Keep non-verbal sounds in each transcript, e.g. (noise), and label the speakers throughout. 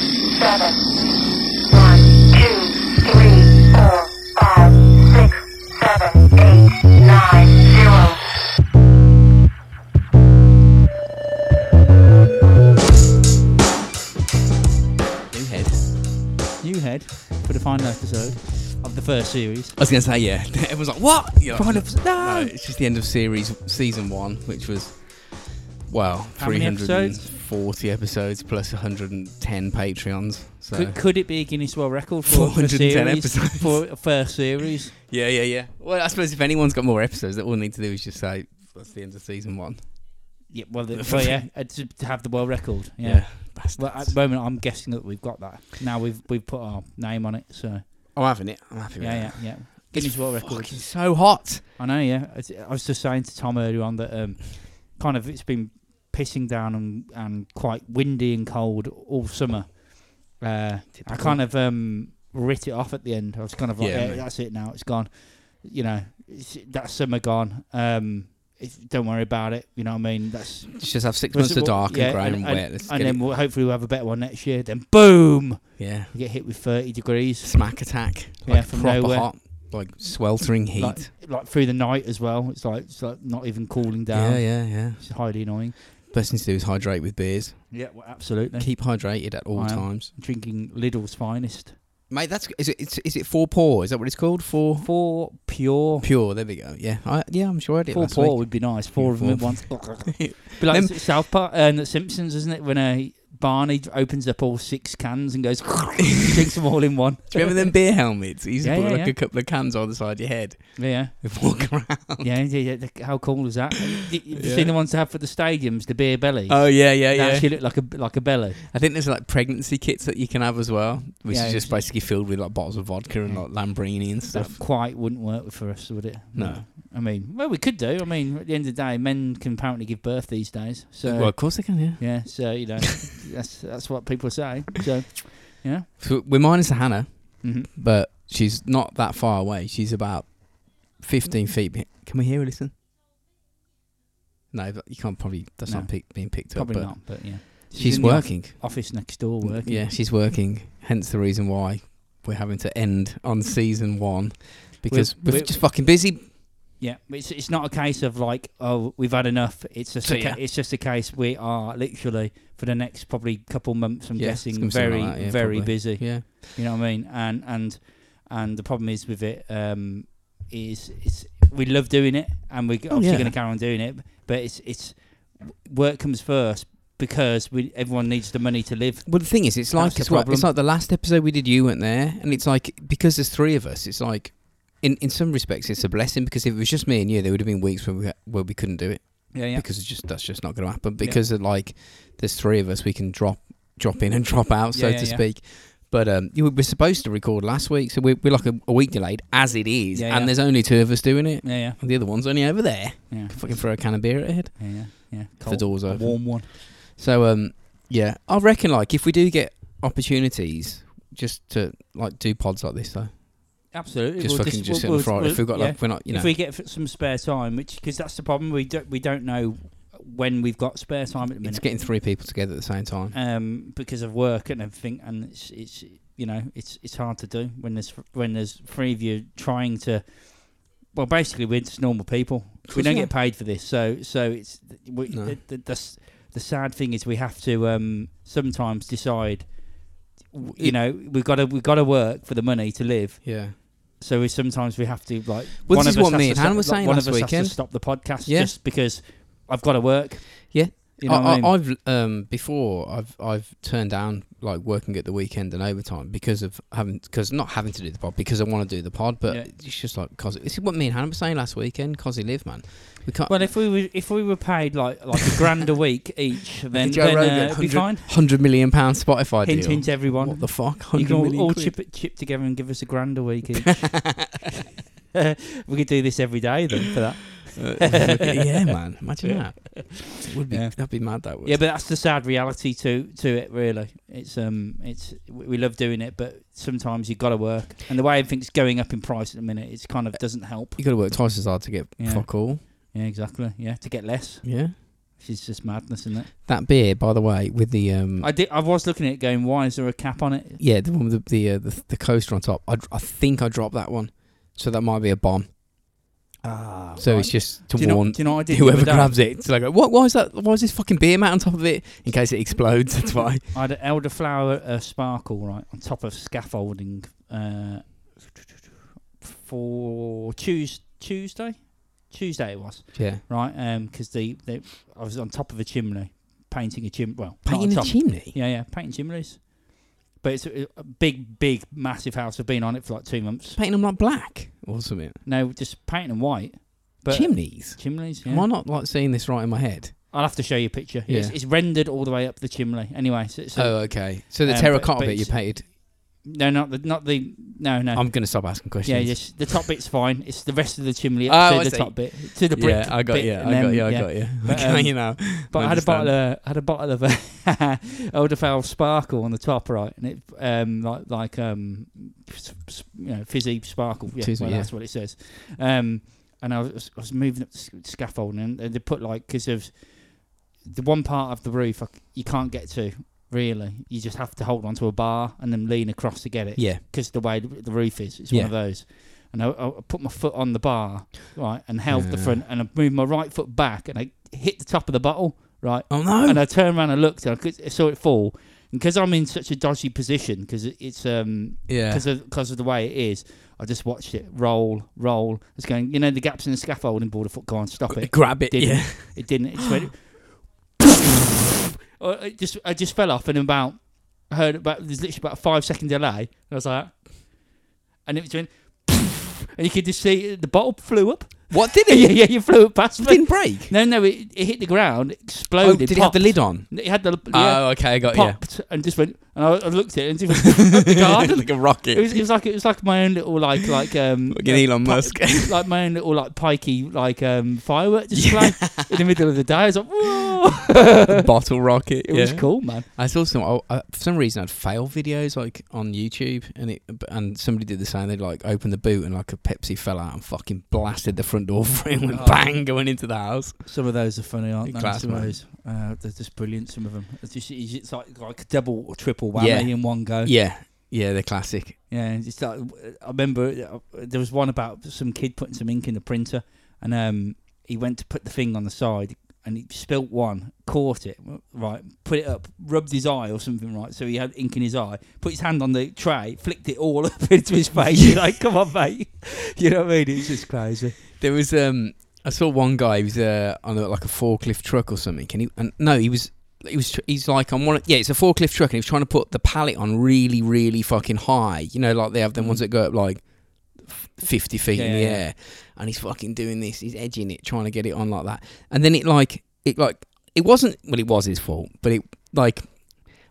Speaker 1: seven. One, two, three, four, five, six, seven, eight, nine, zero.
Speaker 2: New head. New head for the final episode of the first series.
Speaker 3: I was going to say, yeah. (laughs) Everyone's like, what? You're like,
Speaker 2: Final episode- no!
Speaker 3: It's just the end of series season one, which was, well,
Speaker 2: How many episodes?
Speaker 3: 340 episodes plus 110 Patreons. So
Speaker 2: Could, could it be a Guinness World Record for a
Speaker 3: 410
Speaker 2: series?
Speaker 3: episodes.
Speaker 2: For a first series?
Speaker 3: Yeah, yeah, yeah. Well, I suppose if anyone's got more episodes, that all we need to do is just say, that's the end of season one.
Speaker 2: Yeah, well, the, well yeah, uh, to, to have the world record. Yeah.
Speaker 3: Bastards.
Speaker 2: Well, at the moment, I'm guessing that we've got that. Now we've we've put our name on it, so
Speaker 3: I'm having it. I'm happy with
Speaker 2: yeah, yeah,
Speaker 3: it.
Speaker 2: yeah. Guinness World Record.
Speaker 3: Fucking so hot.
Speaker 2: I know, yeah. It's- I was just saying to Tom earlier on that um, kind of it's been pissing down and, and quite windy and cold all summer. Uh, I
Speaker 3: Typical.
Speaker 2: kind of um, writ it off at the end. I was kind of like,
Speaker 3: Yeah,
Speaker 2: yeah,
Speaker 3: mate.
Speaker 2: that's it now. It's gone. You know, it's, that summer gone. Um, it's, don't worry about it. You know what I mean? That's
Speaker 3: Let's just have six months of dark
Speaker 2: yeah,
Speaker 3: and grey and, wet. Let's
Speaker 2: and
Speaker 3: get
Speaker 2: then
Speaker 3: it.
Speaker 2: we'll, hopefully we'll have a better one next year. Then boom,
Speaker 3: Yeah.
Speaker 2: you get hit with thirty degrees.
Speaker 3: Smack attack.
Speaker 2: Yeah,
Speaker 3: Like
Speaker 2: from
Speaker 3: proper
Speaker 2: nowhere.
Speaker 3: hot. Like sweltering heat.
Speaker 2: Like, like through the night as well. It's like it's like not even cooling down.
Speaker 3: Yeah, yeah, yeah.
Speaker 2: It's highly annoying.
Speaker 3: Best thing to do is hydrate with beers.
Speaker 2: Yeah, well, absolutely.
Speaker 3: Keep hydrated at all
Speaker 2: I am.
Speaker 3: times.
Speaker 2: Drinking Lidl's finest.
Speaker 3: Mate, that's is it it's, is it four pour? Is that what it's called? Four
Speaker 2: Four pure.
Speaker 3: pure. There we go. Yeah, I, yeah, I'm sure I did
Speaker 2: Four
Speaker 3: last
Speaker 2: poor
Speaker 3: week.
Speaker 2: would be nice. Four of them at
Speaker 3: Four. (laughs)
Speaker 2: once. (laughs) be like
Speaker 3: Them-
Speaker 2: S- South Park and The Simpsons, isn't it? When uh, Barney d- opens up all six cans and goes, (laughs) drinks them all in one.
Speaker 3: Do you (laughs) remember them beer helmets? You used
Speaker 2: Yeah,
Speaker 3: to put
Speaker 2: yeah,
Speaker 3: like
Speaker 2: yeah.
Speaker 3: a couple of cans on the Oh. side of your head
Speaker 2: Yeah, (laughs)
Speaker 3: and walk around.
Speaker 2: yeah, yeah. yeah. the- How cool is that? Y- y- You've
Speaker 3: Yeah.
Speaker 2: seen the ones they have for the stadiums, the beer belly.
Speaker 3: Oh yeah, yeah,
Speaker 2: They
Speaker 3: yeah.
Speaker 2: actually look like a like a belly.
Speaker 3: I think there's like pregnancy kits that you can have as well, which
Speaker 2: Yeah,
Speaker 3: is just
Speaker 2: it's-
Speaker 3: basically filled with like bottles of vodka and like Lambrini and
Speaker 2: That
Speaker 3: stuff.
Speaker 2: quite wouldn't work for us, would it?
Speaker 3: No.
Speaker 2: I mean, well, we could do. I mean, at the end of the day, men can apparently give birth these days. So
Speaker 3: well, of course they can, yeah.
Speaker 2: Yeah, so you know, that's that's what people say. So, yeah,
Speaker 3: So we're minus a Hannah,
Speaker 2: hmm
Speaker 3: but she's not that far away. She's about 15 feet. Be- can we hear her listen? No, but you can't probably. That's
Speaker 2: No.
Speaker 3: not pick, being picked
Speaker 2: probably
Speaker 3: up. But
Speaker 2: not, but yeah,
Speaker 3: She's
Speaker 2: in the
Speaker 3: working. Mm,
Speaker 2: off- office next door working.
Speaker 3: Yeah, she's working. Hence the reason why we're having to end on season one because we're,
Speaker 2: we're-
Speaker 3: just fucking busy.
Speaker 2: yeah. but It's it's not a case of like, oh, we've had enough. It's just
Speaker 3: So,
Speaker 2: a ca-
Speaker 3: yeah.
Speaker 2: it's just a case we are literally for the next probably couple months. I'm
Speaker 3: Yeah, it's
Speaker 2: guessing
Speaker 3: gonna be something
Speaker 2: very
Speaker 3: like that, yeah,
Speaker 2: very
Speaker 3: probably.
Speaker 2: busy.
Speaker 3: Yeah,
Speaker 2: You know what I mean? And and and the problem is with it um, is it's we love doing it, and we're obviously
Speaker 3: Oh, yeah.
Speaker 2: going to carry on doing it. But it's it's work comes first because we everyone needs the money to live.
Speaker 3: Well, the thing is, it's like
Speaker 2: That's the
Speaker 3: as well,
Speaker 2: problem.
Speaker 3: it's like the last episode we did, you weren't there, and it's like because there's three of us, it's like in in some respects it's a blessing because if it was just me and you, there would have been weeks where we where we couldn't do it
Speaker 2: Yeah, yeah.
Speaker 3: because it's just that's just not going to happen because of, like there's three of us, we can drop drop in and (laughs) drop out, so
Speaker 2: Yeah, yeah,
Speaker 3: to
Speaker 2: yeah.
Speaker 3: speak. But um, you know, we're supposed to record last week, so we're, we're like a, a week delayed as it is,
Speaker 2: Yeah,
Speaker 3: and
Speaker 2: yeah.
Speaker 3: there's only two of us doing it.
Speaker 2: Yeah, yeah,
Speaker 3: And the other one's only over there.
Speaker 2: yeah,
Speaker 3: Fucking throw a can of beer at her head.
Speaker 2: yeah, yeah. yeah.
Speaker 3: if The door's
Speaker 2: a
Speaker 3: open.
Speaker 2: warm one.
Speaker 3: So um, yeah, I reckon like if we do get opportunities, just to like do pods like this though,
Speaker 2: Absolutely.
Speaker 3: just
Speaker 2: We'll
Speaker 3: fucking just sit
Speaker 2: we'll-
Speaker 3: on Friday. if
Speaker 2: we'll-
Speaker 3: we got
Speaker 2: yeah.
Speaker 3: like we're not, you know,
Speaker 2: if we get f- some spare time, which because that's the problem, we don't we don't know when we've got spare time at the
Speaker 3: it's
Speaker 2: minute,
Speaker 3: getting three people together at the same time.
Speaker 2: um, because of work and everything, and it's it's you know it's it's hard to do when there's when there's three of you trying to. Well, basically, we're just normal people. We
Speaker 3: course
Speaker 2: don't
Speaker 3: we
Speaker 2: get paid for this, so so it's we,
Speaker 3: No.
Speaker 2: the, the, the, s- the sad thing is we have to um, sometimes decide. w- You
Speaker 3: It-
Speaker 2: know, we've got to we've got to work for the money to live.
Speaker 3: Yeah,
Speaker 2: So we sometimes we have to like
Speaker 3: Well,
Speaker 2: one
Speaker 3: this
Speaker 2: of
Speaker 3: is
Speaker 2: us
Speaker 3: what
Speaker 2: has
Speaker 3: me
Speaker 2: to
Speaker 3: and
Speaker 2: stop-
Speaker 3: Hannah were
Speaker 2: like,
Speaker 3: saying
Speaker 2: one
Speaker 3: last
Speaker 2: of us has to
Speaker 3: weekend.
Speaker 2: stop the podcast
Speaker 3: Yeah.
Speaker 2: just because I've got to work.
Speaker 3: Yeah.
Speaker 2: you know. what
Speaker 3: I,
Speaker 2: I mean?
Speaker 3: I, I've um before I've I've turned down like working at the weekend and overtime because of having because not having to do the pod because I want to do the pod, but
Speaker 2: Yeah.
Speaker 3: it's just like cause this is what me and Hannah were saying last weekend. Cause live man, we can't.
Speaker 2: Well, if we were if we were paid like like a grand a week (laughs) each, then,
Speaker 3: Joe
Speaker 2: then
Speaker 3: Rogan,
Speaker 2: uh, it'd be
Speaker 3: 100
Speaker 2: fine.
Speaker 3: hundred million pound Spotify
Speaker 2: Hint,
Speaker 3: deal.
Speaker 2: hint, everyone.
Speaker 3: What the fuck?
Speaker 2: you
Speaker 3: Hundred
Speaker 2: can all,
Speaker 3: million
Speaker 2: all
Speaker 3: quid?
Speaker 2: chip it- chip together and give us a grand a week
Speaker 3: (laughs)
Speaker 2: (laughs) each. we could do this every day then for (laughs) that.
Speaker 3: Uh, yeah, man. Imagine
Speaker 2: Yeah.
Speaker 3: that. Would be
Speaker 2: Yeah.
Speaker 3: that'd be mad. That would.
Speaker 2: Yeah, but that's the sad reality to to it. Really, it's um, it's we we love doing it, but sometimes you've got to work. And the way everything's going up in price at the minute, it's kind of doesn't help.
Speaker 3: you got to work twice as hard to get
Speaker 2: Yeah.
Speaker 3: fuck all.
Speaker 2: Yeah, exactly. Yeah, to get less.
Speaker 3: Yeah.
Speaker 2: It's just madness, isn't it?
Speaker 3: That beer, by the way, with the um,
Speaker 2: I did. I was looking at it, going, "Why is there a cap on it?"
Speaker 3: yeah, the one with the the, uh, the the coaster on top. I, dr- I think I dropped that one, so that might be a bomb.
Speaker 2: Ah,
Speaker 3: So it's just to
Speaker 2: do you know,
Speaker 3: warn
Speaker 2: do you know what I did? the
Speaker 3: whoever
Speaker 2: other day?
Speaker 3: grabs it. It's like, what? Why is that? Why is this fucking beer mat on top of it? In case it explodes, that's
Speaker 2: (laughs)
Speaker 3: why.
Speaker 2: I had an elderflower uh, sparkle right on top of scaffolding uh, for Tues Tuesday. Tuesday it was
Speaker 3: Yeah,
Speaker 2: right um, because the, the I was on top of a chimney painting a chim well not on
Speaker 3: painting a
Speaker 2: top.
Speaker 3: chimney.
Speaker 2: yeah yeah painting chimneys but it's a, a big big massive house I've been on it for like two months
Speaker 3: Painting them like black or something.
Speaker 2: no just painting them white but
Speaker 3: Chimneys.
Speaker 2: chimneys yeah.
Speaker 3: Am I not like seeing this right in my head?
Speaker 2: I'll have to show you a picture it's,
Speaker 3: Yeah.
Speaker 2: it's rendered all the way up the chimney anyway so, so
Speaker 3: oh, okay. So the
Speaker 2: Um, but-
Speaker 3: terracotta
Speaker 2: but
Speaker 3: bit you
Speaker 2: it's-
Speaker 3: painted.
Speaker 2: no not the not the no no
Speaker 3: I'm gonna stop asking questions.
Speaker 2: Yeah, yes. The top bit's fine. It's the rest of the chimney
Speaker 3: Oh,
Speaker 2: up to
Speaker 3: I
Speaker 2: the
Speaker 3: see.
Speaker 2: top bit, to the brick.
Speaker 3: yeah, I got
Speaker 2: bit,
Speaker 3: you.
Speaker 2: and
Speaker 3: I got
Speaker 2: then-
Speaker 3: you. I
Speaker 2: yeah.
Speaker 3: got you.
Speaker 2: But,
Speaker 3: okay,
Speaker 2: um,
Speaker 3: you know.
Speaker 2: But I had a
Speaker 3: understand.
Speaker 2: bottle of had a bottle of (laughs) Elderfell Sparkle on the top right, and it um like like um s- s- you know fizzy sparkle. Yeah,
Speaker 3: Fizzy,
Speaker 2: well,
Speaker 3: yeah.
Speaker 2: that's what it says. Um, and I was I was moving up the s- scaffolding, and they put like because of the one part of the roof I c you can't get to really. You just have to hold onto a bar and then lean across to get it
Speaker 3: Yeah.
Speaker 2: because the way the roof is, it's
Speaker 3: Yeah.
Speaker 2: one of those. And I, I put my foot on the bar, right, and held the
Speaker 3: Yeah.
Speaker 2: front, and I moved my right foot back, and I hit the top of the bottle, right,
Speaker 3: Oh no.
Speaker 2: and I turned around and looked, and I, could, I saw it fall. And because I'm in such a dodgy position, because it, it's um,
Speaker 3: yeah.
Speaker 2: because of because of the way it is, I just watched it roll, roll. It's going, you know, the gaps in the scaffolding board. I thought, go on, stop it.
Speaker 3: Grab it.
Speaker 2: Didn't.
Speaker 3: Yeah.
Speaker 2: It didn't. It just (gasps) went. Oh, it just I just fell off and about I heard about there's literally about a five second delay and I was like, and it was doing, (laughs) and you could just see the bottle flew up. (laughs)
Speaker 3: What did
Speaker 2: yeah,
Speaker 3: it?
Speaker 2: yeah, you flew up past
Speaker 3: It
Speaker 2: me.
Speaker 3: didn't
Speaker 2: (laughs)
Speaker 3: break.
Speaker 2: No, no, it, it hit the ground, it
Speaker 3: Oh,
Speaker 2: exploded.
Speaker 3: did it have the lid on?
Speaker 2: It had the yeah,
Speaker 3: Oh, okay. I got you.
Speaker 2: popped and just went. And I, I looked at it and it (laughs) went
Speaker 3: (laughs)
Speaker 2: up the garden.
Speaker 3: like a
Speaker 2: It was,
Speaker 3: rocket.
Speaker 2: it was like it was like my own little like like um
Speaker 3: Fucking Elon (laughs) Musk.
Speaker 2: (laughs) like my own little like pikey like um
Speaker 3: (laughs)
Speaker 2: firework display in the middle of the day. I was like, whoa, (laughs)
Speaker 3: Bottle rocket.
Speaker 2: it was
Speaker 3: yeah.
Speaker 2: cool, man.
Speaker 3: I saw some. I, I, for some reason, I'd fail videos like on YouTube, and it and somebody did the same. They'd like open the boot, and like a Pepsi fell out and fucking blasted the front door frame and
Speaker 2: Oh.
Speaker 3: bang going into the house.
Speaker 2: Some of those are funny, aren't they?
Speaker 3: Class,
Speaker 2: some of
Speaker 3: man.
Speaker 2: those, uh, they're just brilliant. Some of them, it's, just, it's like like a double or triple whammy
Speaker 3: Yeah.
Speaker 2: in one go. Yeah,
Speaker 3: Yeah, yeah, they're classic.
Speaker 2: and it's like I remember uh, there was one about some kid putting some ink in the printer, and um, he went to put the thing on the side, and he spilt one, caught it, right, put it up, rubbed his eye or something, right, so he had ink in his eye. Put his hand on the tray, flicked it all (laughs) up into his face. (laughs) You're like, come on, mate. You know what I mean? It's just crazy.
Speaker 3: There was um, I saw one guy. He was uh, on a, like a forklift truck or something. Can he? And no, he was. He was. tr- He's like on one. Yeah, it's a forklift truck, and he was trying to put the pallet on really, really fucking high. You know, like they have them
Speaker 2: Mm.
Speaker 3: ones that go up like f- fifty feet in
Speaker 2: Yeah,
Speaker 3: the
Speaker 2: yeah.
Speaker 3: air, and he's fucking doing this. He's edging it, trying to get it on like that, and then it like it like it wasn't. Well, it was his fault, but it like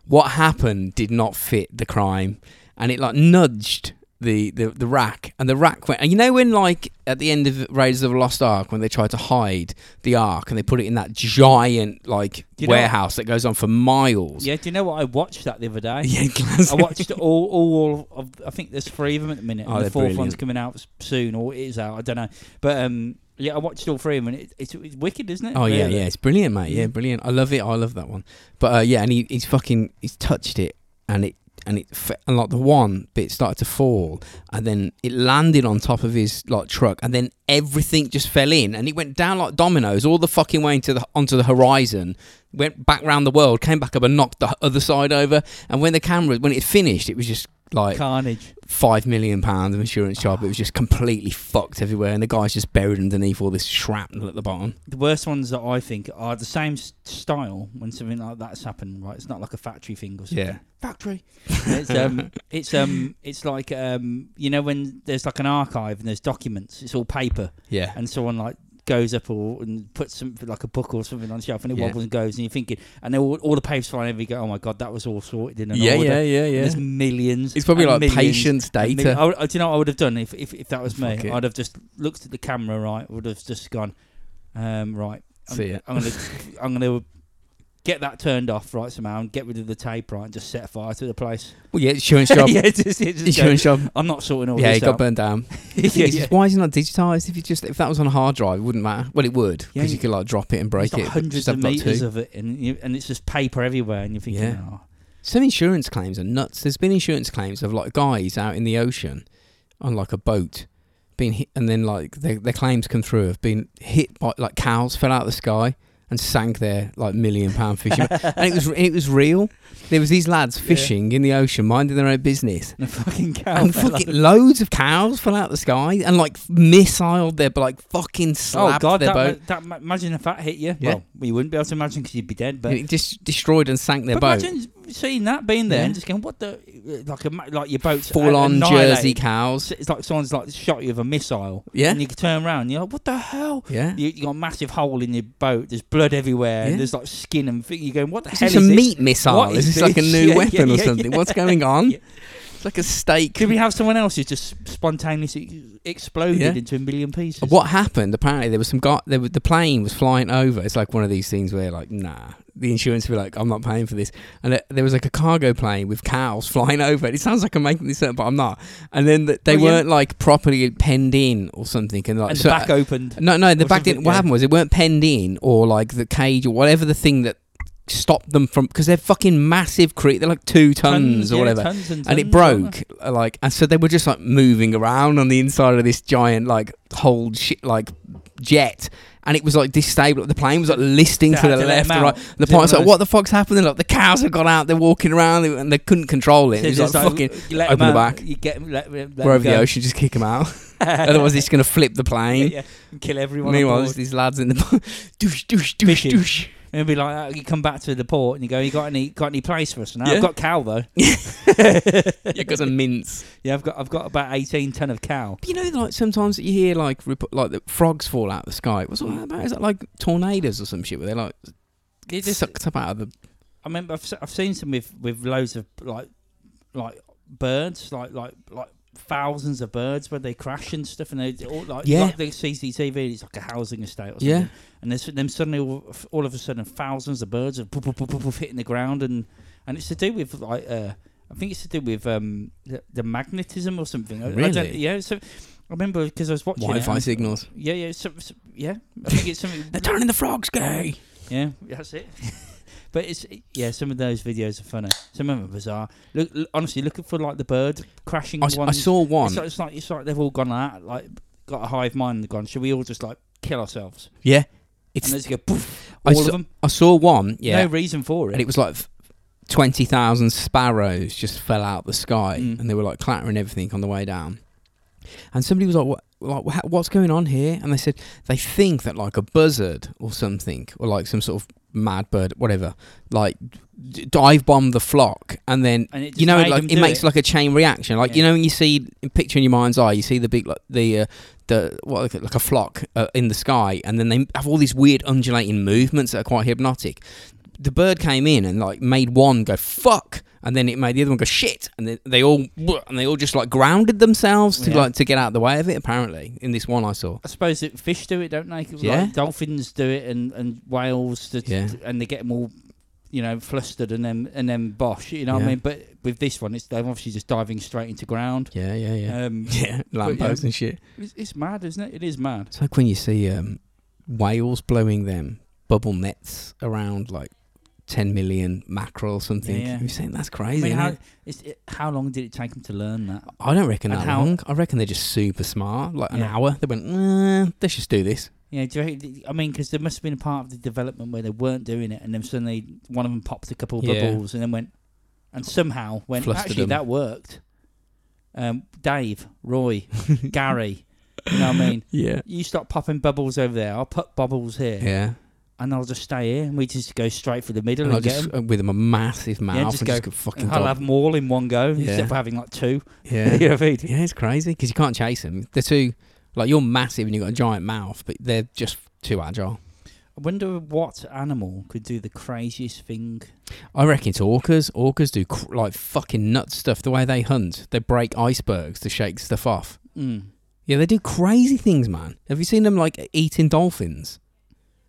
Speaker 3: what happened did not fit the crime, and it like nudged the, the, the rack, and the rack went. And you know when, like, at the end of Raiders of the Lost Ark, when they try to hide the Ark and they put it in that giant like
Speaker 2: You know-
Speaker 3: warehouse that goes on for miles.
Speaker 2: Yeah, do you know what? I watched that the other day.
Speaker 3: (laughs) yeah, classic.
Speaker 2: (laughs) I watched all, all of. I think there's three of them at the minute.
Speaker 3: Oh,
Speaker 2: and
Speaker 3: they're
Speaker 2: the fourth one's
Speaker 3: brilliant.
Speaker 2: coming out s- soon, or it is out. I don't know. But um, yeah, I watched all three of them. And it, it's, it's Mm. wicked, isn't it?
Speaker 3: Oh yeah,
Speaker 2: Really?
Speaker 3: yeah, it's brilliant, mate. Yeah,
Speaker 2: Yeah.
Speaker 3: brilliant. I love it. I love that one. But uh, yeah, and he, he's fucking he's touched it, and it and it fe- and like the one bit started to fall, and then it landed on top of his like truck, and then everything just fell in, and it went down like dominoes all the fucking way into the onto the horizon, went back round the world, came back up and knocked the other side over, and when the camera when it finished, it was just like
Speaker 2: Carnage.
Speaker 3: five million pounds of insurance job. It was
Speaker 2: (sighs)
Speaker 3: just completely fucked everywhere, and the guy's just buried underneath all this shrapnel at the bottom.
Speaker 2: The worst ones that I think are the same s- style when something like that's happened. Right, it's not like a factory thing or something.
Speaker 3: Yeah.
Speaker 2: Factory. it's um, it's um, it's like um, you know when there's like an archive and there's documents. It's all paper.
Speaker 3: Yeah.
Speaker 2: and someone like goes up or and puts something like a book or something on the shelf and it
Speaker 3: Yeah.
Speaker 2: wobbles and goes and you're thinking and then all, all the papers flying over you go oh my god that was all sorted in an
Speaker 3: yeah,
Speaker 2: order
Speaker 3: yeah, yeah,
Speaker 2: And
Speaker 3: yeah.
Speaker 2: there's millions
Speaker 3: It's probably
Speaker 2: and
Speaker 3: like
Speaker 2: millions
Speaker 3: patience
Speaker 2: and
Speaker 3: data.
Speaker 2: millions. Oh, I, would- I- do you know what I would have done if, if, if that was me
Speaker 3: Fuck it.
Speaker 2: I'd have just looked at the camera right would have just gone um, right (laughs) I'm,
Speaker 3: See ya.
Speaker 2: I'm gonna I'm gonna Get that turned off right somehow and get rid of the tape right and just set fire to the place.
Speaker 3: Well, yeah, insurance job.
Speaker 2: (laughs) yeah, just, yeah, just go,
Speaker 3: Insurance job.
Speaker 2: I'm not sorting all
Speaker 3: Yeah,
Speaker 2: this
Speaker 3: it got
Speaker 2: out.
Speaker 3: burned down.
Speaker 2: (laughs) yeah,
Speaker 3: (laughs) It's
Speaker 2: yeah.
Speaker 3: just- Why is it not digitized? If you just if that was on a hard drive, it wouldn't matter. Well, it would because
Speaker 2: Yeah,
Speaker 3: you
Speaker 2: you-
Speaker 3: could like drop it and break
Speaker 2: There's like
Speaker 3: it. but
Speaker 2: hundreds
Speaker 3: just
Speaker 2: of
Speaker 3: have, like,
Speaker 2: meters
Speaker 3: two.
Speaker 2: of it, and you, and it's just paper everywhere, and you're thinking,
Speaker 3: Yeah.
Speaker 2: oh,
Speaker 3: Some insurance claims are nuts. There's been insurance claims of like guys out in the ocean on like a boat being hit, and then like their, their claims come through of being hit by like cows fell out of the sky and sank their like million pound
Speaker 2: (laughs)
Speaker 3: fishing. and it was it was real. There was these lads fishing in the ocean, minding their own business.
Speaker 2: and
Speaker 3: (laughs)
Speaker 2: a fucking cow.
Speaker 3: And
Speaker 2: fell
Speaker 3: fucking
Speaker 2: over.
Speaker 3: loads of cows fell out of the sky and like missiled their like fucking
Speaker 2: oh
Speaker 3: slapped
Speaker 2: god,
Speaker 3: their
Speaker 2: that,
Speaker 3: boat.
Speaker 2: ma- that ma- imagine if that hit you.
Speaker 3: Yeah.
Speaker 2: Well, we wouldn't be able to imagine because you'd be dead. But
Speaker 3: And it just destroyed and sank their
Speaker 2: but
Speaker 3: boat.
Speaker 2: imagine seeing that, being there,
Speaker 3: Yeah.
Speaker 2: and just going, "What the uh, like? A, ma- like your boat's
Speaker 3: Full on
Speaker 2: annihilated.
Speaker 3: Jersey cows.
Speaker 2: It's like someone's like shot you with a missile,
Speaker 3: Yeah.
Speaker 2: and you can turn around. and You're like, "What the hell?"
Speaker 3: Yeah.
Speaker 2: You, you got a massive hole in your boat. There's blood everywhere.
Speaker 3: Yeah.
Speaker 2: And there's like skin and thing. You're going, "What the
Speaker 3: Is
Speaker 2: hell
Speaker 3: this a
Speaker 2: is this?"
Speaker 3: meat missile?
Speaker 2: What
Speaker 3: is
Speaker 2: is
Speaker 3: this like a
Speaker 2: this?
Speaker 3: new
Speaker 2: (laughs) Yeah,
Speaker 3: weapon
Speaker 2: yeah,
Speaker 3: or
Speaker 2: yeah,
Speaker 3: something? What's going on?
Speaker 2: Yeah.
Speaker 3: It's like a steak.
Speaker 2: Could we have someone else who's just spontaneously exploded
Speaker 3: Yeah.
Speaker 2: into a million pieces?
Speaker 3: What happened? Apparently, there was some guy. There was, the plane was flying over. It's like one of these things where, like, nah, the insurance would be like, I'm not paying for this. And it, there was like a cargo plane with cows (laughs) flying over. It sounds like I'm making this up, but I'm not. And then the, they
Speaker 2: Well, Oh, yeah.
Speaker 3: weren't like properly penned in or something. And like,
Speaker 2: And
Speaker 3: so- uh,
Speaker 2: the back opened.
Speaker 3: No, no, the
Speaker 2: Or
Speaker 3: back didn't.
Speaker 2: something,
Speaker 3: What
Speaker 2: yeah.
Speaker 3: happened was it weren't penned in or like the cage or whatever the thing that stopped them from because they're fucking massive. Cre- they're like two tons, or
Speaker 2: yeah,
Speaker 3: whatever,
Speaker 2: tons and,
Speaker 3: and
Speaker 2: tons,
Speaker 3: it
Speaker 2: aren't
Speaker 3: broke. Like, and so they were just like moving around on the inside of this giant like hold shit like jet. And it was like disable. The plane was like listing
Speaker 2: They
Speaker 3: to
Speaker 2: had
Speaker 3: the
Speaker 2: to let
Speaker 3: left
Speaker 2: them
Speaker 3: and right.
Speaker 2: out.
Speaker 3: The
Speaker 2: Is it
Speaker 3: pilot's
Speaker 2: one
Speaker 3: like,
Speaker 2: of
Speaker 3: "What the fuck's happening?" Like the cows have gone out. They're walking around and they couldn't control
Speaker 2: they?
Speaker 3: it.
Speaker 2: So
Speaker 3: It was like
Speaker 2: just
Speaker 3: fucking
Speaker 2: let
Speaker 3: open
Speaker 2: them
Speaker 3: the
Speaker 2: out,
Speaker 3: back.
Speaker 2: You get 'em, let, let
Speaker 3: we're over the
Speaker 2: them (laughs)
Speaker 3: ocean. Just kick them (laughs) out.
Speaker 2: go.
Speaker 3: Otherwise,
Speaker 2: (laughs)
Speaker 3: it's gonna flip the plane.
Speaker 2: yeah, yeah. and kill everyone.
Speaker 3: Meanwhile,
Speaker 2: Meanwhile,
Speaker 3: there's these lads in the (laughs) bo- douche, douche, douche,
Speaker 2: Fishing.
Speaker 3: (laughs) douche.
Speaker 2: and it'd be like that. you come back to the port and you go, "You got any got any place for us?" And
Speaker 3: Yeah.
Speaker 2: I've got
Speaker 3: (laughs)
Speaker 2: cow though. (laughs)
Speaker 3: You got a mince.
Speaker 2: Yeah, I've got I've got about eighteen ton of cow.
Speaker 3: But you know, like sometimes you hear like rep- like the frogs fall out of the sky. What's all that about? Is that like tornadoes or some shit where they're like
Speaker 2: It just-
Speaker 3: sucked up out of the?
Speaker 2: I mean, I've se- I've seen some with with loads of like like birds, like like like thousands of birds where they crash and stuff, and they all like
Speaker 3: Yeah.
Speaker 2: like the CCTV. It's like a housing estate or something.
Speaker 3: Yeah.
Speaker 2: and there's them suddenly all, all of a sudden thousands of birds are poof, poof, poof, poof, poof, hitting the ground, and and it's to do with like uh, I think it's to do with um the, the magnetism or something. I- I don't,
Speaker 3: Really?
Speaker 2: yeah. So I remember because I was watching it
Speaker 3: Wi-Fi
Speaker 2: and-
Speaker 3: signals.
Speaker 2: Yeah, yeah, so, so- yeah. I think
Speaker 3: (laughs)
Speaker 2: it's something.
Speaker 3: They're turning the frogs gay.
Speaker 2: Yeah, that's it. (laughs) but it's yeah, some of those videos are funny. Some of them are bizarre. Look, l- honestly, looking for like the bird crashing.
Speaker 3: I, s-
Speaker 2: one,
Speaker 3: I saw one.
Speaker 2: It's like, it's like it's like they've all gone out, like got a hive mind and gone. Should we all just like kill ourselves?
Speaker 3: yeah,
Speaker 2: And
Speaker 3: it's.
Speaker 2: they just go poof,
Speaker 3: I
Speaker 2: all
Speaker 3: saw-
Speaker 2: of them.
Speaker 3: I saw one. Yeah,
Speaker 2: No reason for it.
Speaker 3: and it was like twenty thousand sparrows just fell out the sky,
Speaker 2: Mm.
Speaker 3: and they were like clattering everything on the way down. And somebody was like, "What? Like, wha- what's going on here?" And they said they think that like a buzzard or something, or like some sort of mad bird, whatever, like d- dive bomb the flock, and then
Speaker 2: and it
Speaker 3: you know,
Speaker 2: made
Speaker 3: like
Speaker 2: them
Speaker 3: it
Speaker 2: do
Speaker 3: makes like a chain reaction. Like you
Speaker 2: Yeah.
Speaker 3: know, when you see a picture in your mind's eye, you see the big like the uh, the what like, like a flock uh, in the sky, and then they have all these weird undulating movements that are quite hypnotic. The bird came in and like made one go fuck, and then it made the other one go shit, and then they all (sniffs) and they all just like grounded themselves to
Speaker 2: Yeah.
Speaker 3: like to get out of the way of it. Apparently, in this one I saw.
Speaker 2: I suppose that fish do it, don't they? 'Cause,
Speaker 3: Yeah.
Speaker 2: Like dolphins do it, and and whales, that-
Speaker 3: Yeah.
Speaker 2: and they get more, you know, flustered and then and then bosh. You know what
Speaker 3: Yeah.
Speaker 2: I mean? But with this one, it's they're obviously just diving straight into ground.
Speaker 3: Yeah, yeah, yeah.
Speaker 2: Um,
Speaker 3: (laughs) yeah, lampposts and shit.
Speaker 2: It's, it's mad, isn't it? It is mad.
Speaker 3: It's like when you see um, whales blowing them bubble nets around like 10 million mackerel or something.
Speaker 2: Yeah, yeah.
Speaker 3: You're saying that's
Speaker 2: I
Speaker 3: crazy.
Speaker 2: mean,
Speaker 3: isn't
Speaker 2: how,
Speaker 3: it?
Speaker 2: it's, it, how long did it take them to learn that?
Speaker 3: I don't reckon
Speaker 2: and
Speaker 3: that
Speaker 2: how-
Speaker 3: long. I reckon they're just super smart. Like an
Speaker 2: Yeah.
Speaker 3: hour, they went, "Nah, let's just do
Speaker 2: (laughs)
Speaker 3: this.
Speaker 2: Yeah, do you reckon, I mean, because there must have been a part of the development where they weren't doing it, and then suddenly one of them popped a couple of
Speaker 3: Yeah.
Speaker 2: bubbles, and then went, and somehow went.
Speaker 3: Flustered
Speaker 2: actually,
Speaker 3: them.
Speaker 2: that worked. Um, Dave, Roy, Gary, you know what
Speaker 3: (laughs)
Speaker 2: I mean?
Speaker 3: Yeah.
Speaker 2: You stop popping bubbles over there. I'll put bubbles here,
Speaker 3: Yeah.
Speaker 2: and I'll just stay here, and we just go straight for the middle
Speaker 3: And
Speaker 2: and,
Speaker 3: I
Speaker 2: get
Speaker 3: just,
Speaker 2: 'em.
Speaker 3: uh, with a massive mouth,
Speaker 2: just
Speaker 3: and
Speaker 2: go,
Speaker 3: just go fucking
Speaker 2: And I'll have
Speaker 3: dog.
Speaker 2: them all in one go
Speaker 3: Yeah.
Speaker 2: instead of having like two.
Speaker 3: (laughs) Yeah.
Speaker 2: (laughs) you know what I mean?
Speaker 3: yeah, it's crazy because you can't chase them. They're too, like, you're massive and you've got a giant mouth, but they're just too agile.
Speaker 2: I wonder what animal could do the craziest thing.
Speaker 3: I reckon it's orcas. Orcas do cr- like fucking nut stuff. The way they hunt, they break icebergs to shake stuff off.
Speaker 2: Mm.
Speaker 3: Yeah, they do crazy things, man. Have you seen them like eating dolphins?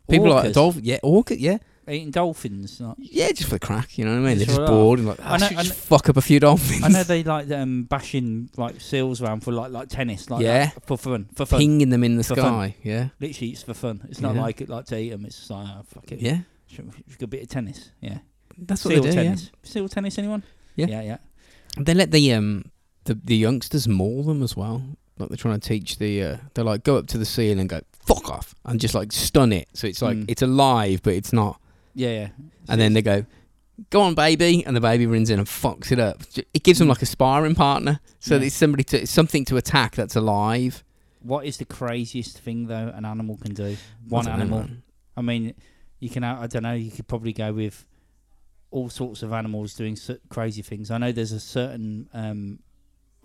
Speaker 3: People like
Speaker 2: Orcas.
Speaker 3: dolphin. Yeah, orca. Yeah,
Speaker 2: eating dolphins.
Speaker 3: (laughs)
Speaker 2: Like,
Speaker 3: Yeah, just for the crack, you know what I mean? They're
Speaker 2: Just
Speaker 3: just
Speaker 2: for that.
Speaker 3: bored and like,
Speaker 2: I
Speaker 3: "Ah,
Speaker 2: know-
Speaker 3: should
Speaker 2: I
Speaker 3: just
Speaker 2: kn-
Speaker 3: fuck up a few dolphins.
Speaker 2: I know they like um, bashing like seals around for like like tennis,
Speaker 3: (laughs)
Speaker 2: like
Speaker 3: Yeah.
Speaker 2: that, for fun, for fun.
Speaker 3: pinging them in the
Speaker 2: For
Speaker 3: sky.
Speaker 2: fun.
Speaker 3: Yeah,
Speaker 2: Literally, it's for fun. It's not
Speaker 3: Yeah.
Speaker 2: like it like to eat them. It's just like oh, fuck it.
Speaker 3: yeah.
Speaker 2: Should, should go a bit of tennis. Yeah,
Speaker 3: That's what
Speaker 2: seal
Speaker 3: they do. yeah.
Speaker 2: tennis. Seal tennis. Anyone?
Speaker 3: Yeah.
Speaker 2: yeah, yeah.
Speaker 3: They let the um the, the youngsters maul them as well. Like they're trying to teach the uh, they like go up to the seal and go fuck off and just like stun it. So it's like
Speaker 2: Mm.
Speaker 3: it's alive but it's not.
Speaker 2: yeah, yeah.
Speaker 3: And then they go, go on baby, and the baby runs in and fucks it up. J- It gives them
Speaker 2: Mm.
Speaker 3: like a sparring partner. So
Speaker 2: Yeah.
Speaker 3: that it's somebody to it's something to attack that's alive.
Speaker 2: What is the craziest thing though an animal can do?
Speaker 3: I don't
Speaker 2: One
Speaker 3: know,
Speaker 2: animal.
Speaker 3: man.
Speaker 2: I mean, you can. I don't know. You could probably go with all sorts of animals doing so- crazy things. I know there's a certain um,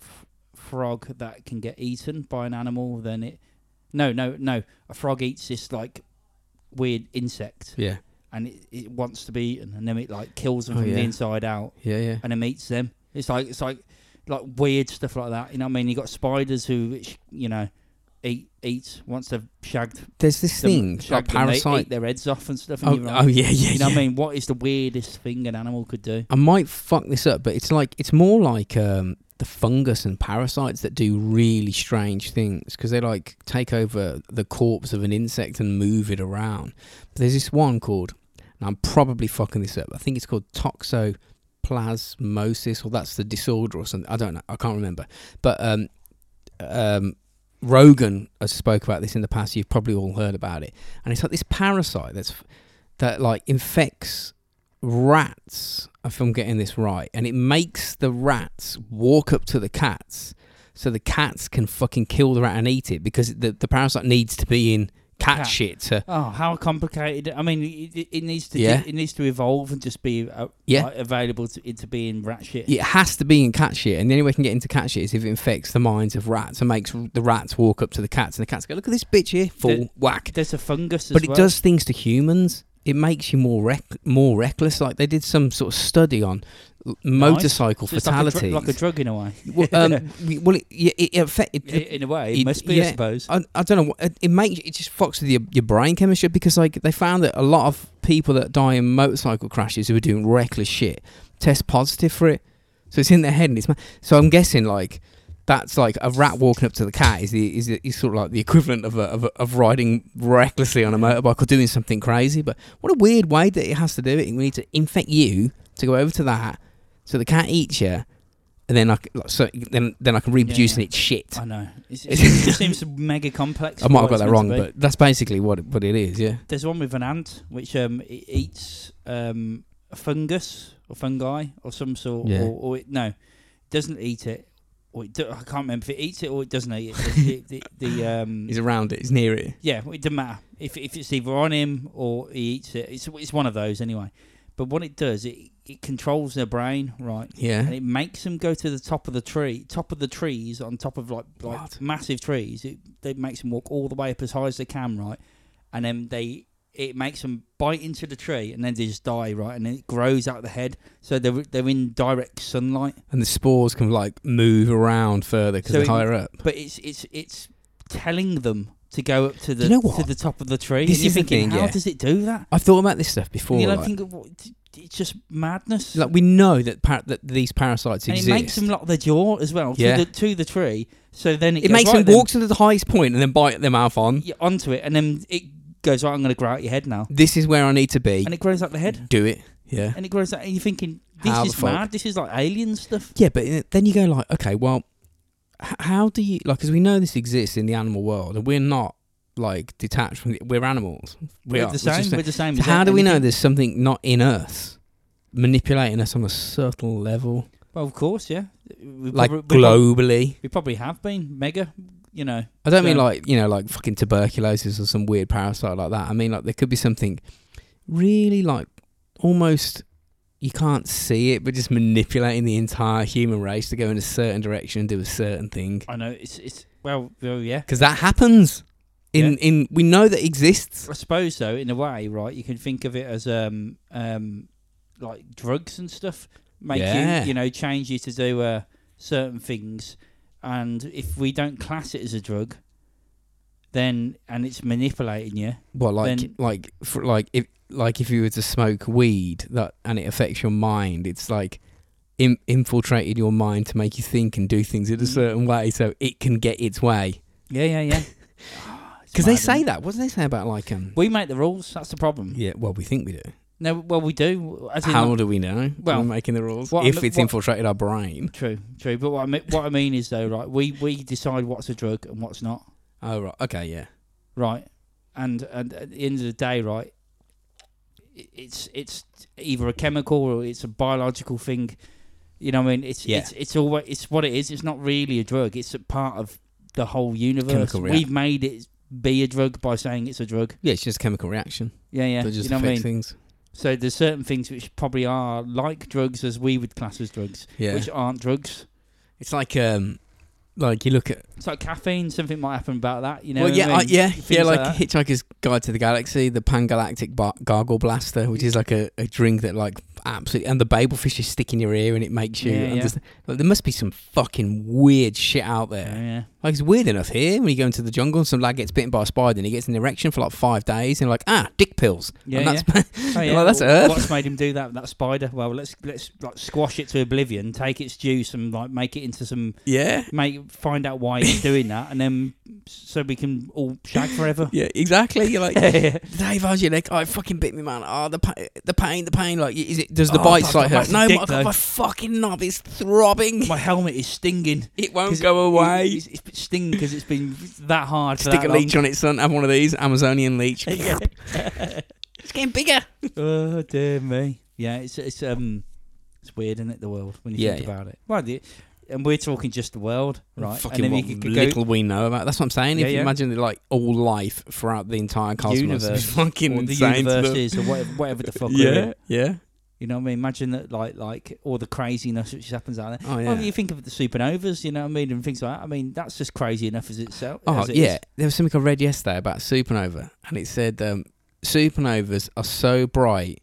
Speaker 2: f- frog that can get eaten by an animal. Then it. No, no, no. A frog eats this like weird insect,
Speaker 3: Yeah,
Speaker 2: and it, it wants to be eaten, and then it like kills
Speaker 3: Oh,
Speaker 2: them from
Speaker 3: yeah.
Speaker 2: the inside out,
Speaker 3: yeah, yeah.
Speaker 2: and then eats them. It's like it's like like weird stuff like that. You know what I mean? You got spiders who you know eat eat once they've shagged
Speaker 3: There's this
Speaker 2: them-
Speaker 3: thing like
Speaker 2: shag them, they
Speaker 3: parasite.
Speaker 2: eat their heads off and stuff. And
Speaker 3: Oh,
Speaker 2: you're
Speaker 3: oh
Speaker 2: like,
Speaker 3: yeah, yeah.
Speaker 2: you know
Speaker 3: yeah.
Speaker 2: what I mean? What is the weirdest thing an animal could do?
Speaker 3: I might fuck this up, but it's like it's more like um, the fungus and parasites that do really strange things because they like take over the corpse of an insect and move it around. But there's this one called, and I'm probably fucking this up. I think it's called toxoplasmosis, or that's the disorder or something. I don't know. I can't remember. But um, um, Rogan has spoke about this in the past. You've probably all heard about it, and it's like this parasite that's that like infects rats, if I'm getting this right, and it makes the rats walk up to the cats so the cats can fucking kill the rat and eat it because the, the parasite needs to be in cat
Speaker 2: Cat.
Speaker 3: shit to.
Speaker 2: Oh, how complicated! I mean, it, it- it needs to
Speaker 3: Yeah.
Speaker 2: it needs to evolve and just be uh,
Speaker 3: Yeah.
Speaker 2: like, available to into being rat shit.
Speaker 3: It has to be in cat shit, and the only way it can get into cat shit is if it infects the minds of rats and makes the rats walk up to the cats, and the cats go, "Look at this bitch here, full
Speaker 2: The-
Speaker 3: whack."
Speaker 2: There's a fungus, as
Speaker 3: But it
Speaker 2: well.
Speaker 3: does things to humans. It makes you more rec- more reckless. Like they did some sort of study on l- motorcycle
Speaker 2: So it's like a,
Speaker 3: fatalities.
Speaker 2: dr- (laughs) like a drug in a way.
Speaker 3: Well, um, we- well, it, yeah, it, it affect, it,
Speaker 2: I- in a way, it,
Speaker 3: it-
Speaker 2: must be, I
Speaker 3: yeah.
Speaker 2: suppose.
Speaker 3: I, I don't know. what- It, it makes it just fucks with your, your brain chemistry because like they found that a lot of people that die in motorcycle crashes who are doing reckless shit test positive for it. So it's in their head and it's ma- so I'm guessing like that's like a rat walking up to the cat is the, is, the, is sort of like the equivalent of, a, of a, of riding recklessly on a motorbike or doing something crazy. But what a weird way that it has to do it. We need to infect you to go over to that so the cat eats you. And then I c- like, so then then I can reproduce
Speaker 2: yeah.
Speaker 3: and it's shit.
Speaker 2: I know.
Speaker 3: (laughs)
Speaker 2: It's, it's, it seems mega complex.
Speaker 3: I might have
Speaker 2: for what
Speaker 3: got
Speaker 2: it's
Speaker 3: that
Speaker 2: meant
Speaker 3: wrong,
Speaker 2: to be.
Speaker 3: but that's basically what it, what it is. Yeah.
Speaker 2: there's one with an ant which um it eats um a fungus or fungi or some sort
Speaker 3: Yeah.
Speaker 2: or, or it no it doesn't eat it or it do, I can't remember if it eats it or it doesn't eat it the, the,
Speaker 3: (laughs)
Speaker 2: the, um
Speaker 3: He's around it. He's near it.
Speaker 2: yeah well, it doesn't matter if if it's either on him or he eats it it's it's one of those anyway but what it does it it controls their brain right and
Speaker 3: Yeah.
Speaker 2: it makes them go to the top of the tree top of the trees on top of like like
Speaker 3: What?
Speaker 2: massive trees it, it makes them walk all the way up as high as they can right and then they it makes them bite into the tree and then they just die right and then it grows out the head so they're, they're in direct sunlight
Speaker 3: And the spores can like move around further because
Speaker 2: So
Speaker 3: they're
Speaker 2: it-
Speaker 3: higher up.
Speaker 2: but it's it's it's telling them to go up to the
Speaker 3: You know
Speaker 2: to
Speaker 3: what?
Speaker 2: the top of the tree
Speaker 3: This
Speaker 2: and you're
Speaker 3: is the
Speaker 2: thinking
Speaker 3: thing,
Speaker 2: how
Speaker 3: yeah.
Speaker 2: does it do that
Speaker 3: I've thought about this stuff before.
Speaker 2: and you're like,
Speaker 3: like,
Speaker 2: thinking what, it's just madness
Speaker 3: like, we know that par- that these parasites
Speaker 2: and
Speaker 3: exist.
Speaker 2: it makes them lock their jaw as well
Speaker 3: Yeah.
Speaker 2: to, the, to the tree so then it,
Speaker 3: It
Speaker 2: goes,
Speaker 3: makes
Speaker 2: right
Speaker 3: them
Speaker 2: then,
Speaker 3: walk to the highest point and then bite their mouth on.
Speaker 2: yeah, onto it and then it goes right i'm going to grow out your head now
Speaker 3: This is where I need to be.
Speaker 2: and it grows out the head
Speaker 3: Do it. Yeah.
Speaker 2: and it grows out and you're thinking this
Speaker 3: How the
Speaker 2: is
Speaker 3: fuck?
Speaker 2: mad this is like alien stuff
Speaker 3: Yeah, but i- then you go like, okay, well, h- how do you like? Because we know this exists in the animal world, and we're not like detached from. it. We're animals. We
Speaker 2: we're
Speaker 3: are.
Speaker 2: the
Speaker 3: It's just
Speaker 2: same
Speaker 3: a-
Speaker 2: we're the same
Speaker 3: So
Speaker 2: as
Speaker 3: how do we know
Speaker 2: anything.
Speaker 3: there's something not in us manipulating us on a subtle level,
Speaker 2: well of course yeah we
Speaker 3: like
Speaker 2: probably, we, prob-
Speaker 3: globally?
Speaker 2: we probably have been mega you know
Speaker 3: I don't mean
Speaker 2: Yeah.
Speaker 3: like you know, like fucking tuberculosis or some weird parasite like that. I mean like there could be something really like almost you can't see it, but just manipulating the entire human race to go in a certain direction and do a certain thing
Speaker 2: i know it's it's well, well yeah
Speaker 3: because that happens. In in we know that exists.
Speaker 2: i suppose though in a way right you can think of it as um um like drugs and stuff make
Speaker 3: Yeah.
Speaker 2: you you know change you to do uh certain things and if we don't class it as a drug then and it's manipulating you.
Speaker 3: Well, like
Speaker 2: Then-
Speaker 3: like for, like if like if you were to smoke weed that and it affects your mind, it's like Im- infiltrated your mind to make you think and do things in a
Speaker 2: Mm.
Speaker 3: certain way, so it can get its way.
Speaker 2: Yeah, yeah, (laughs) yeah. Ah,
Speaker 3: Because they say that, what do they say about like um?
Speaker 2: we make the rules. That's the problem.
Speaker 3: yeah, well, we think we do.
Speaker 2: No, well, we do. As in,
Speaker 3: How do we know?
Speaker 2: Well,
Speaker 3: Well, we're making the rules.
Speaker 2: what-
Speaker 3: if it's
Speaker 2: what-
Speaker 3: infiltrated our brain.
Speaker 2: True, true. But what I mean, what I mean is though, right? We we decide what's a drug and what's not,
Speaker 3: Oh right. Okay. Yeah.
Speaker 2: right? And and at the end of the day, right? i- It's it's either a chemical or it's a biological thing. You know, what I mean, it's
Speaker 3: Yeah.
Speaker 2: it's it's always it's what it is. It's not really a drug. It's a part of the whole universe.
Speaker 3: Chemical
Speaker 2: We've made it be a drug by saying it's a drug.
Speaker 3: Yeah. It's just chemical reaction
Speaker 2: Yeah, yeah.
Speaker 3: that just
Speaker 2: you know what I
Speaker 3: affects
Speaker 2: mean?
Speaker 3: things.
Speaker 2: So there's certain things which probably are like drugs as we would class as drugs,
Speaker 3: Yeah.
Speaker 2: which aren't drugs.
Speaker 3: it's like um, like you look at
Speaker 2: It's like caffeine. Something might happen about that. You know.
Speaker 3: well,
Speaker 2: what
Speaker 3: yeah,
Speaker 2: I mean?
Speaker 3: uh, yeah,
Speaker 2: Things
Speaker 3: yeah, like,
Speaker 2: that.
Speaker 3: Hitchhiker's Guide to the Galaxy, the Pangalactic Bar- Gargle Blaster, which is like a, a drink that like absolutely, and the babelfish is stick in your ear and it makes you.
Speaker 2: Yeah, yeah.
Speaker 3: understand. Like, there must be some fucking weird shit out
Speaker 2: Yeah,
Speaker 3: there.
Speaker 2: yeah.
Speaker 3: Like it's weird enough here when you go into the jungle and some lad gets bitten by a spider and he gets an erection for like five days and like ah, dick pills.
Speaker 2: Yeah,
Speaker 3: and that's (laughs)
Speaker 2: Oh, yeah.
Speaker 3: Well, that's
Speaker 2: Well,
Speaker 3: Earth.
Speaker 2: What's made him do that? That spider. Well, let's let's like squash it to oblivion, take its juice, and like make it into some
Speaker 3: yeah.
Speaker 2: make find out why
Speaker 3: (laughs)
Speaker 2: it's doing that, and then so we can all
Speaker 3: (laughs)
Speaker 2: shag forever.
Speaker 3: Yeah, exactly. You're like,
Speaker 2: (laughs) Yeah.
Speaker 3: Dave, how's your leg? Oh, it fucking bit me, man. Oh, the pain, the pain, the pain. Like, is it? Does the
Speaker 2: Oh,
Speaker 3: bite
Speaker 2: I've got
Speaker 3: slight
Speaker 2: a
Speaker 3: hurt?
Speaker 2: massive
Speaker 3: No,
Speaker 2: dick,
Speaker 3: my,
Speaker 2: though.
Speaker 3: my fucking knob is throbbing.
Speaker 2: My helmet is stinging.
Speaker 3: It won't
Speaker 2: 'Cause
Speaker 3: go away.
Speaker 2: It's, it's been stinging because it's been that hard. For
Speaker 3: Stick
Speaker 2: that
Speaker 3: a leech on it, son. Have one of these Amazonian leech.
Speaker 2: long. (laughs)
Speaker 3: it's getting bigger.
Speaker 2: oh dear me. Yeah, it's it's um it's weird, isn't it? The world when you
Speaker 3: Yeah,
Speaker 2: think
Speaker 3: yeah.
Speaker 2: about it. Well, the, and we're talking just the world, right?
Speaker 3: Fucking
Speaker 2: and
Speaker 3: what
Speaker 2: then you could
Speaker 3: little we know about. That's what I'm saying.
Speaker 2: Yeah,
Speaker 3: if you
Speaker 2: yeah.
Speaker 3: imagine like all life throughout the entire cosmos,
Speaker 2: Universe.
Speaker 3: it's fucking
Speaker 2: go or the
Speaker 3: insane. to
Speaker 2: universe
Speaker 3: them.
Speaker 2: is or whatever, whatever
Speaker 3: (laughs)
Speaker 2: the fuck. we're
Speaker 3: yeah,
Speaker 2: in.
Speaker 3: yeah.
Speaker 2: you know what I mean. Imagine that, like like all the craziness which happens out there.
Speaker 3: Oh yeah.
Speaker 2: Well, you think of the supernovas, you know what I mean, and things like that. I mean, that's just crazy enough as itself.
Speaker 3: Oh
Speaker 2: as it
Speaker 3: yeah,
Speaker 2: is.
Speaker 3: there was something I read yesterday about supernova, and it said um, supernovas are so bright.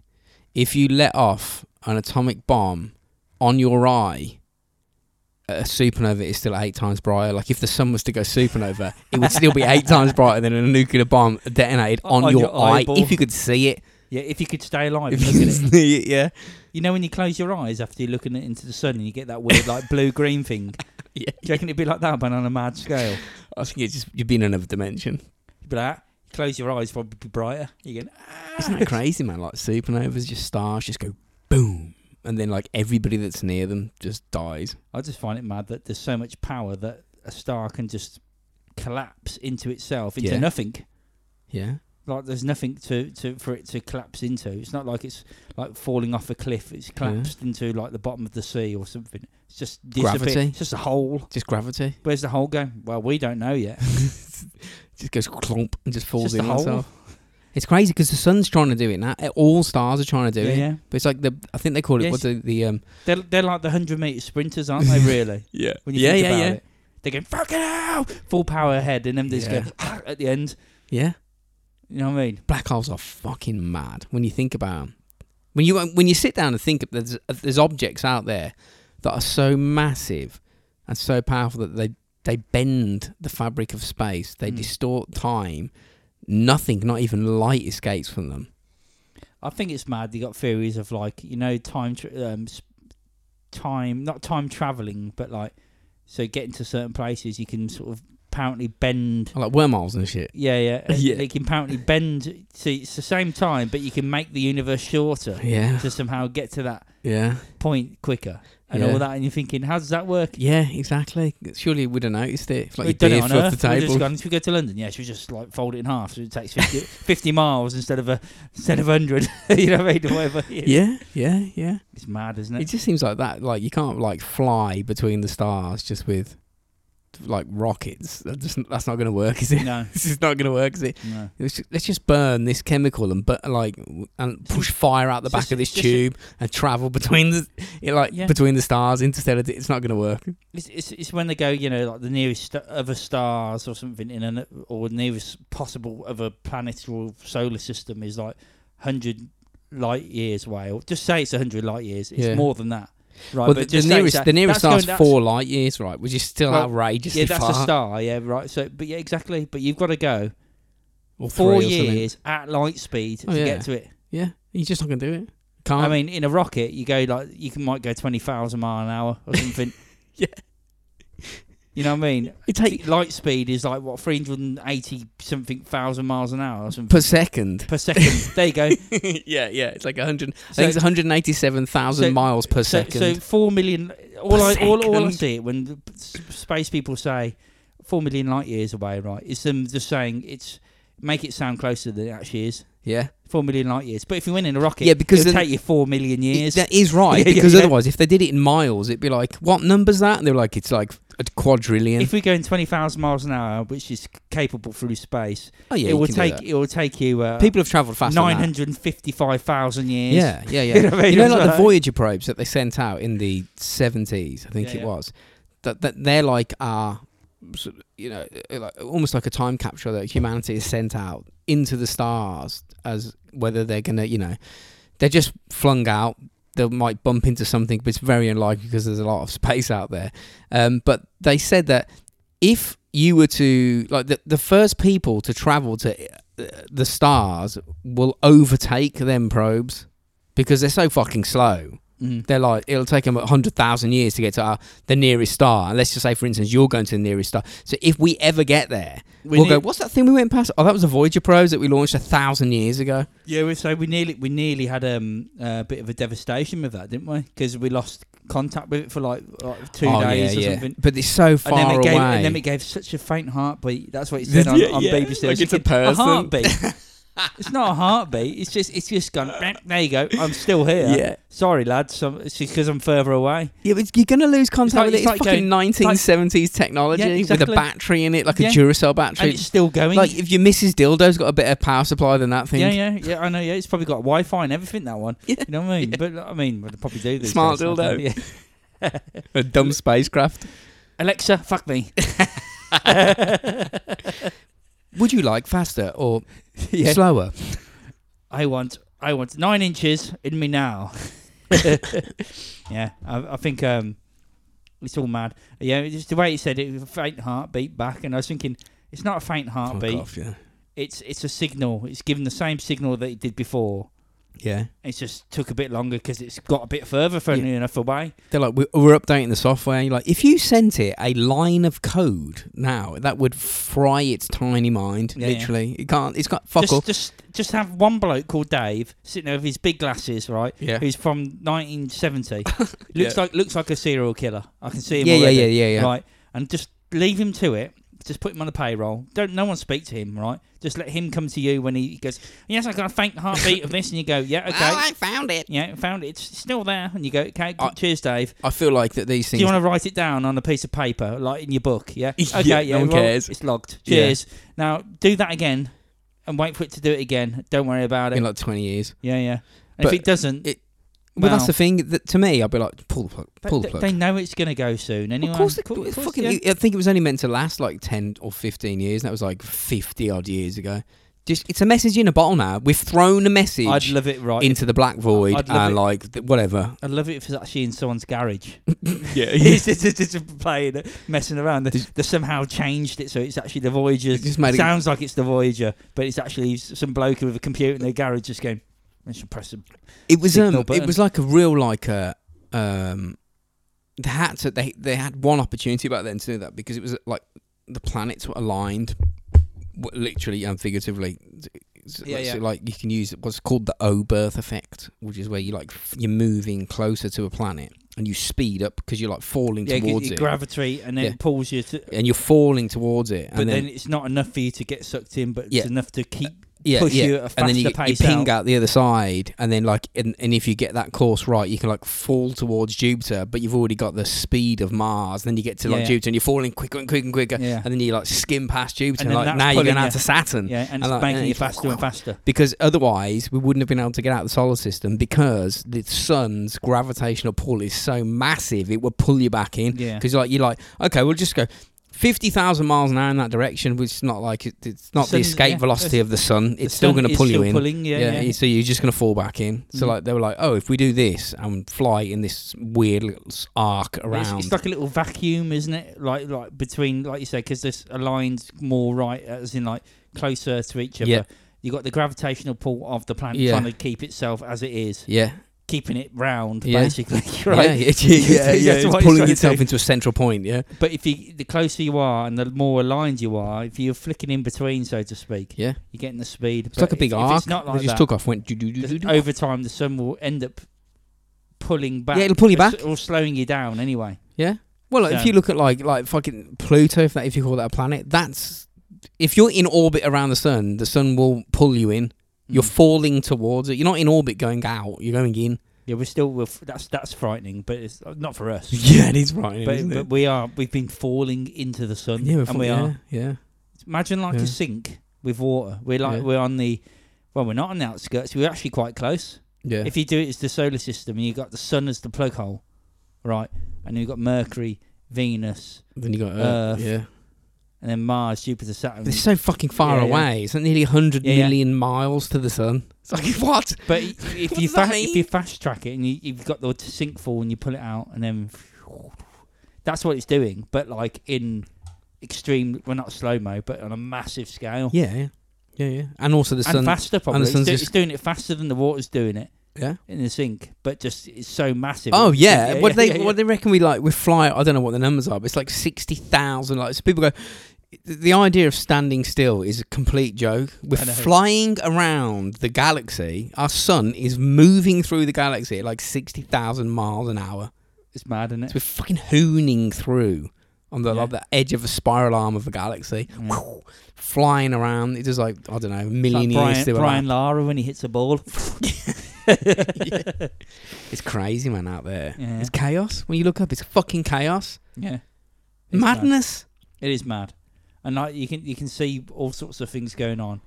Speaker 3: If you let off an atomic bomb on your eye, a supernova is still eight times brighter. Like if the sun was to go supernova, it would still be eight times brighter than a nuclear bomb detonated on,
Speaker 2: On
Speaker 3: your,
Speaker 2: your
Speaker 3: eye
Speaker 2: eyeball.
Speaker 3: if you could see it.
Speaker 2: yeah. If you could
Speaker 3: (laughs)
Speaker 2: stay alive, and
Speaker 3: If
Speaker 2: look
Speaker 3: you
Speaker 2: at
Speaker 3: could
Speaker 2: it.
Speaker 3: see it, yeah.
Speaker 2: You know when you close your eyes after you're looking into the sun and you get that weird like blue green thing.
Speaker 3: Yeah.
Speaker 2: Do you reckon it'd be like that, but on a mad scale?
Speaker 3: I think it's just you've been in another dimension.
Speaker 2: You'd be like, "Ah, close your eyes, probably be brighter. You go, "Ah."
Speaker 3: Isn't that crazy, man? Like supernovas, just stars just go boom, and then like everybody that's near them just dies.
Speaker 2: I just find it mad that there's so much power that a star can just collapse into itself into
Speaker 3: Yeah.
Speaker 2: nothing.
Speaker 3: Yeah.
Speaker 2: Like there's nothing to, to for it to collapse into. It's not like it's like falling off a cliff. It's collapsed into like the bottom of the sea or something. It's just disappeared.
Speaker 3: Gravity.
Speaker 2: It's just a hole.
Speaker 3: Just gravity.
Speaker 2: Where's the hole going? Well, we don't know yet.
Speaker 3: Just goes clomp and just falls
Speaker 2: just
Speaker 3: in
Speaker 2: a
Speaker 3: on
Speaker 2: hole.
Speaker 3: itself. It's crazy because the sun's trying to do it now. All stars are trying to do
Speaker 2: yeah,
Speaker 3: it.
Speaker 2: yeah.
Speaker 3: But it's like the I think they call it
Speaker 2: Yes.
Speaker 3: what the, the um
Speaker 2: They're they're like the hundred meter sprinters, aren't they?
Speaker 3: (laughs)
Speaker 2: Really?
Speaker 3: yeah
Speaker 2: When you
Speaker 3: yeah
Speaker 2: think
Speaker 3: yeah
Speaker 2: about
Speaker 3: yeah
Speaker 2: it, they're going fucking hell, full power ahead, and then they just go "Ah," at the end.
Speaker 3: yeah.
Speaker 2: You know what I mean?
Speaker 3: Black holes are fucking mad when you think about them. When you when you sit down and think of there's there's objects out there that are so massive and so powerful that they they bend the fabric of space. They
Speaker 2: Mm.
Speaker 3: distort time. Nothing, not even light, escapes from them.
Speaker 2: I think it's mad. They got theories of like you know time, tra- um, s- time not time traveling, but like so getting to certain places you can sort of apparently bend.
Speaker 3: Like wormholes and shit. (laughs)
Speaker 2: Yeah, yeah. uh,
Speaker 3: Yeah.
Speaker 2: They can apparently bend. So it's the same time, but you can make the universe shorter
Speaker 3: Yeah,
Speaker 2: to somehow get to that
Speaker 3: yeah.
Speaker 2: point quicker and
Speaker 3: Yeah.
Speaker 2: all that. And you're thinking, how does that work?
Speaker 3: Yeah, exactly. Surely you would have noticed it. If, like,
Speaker 2: We've
Speaker 3: your
Speaker 2: done it
Speaker 3: beer
Speaker 2: on
Speaker 3: fell off
Speaker 2: Earth.
Speaker 3: the
Speaker 2: We've just
Speaker 3: table.
Speaker 2: gone, should we go to London? Yeah, should we just like fold it in half so it takes (laughs) 50, 50 miles instead of a, instead of 100? (laughs) you know what I mean? Or Whatever.
Speaker 3: Yeah, yeah, yeah.
Speaker 2: It's mad, isn't
Speaker 3: It
Speaker 2: it?
Speaker 3: just seems like that. Like you can't like fly between the stars just with like rockets. That just that's not going to work, (laughs) is it?
Speaker 2: no,
Speaker 3: this is not going to work, is it?
Speaker 2: no.
Speaker 3: Let's ju- let's just burn this chemical and but like w- and push fire out the
Speaker 2: It's
Speaker 3: back
Speaker 2: just-
Speaker 3: of this
Speaker 2: it's just-
Speaker 3: tube and travel between the it, like
Speaker 2: Yeah.
Speaker 3: between the stars interstellar. d- It's not going to work.
Speaker 2: It's, it's, it's when they go, you know, like the nearest st- other stars or something in an or nearest possible other planet or solar system is like hundred light years away, or just say it's hundred light years. It's
Speaker 3: Yeah.
Speaker 2: more than that. Right,
Speaker 3: well,
Speaker 2: but
Speaker 3: the, the
Speaker 2: just like you say,
Speaker 3: nearest the nearest
Speaker 2: that's going-
Speaker 3: star's
Speaker 2: that's-
Speaker 3: four light years, right? Which is still
Speaker 2: Well,
Speaker 3: outrageously
Speaker 2: Yeah, that's
Speaker 3: far.
Speaker 2: a star. Yeah, right. So, but yeah, exactly. But you've got to go
Speaker 3: Or
Speaker 2: four
Speaker 3: three or something.
Speaker 2: years at light speed
Speaker 3: Oh,
Speaker 2: to
Speaker 3: yeah. Um,
Speaker 2: get to it.
Speaker 3: Yeah, you're just not gonna do it. Can't.
Speaker 2: I mean, in a rocket, you go like you can might go twenty thousand mile an hour or something.
Speaker 3: (laughs) Yeah.
Speaker 2: You know what I mean?
Speaker 3: it takes
Speaker 2: Light speed is like what three hundred and eighty something thousand miles an hour or something
Speaker 3: per second.
Speaker 2: per second.
Speaker 3: (laughs)
Speaker 2: there you go.
Speaker 3: yeah, yeah, it's like 100. I
Speaker 2: So-
Speaker 3: think it's 187,000
Speaker 2: so-
Speaker 3: miles per
Speaker 2: So,
Speaker 3: second.
Speaker 2: so four million. All
Speaker 3: Per
Speaker 2: I all, all I
Speaker 3: second.
Speaker 2: see it when the p- s- space people say four million light years away, right? It's them just saying it's make it sound closer than it actually is.
Speaker 3: yeah,
Speaker 2: Four million light years. But if you went in a rocket,
Speaker 3: Yeah, because
Speaker 2: it'll
Speaker 3: then-
Speaker 2: take you four million
Speaker 3: It-
Speaker 2: years.
Speaker 3: that is right
Speaker 2: Yeah, yeah,
Speaker 3: because
Speaker 2: yeah.
Speaker 3: otherwise, if they did it in miles, it'd be like, what number's that? And they're like, it's like a quadrillion.
Speaker 2: if we go in twenty thousand miles an hour, which is capable through space,
Speaker 3: oh yeah,
Speaker 2: it
Speaker 3: you
Speaker 2: will
Speaker 3: can do
Speaker 2: take
Speaker 3: that.
Speaker 2: it will take you uh,
Speaker 3: people have travelled faster. than that.
Speaker 2: nine hundred and fifty five thousand years.
Speaker 3: Yeah, yeah, yeah.
Speaker 2: (laughs)
Speaker 3: you
Speaker 2: You know
Speaker 3: know,
Speaker 2: what I mean? That's
Speaker 3: like
Speaker 2: right.
Speaker 3: the Voyager probes that they sent out in the seventies, I think
Speaker 2: Yeah,
Speaker 3: it
Speaker 2: yeah.
Speaker 3: was. That that they're like our, s- you know, uh, like, almost like a time capsule that humanity is sent out into the stars as whether they're gonna, you know, they're just flung out. They might bump into something, but it's very unlikely because there's a lot of (laughs) space out there. Um, but they said that if you were to like the, the first people to travel to uh, the stars will overtake them probes because they're so fucking slow.
Speaker 2: Mm.
Speaker 3: They're like it'll take them hundred thousand years to get to our, the nearest star. And let's just say, for instance, you're going to the nearest star. So if we ever get there,
Speaker 2: We
Speaker 3: we will
Speaker 2: need-
Speaker 3: go. What's that thing we went past? Oh, that was the Voyager probes that we launched a thousand years ago.
Speaker 2: Yeah, we so we nearly we nearly had um, a bit of a devastation with that, didn't we? Because we lost contact with it for like, like two
Speaker 3: Oh,
Speaker 2: days
Speaker 3: yeah,
Speaker 2: or
Speaker 3: yeah.
Speaker 2: something.
Speaker 3: But it's so
Speaker 2: And
Speaker 3: far
Speaker 2: then, it
Speaker 3: away.
Speaker 2: gave, and then it gave such a faint heartbeat. That's what
Speaker 3: (laughs)
Speaker 2: it said on,
Speaker 3: Yeah,
Speaker 2: on
Speaker 3: yeah,
Speaker 2: BBC. I
Speaker 3: like
Speaker 2: was
Speaker 3: it's a
Speaker 2: thinking,
Speaker 3: person."
Speaker 2: heartbeat.
Speaker 3: (laughs)
Speaker 2: it's not a heartbeat. It's just it's just gone. There you go. I'm still here.
Speaker 3: Yeah.
Speaker 2: Sorry, lads. i it's because I'm further away.
Speaker 3: Yeah, but you're going to lose contact
Speaker 2: like-
Speaker 3: with it.
Speaker 2: it's
Speaker 3: It's,
Speaker 2: like
Speaker 3: fucking
Speaker 2: going- it's like-
Speaker 3: 1970s technology
Speaker 2: Yeah,
Speaker 3: with
Speaker 2: exactly.
Speaker 3: a battery in it, like
Speaker 2: Yeah.
Speaker 3: a Duracell
Speaker 2: And
Speaker 3: battery.
Speaker 2: it's still going.
Speaker 3: Like if your Mrs. Dildo's got a better power supply than that thing.
Speaker 2: yeah, yeah, yeah. I know. Yeah, it's probably got Wi-Fi and everything. That one.
Speaker 3: Yeah.
Speaker 2: You know what I mean? But I mean, we'd probably do this.
Speaker 3: Smart dildo.
Speaker 2: Yeah.
Speaker 3: A dumb spacecraft.
Speaker 2: Alexa, fuck me.
Speaker 3: (laughs) Would you like faster (laughs) or
Speaker 2: Yeah.
Speaker 3: slower?
Speaker 2: I want I want nine inches in me now. (laughs) yeah, I, I think um, it's all mad. Yeah, it's just the way he said it, it was a faint heartbeat back, and I was thinking it's not a
Speaker 3: Oh,
Speaker 2: faint heartbeat.
Speaker 3: yeah.
Speaker 2: It's it's a signal. It's given the same signal that it did before.
Speaker 3: Yeah.
Speaker 2: It just took a bit longer because it's got a bit further, funnily enough, away.
Speaker 3: They're like, we're, we're updating the software. And you're like, if you sent it a line of code now, that would fry its tiny mind.
Speaker 2: Yeah, yeah.
Speaker 3: literally, it can't. It's got fuck
Speaker 2: just,
Speaker 3: all.
Speaker 2: just just have one bloke called Dave sitting there with his big glasses, right?
Speaker 3: Yeah.
Speaker 2: Who's from
Speaker 3: (laughs)
Speaker 2: 1970. looks
Speaker 3: Yeah.
Speaker 2: like looks like a serial killer. I can see him.
Speaker 3: Yeah, yeah,
Speaker 2: already.
Speaker 3: yeah, yeah, yeah.
Speaker 2: Right, and just leave him to it. Just put him on the payroll. Don't no one speak to him, right? Just let him come to you when he goes. Yes, I got a faint heartbeat of this, and you go, yeah, okay,
Speaker 3: Oh, I found it.
Speaker 2: yeah, found it. It's still there, and you go, okay,
Speaker 3: I-
Speaker 2: cheers, Dave.
Speaker 3: I feel like that these
Speaker 2: Do
Speaker 3: things.
Speaker 2: you want to write it down on a piece of paper, like in your book? Yeah.
Speaker 3: (laughs) Yeah,
Speaker 2: Okay.
Speaker 3: no
Speaker 2: yeah.
Speaker 3: one
Speaker 2: well,
Speaker 3: cares.
Speaker 2: It's logged.
Speaker 3: Yeah.
Speaker 2: Cheers. Now do that again, and wait for it to do it again. Don't worry about it.
Speaker 3: in like twenty years.
Speaker 2: yeah, yeah. And if
Speaker 3: But
Speaker 2: it doesn't,
Speaker 3: it- Well,
Speaker 2: Wow.
Speaker 3: that's the thing. That to me, I'd be like, pull the plug,
Speaker 2: they-
Speaker 3: pull the
Speaker 2: they,
Speaker 3: plug.
Speaker 2: they know it's going to go soon. Anyway.
Speaker 3: Of course, they,
Speaker 2: Of course,
Speaker 3: fucking.
Speaker 2: yeah.
Speaker 3: I think it was only meant to last like ten or fifteen years. And that was like fifty odd years ago. Just it's a message in a bottle now. We've thrown a message
Speaker 2: I'd love it right.
Speaker 3: into the black void
Speaker 2: I'd love
Speaker 3: and
Speaker 2: it.
Speaker 3: like th- whatever.
Speaker 2: I love it if it's actually in someone's garage.
Speaker 3: (laughs)
Speaker 2: (laughs)
Speaker 3: Yeah,
Speaker 2: He's just, just- just playing, it, messing around. They, they somehow changed it so it's actually the Voyager.
Speaker 3: They just made it-
Speaker 2: Sounds like it's the Voyager, but it's actually s- some bloke with a computer in their garage just going. I should press a
Speaker 3: it was
Speaker 2: Signal
Speaker 3: um, it
Speaker 2: button.
Speaker 3: was like a real like a um, they had to they they had one opportunity back then to do that because it was like the planets were aligned, w- literally and figuratively. So,
Speaker 2: Yeah,
Speaker 3: like, so,
Speaker 2: yeah.
Speaker 3: like you can use what's called the O birth effect, which is where you like f- you're moving closer to a planet and you speed up because you're like falling
Speaker 2: yeah, 'cause
Speaker 3: towards
Speaker 2: you
Speaker 3: it,
Speaker 2: gravity, and then
Speaker 3: Yeah.
Speaker 2: it pulls you. To,
Speaker 3: and you're falling towards it,
Speaker 2: but
Speaker 3: and
Speaker 2: then, it's not enough for you to get sucked in, but
Speaker 3: Yeah. Uh,
Speaker 2: it's enough to keep.
Speaker 3: yeah,
Speaker 2: push
Speaker 3: yeah.
Speaker 2: you at a
Speaker 3: and then you,
Speaker 2: faster
Speaker 3: you
Speaker 2: pace
Speaker 3: ping
Speaker 2: out.
Speaker 3: out. the other side, and then like, and, and if you get that course right, you can like fall towards Jupiter, but you've already got the speed of Mars. Then you get to like
Speaker 2: Yeah.
Speaker 3: Jupiter, and you're falling quicker and quicker and quicker,
Speaker 2: Yeah.
Speaker 3: and then you like skim past Jupiter, and,
Speaker 2: And then
Speaker 3: like
Speaker 2: that's
Speaker 3: now you're
Speaker 2: pulling
Speaker 3: going out
Speaker 2: you.
Speaker 3: to Saturn.
Speaker 2: Yeah, and
Speaker 3: I
Speaker 2: it's
Speaker 3: like-
Speaker 2: making
Speaker 3: and
Speaker 2: you
Speaker 3: it's-
Speaker 2: faster and faster.
Speaker 3: Because otherwise, we wouldn't have been able to get out of the solar system because the sun's gravitational pull is so massive, it would pull you back in.
Speaker 2: Yeah.
Speaker 3: Because like you're like, okay, we'll just go fifty thousand miles an hour in that direction, which is not like it, it's not the,
Speaker 2: Sun-
Speaker 3: escape
Speaker 2: yeah,
Speaker 3: velocity
Speaker 2: that's-
Speaker 3: of the sun. It's
Speaker 2: The
Speaker 3: still
Speaker 2: sun
Speaker 3: going to
Speaker 2: is
Speaker 3: pull you
Speaker 2: still
Speaker 3: in.
Speaker 2: Pulling, yeah, yeah.
Speaker 3: so you're just going to fall back in. So
Speaker 2: Mhm.
Speaker 3: like they were like, oh, if we do this and fly in this weird little s- arc
Speaker 2: It's,
Speaker 3: around,
Speaker 2: it's like a little vacuum, isn't it? Like like between, like you say, because this aligns more right, as in like closer to each other.
Speaker 3: Yeah.
Speaker 2: You got the gravitational pull of the planet
Speaker 3: Yeah.
Speaker 2: trying to keep itself as it is,
Speaker 3: yeah,
Speaker 2: keeping it round,
Speaker 3: Yeah.
Speaker 2: basically, (laughs) right?
Speaker 3: yeah, yeah, yeah,
Speaker 2: That's
Speaker 3: yeah,
Speaker 2: what
Speaker 3: it's
Speaker 2: he's trying
Speaker 3: pulling
Speaker 2: to
Speaker 3: itself
Speaker 2: do.
Speaker 3: into a central point. Yeah,
Speaker 2: But if you, the closer you are and the more aligned you are, if you're flicking in between, so to speak,
Speaker 3: yeah.
Speaker 2: you're getting the speed.
Speaker 3: It's like a
Speaker 2: if-
Speaker 3: big
Speaker 2: if
Speaker 3: arc.
Speaker 2: It's not
Speaker 3: they
Speaker 2: like
Speaker 3: just
Speaker 2: that.
Speaker 3: took off, went do do do do (laughs)
Speaker 2: the-
Speaker 3: do.
Speaker 2: over time, the sun will end up pulling back.
Speaker 3: Yeah, it'll pull you
Speaker 2: or s-
Speaker 3: back.
Speaker 2: or slowing you down anyway.
Speaker 3: Well, like, if
Speaker 2: Yeah.
Speaker 3: you look at like like fucking Pluto, if that if you call that a planet, that's if you're in orbit around the sun, the sun will pull you in. You're
Speaker 2: Mm.
Speaker 3: falling towards it. You're not in orbit going out. You're going
Speaker 2: (laughs)
Speaker 3: in.
Speaker 2: Yeah, we're still we're f- that's that's frightening, but it's uh, not for
Speaker 3: (laughs)
Speaker 2: us.
Speaker 3: Yeah, it is right.
Speaker 2: But, but we are we've been falling into the sun,
Speaker 3: yeah, we're
Speaker 2: and
Speaker 3: fall-
Speaker 2: we
Speaker 3: yeah,
Speaker 2: are.
Speaker 3: Yeah,
Speaker 2: Imagine like
Speaker 3: Yeah.
Speaker 2: a sink with water. We're like
Speaker 3: Yeah.
Speaker 2: we're on the well, we're not on the outskirts. We're actually quite close.
Speaker 3: yeah.
Speaker 2: If you do it as the solar system, and you got the sun as the plug hole, right? And you've got Mercury, Venus,
Speaker 3: then you got Earth.
Speaker 2: Earth.
Speaker 3: Yeah,
Speaker 2: and then Mars, Jupiter, Saturn.
Speaker 3: they're so fucking far
Speaker 2: Yeah, yeah.
Speaker 3: away. It's like nearly hundred
Speaker 2: Yeah,
Speaker 3: million
Speaker 2: yeah.
Speaker 3: miles to the sun. It's like (laughs) what?
Speaker 2: But if
Speaker 3: What
Speaker 2: you
Speaker 3: does that
Speaker 2: fa- if
Speaker 3: mean?
Speaker 2: you fast track it and you, you've got the sink fall and you pull it out and then (laughs) that's what it's doing. But like in extreme, well not slow mo, but on a massive scale
Speaker 3: Yeah, yeah, yeah, yeah. And also the sun.
Speaker 2: and faster probably. it's,
Speaker 3: sun's
Speaker 2: do-
Speaker 3: just-
Speaker 2: it's doing it faster than the water's doing it
Speaker 3: yeah.
Speaker 2: in the sink, but just it's so massive.
Speaker 3: Oh
Speaker 2: It's-
Speaker 3: yeah, what they
Speaker 2: yeah,
Speaker 3: what they reckon we like we fly. I don't know what the numbers are, but it's like sixty thousand. Like so people go, the idea of standing still is a complete joke. We're
Speaker 2: I know.
Speaker 3: flying around the galaxy. Our sun is moving through the galaxy at like sixty thousand miles an hour.
Speaker 2: it's mad, isn't
Speaker 3: So
Speaker 2: it?
Speaker 3: we're fucking hooning through on the
Speaker 2: Yeah.
Speaker 3: like the edge of a spiral arm of a galaxy,
Speaker 2: Yeah.
Speaker 3: (laughs) flying around. It's just like I don't know, a
Speaker 2: It's
Speaker 3: million
Speaker 2: like
Speaker 3: years.
Speaker 2: Brian,
Speaker 3: to a
Speaker 2: Brian
Speaker 3: lap.
Speaker 2: Lara when he hits
Speaker 3: (laughs)
Speaker 2: a ball. (laughs)
Speaker 3: It's crazy, man, out there.
Speaker 2: Yeah.
Speaker 3: It's chaos. When you look up, it's fucking chaos.
Speaker 2: Yeah, It's mad.
Speaker 3: Madness.
Speaker 2: It is mad, and like you can you can see all sorts of things going on.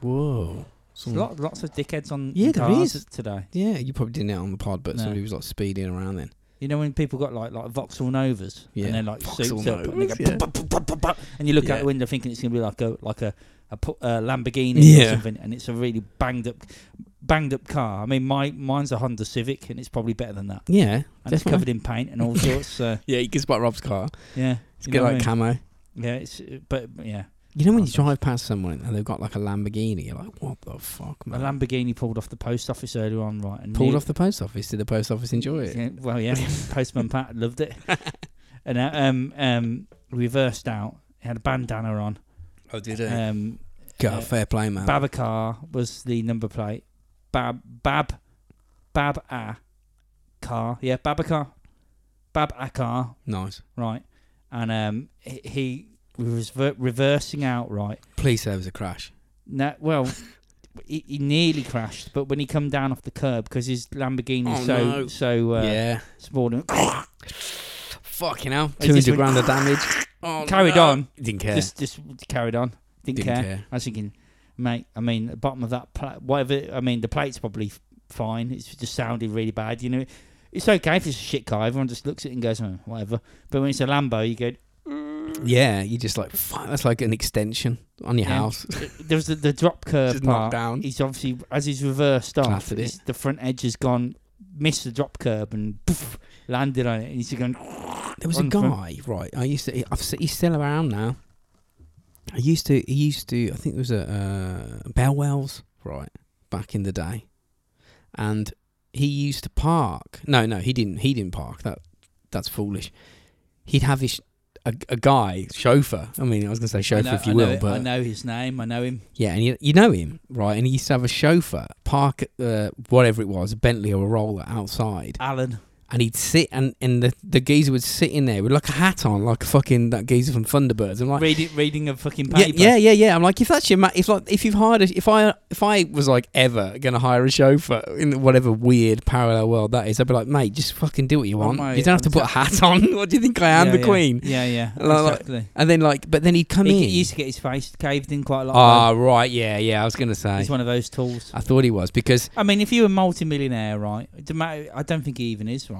Speaker 3: Whoa.
Speaker 2: There's
Speaker 3: Some-
Speaker 2: lot, lots of dickheads on
Speaker 3: Yeah,
Speaker 2: in
Speaker 3: there
Speaker 2: cars
Speaker 3: is.
Speaker 2: today.
Speaker 3: yeah, you probably didn't it on the pod, but
Speaker 2: No.
Speaker 3: somebody was like speeding around then.
Speaker 2: You know when people got like like Vauxhall Novas
Speaker 3: Yeah.
Speaker 2: and they're like
Speaker 3: Vauxhall
Speaker 2: suits up and they go
Speaker 3: Novas, yeah.
Speaker 2: "Pop, pop, pop, pop, pop," and you look out
Speaker 3: Yeah.
Speaker 2: the window thinking it's gonna be like a like a a, pu- a Lamborghini
Speaker 3: Yeah.
Speaker 2: or something, and it's a really banged up banged up car. I mean, my mine's a Honda Civic, and it's probably better than that.
Speaker 3: Yeah.
Speaker 2: And it's covered in
Speaker 3: (laughs)
Speaker 2: paint and all sorts. So
Speaker 3: Yeah, you can spot Rob's car.
Speaker 2: yeah,
Speaker 3: It's
Speaker 2: You
Speaker 3: got
Speaker 2: know
Speaker 3: like
Speaker 2: what I
Speaker 3: camo.
Speaker 2: yeah. It's but yeah,
Speaker 3: You know when you
Speaker 2: Awesome.
Speaker 3: drive past someone and they've got like a Lamborghini, you're like, what the fuck,
Speaker 2: a
Speaker 3: man?
Speaker 2: Lamborghini pulled off the post office earlier on, right? And
Speaker 3: Pulled
Speaker 2: nearly-
Speaker 3: off the post office. Did the post office enjoy it?
Speaker 2: Yeah,
Speaker 3: (laughs)
Speaker 2: well, yeah, Postman Pat loved it. And uh, um um reversed out, had a bandana on.
Speaker 3: Oh, did
Speaker 2: Um,
Speaker 3: God,
Speaker 2: uh,
Speaker 3: fair play, man.
Speaker 2: Babacar was the number plate. Bab Bab Bab A car. Yeah, Babacar. Bab A car.
Speaker 3: nice.
Speaker 2: Right. And um he, he was rever- reversing out right.
Speaker 3: Please say it was a crash.
Speaker 2: Now,
Speaker 3: (laughs)
Speaker 2: well, he, he nearly crashed, but when he come down off the curb because his Lamborghini is
Speaker 3: Oh,
Speaker 2: so
Speaker 3: no.
Speaker 2: so uh,
Speaker 3: yeah.
Speaker 2: small, and
Speaker 3: Fucking hell.
Speaker 2: It just
Speaker 3: 200
Speaker 2: went-
Speaker 3: grand of damage. (laughs) Oh,
Speaker 2: Carried
Speaker 3: no.
Speaker 2: on.
Speaker 3: Didn't care.
Speaker 2: (laughs) just just carried on. Didn't,
Speaker 3: Didn't
Speaker 2: care.
Speaker 3: care.
Speaker 2: I was thinking, mate. I mean, the bottom of that plate, whatever. I mean, the plate's probably f- fine. It's just sounded really bad. You know, it's okay if it's a shit car. Everyone just looks at it and goes, oh, whatever. But when it's a Lambo, you go.
Speaker 3: Yeah, you just like, fuck, that's like an extension on your
Speaker 2: Yeah.
Speaker 3: house. (laughs)
Speaker 2: There was the, the drop curve
Speaker 3: Just knocked
Speaker 2: part.
Speaker 3: down.
Speaker 2: He's obviously as he's reversed off,
Speaker 3: Clattered it.
Speaker 2: it's- the front edge has gone, missed the drop curb and poof, landed on it. And he's going,
Speaker 3: There was a
Speaker 2: on from-
Speaker 3: guy, right? I used to. I've, se- he's still around now. I used to. He used to. I think there was a uh, Bellwells, right, back in the day, and he used to park. No, no, he didn't. He didn't park. That that's foolish. He'd have his a, a guy chauffeur. I mean, I was gonna say
Speaker 2: I
Speaker 3: chauffeur
Speaker 2: know,
Speaker 3: if you
Speaker 2: I
Speaker 3: will,
Speaker 2: know, it.
Speaker 3: but
Speaker 2: I know his name. I know him.
Speaker 3: yeah, and you, you know him, right? And he used to have a chauffeur park at uh, whatever it was, a Bentley or a Roller outside
Speaker 2: Alan.
Speaker 3: and he'd sit and, and the, the geezer would sit in there with like a hat on, like a fucking that geezer from Thunderbirds. I'm like,
Speaker 2: Reading reading a fucking
Speaker 3: yeah,
Speaker 2: paper.
Speaker 3: yeah, yeah, yeah. I'm like, if that's your, ma- if like, if you've hired, a, if I, if I was like ever gonna hire a chauffeur in whatever weird parallel world that is, I'd be like, mate, just fucking do what you
Speaker 2: Oh,
Speaker 3: want.
Speaker 2: mate,
Speaker 3: you don't have to
Speaker 2: I'm
Speaker 3: put a hat on. (laughs) what do you think I am,
Speaker 2: Yeah,
Speaker 3: the
Speaker 2: yeah.
Speaker 3: Queen?
Speaker 2: Yeah, yeah.
Speaker 3: Like- like-
Speaker 2: Exactly.
Speaker 3: And then like, but then he'd come
Speaker 2: he,
Speaker 3: in.
Speaker 2: he used to get his face caved in quite a lot.
Speaker 3: Ah, right, yeah, yeah. I was gonna say,
Speaker 2: He's one of those tools.
Speaker 3: I thought he was because
Speaker 2: I mean, if you were multi-millionaire, right? It don't matter, I don't think he even is, right?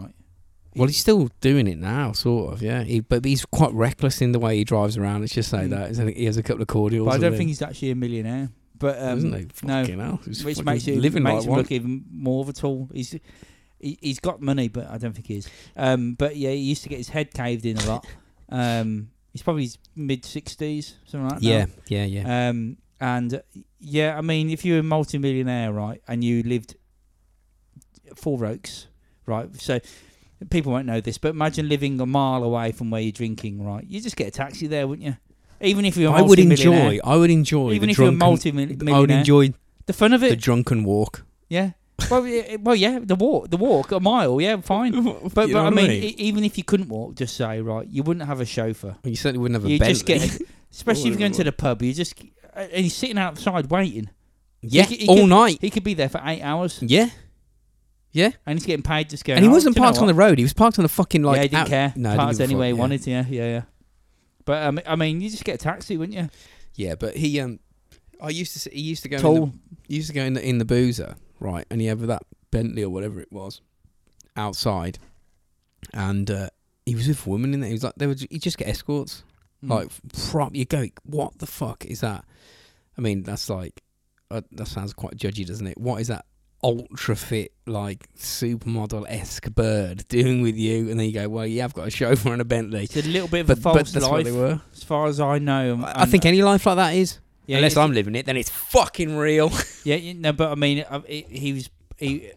Speaker 3: Well, he's still doing it now, sort of. Yeah, he, but he's quite reckless in the way he drives around. Let's just say
Speaker 2: Mm.
Speaker 3: that Isn't it? he has a couple of cordials.
Speaker 2: But I
Speaker 3: and
Speaker 2: don't
Speaker 3: then-
Speaker 2: think he's actually a millionaire. But um,
Speaker 3: isn't he?
Speaker 2: no.
Speaker 3: Fucking hell. He's
Speaker 2: which
Speaker 3: fucking
Speaker 2: makes it
Speaker 3: living
Speaker 2: makes
Speaker 3: like
Speaker 2: him
Speaker 3: one.
Speaker 2: look even more of a tool. He's he, he's got money, but I don't think he is. Um, but yeah, he used to get his head caved in a
Speaker 3: (laughs)
Speaker 2: lot. um, he's probably mid sixties, something like that.
Speaker 3: yeah, yeah, yeah.
Speaker 2: Um, and uh, yeah, I mean, if you're a multimillionaire, right, and you lived Four Oaks, right, so people won't know this, but imagine living a mile away from where you're drinking, right? You just get a taxi there, wouldn't you? Even if you're, a
Speaker 3: I would
Speaker 2: multimillionaire.
Speaker 3: enjoy. I would enjoy.
Speaker 2: Even
Speaker 3: the
Speaker 2: if you're a
Speaker 3: drunken-
Speaker 2: multi-millionaire,
Speaker 3: I would enjoy
Speaker 2: the fun of
Speaker 3: the
Speaker 2: it.
Speaker 3: drunken walk.
Speaker 2: yeah. well, yeah, well, yeah, the walk, the walk, a mile, yeah,
Speaker 3: (laughs)
Speaker 2: fine.
Speaker 3: but
Speaker 2: But, but I mean, e- even if you couldn't walk, just say right, you wouldn't have a chauffeur.
Speaker 3: you certainly wouldn't have a
Speaker 2: You
Speaker 3: Bentley. (laughs)
Speaker 2: just get, especially if you're going to the pub, you just uh, and he's sitting outside waiting.
Speaker 3: yeah,
Speaker 2: he could-
Speaker 3: all night.
Speaker 2: He could be there for eight hours,
Speaker 3: yeah,
Speaker 2: and he's getting paid just going.
Speaker 3: Hmm. and he
Speaker 2: "Oh,
Speaker 3: wasn't
Speaker 2: do you know
Speaker 3: parked on the
Speaker 2: what?"
Speaker 3: road. He was parked on the fucking like.
Speaker 2: yeah, he didn't
Speaker 3: out-
Speaker 2: care.
Speaker 3: No, he
Speaker 2: No,
Speaker 3: didn't
Speaker 2: parked
Speaker 3: give a
Speaker 2: anywhere he
Speaker 3: fuck, yeah.
Speaker 2: wanted to. Yeah, yeah, yeah. But um, I mean, you just get a taxi, wouldn't you?
Speaker 3: Yeah, but he um, I used to. see- He used to go. in
Speaker 2: Tall.
Speaker 3: the- he used to go in the in the boozer, right? And he had that Bentley or whatever it was outside, and uh, he was with women in there. He was like, they would. You just get escorts.
Speaker 2: Mm. Hmm.
Speaker 3: Like, prop, you go, what the fuck is that? I mean, that's like, uh, that sounds quite judgy, doesn't it? What is that ultra fit, like, supermodel esque bird (laughs) doing with you? And then you go, well, yeah, I've got a chauffeur and a Bentley.
Speaker 2: it's a little bit of
Speaker 3: But,
Speaker 2: a
Speaker 3: but
Speaker 2: false
Speaker 3: that's what
Speaker 2: life,
Speaker 3: they were.
Speaker 2: as far as I know. and-
Speaker 3: I I think
Speaker 2: and-
Speaker 3: any life like that is.
Speaker 2: yeah,
Speaker 3: Unless
Speaker 2: it's-
Speaker 3: I'm living it, then it's fucking real.
Speaker 2: Yeah, you- no, but I mean, uh, he, he was he,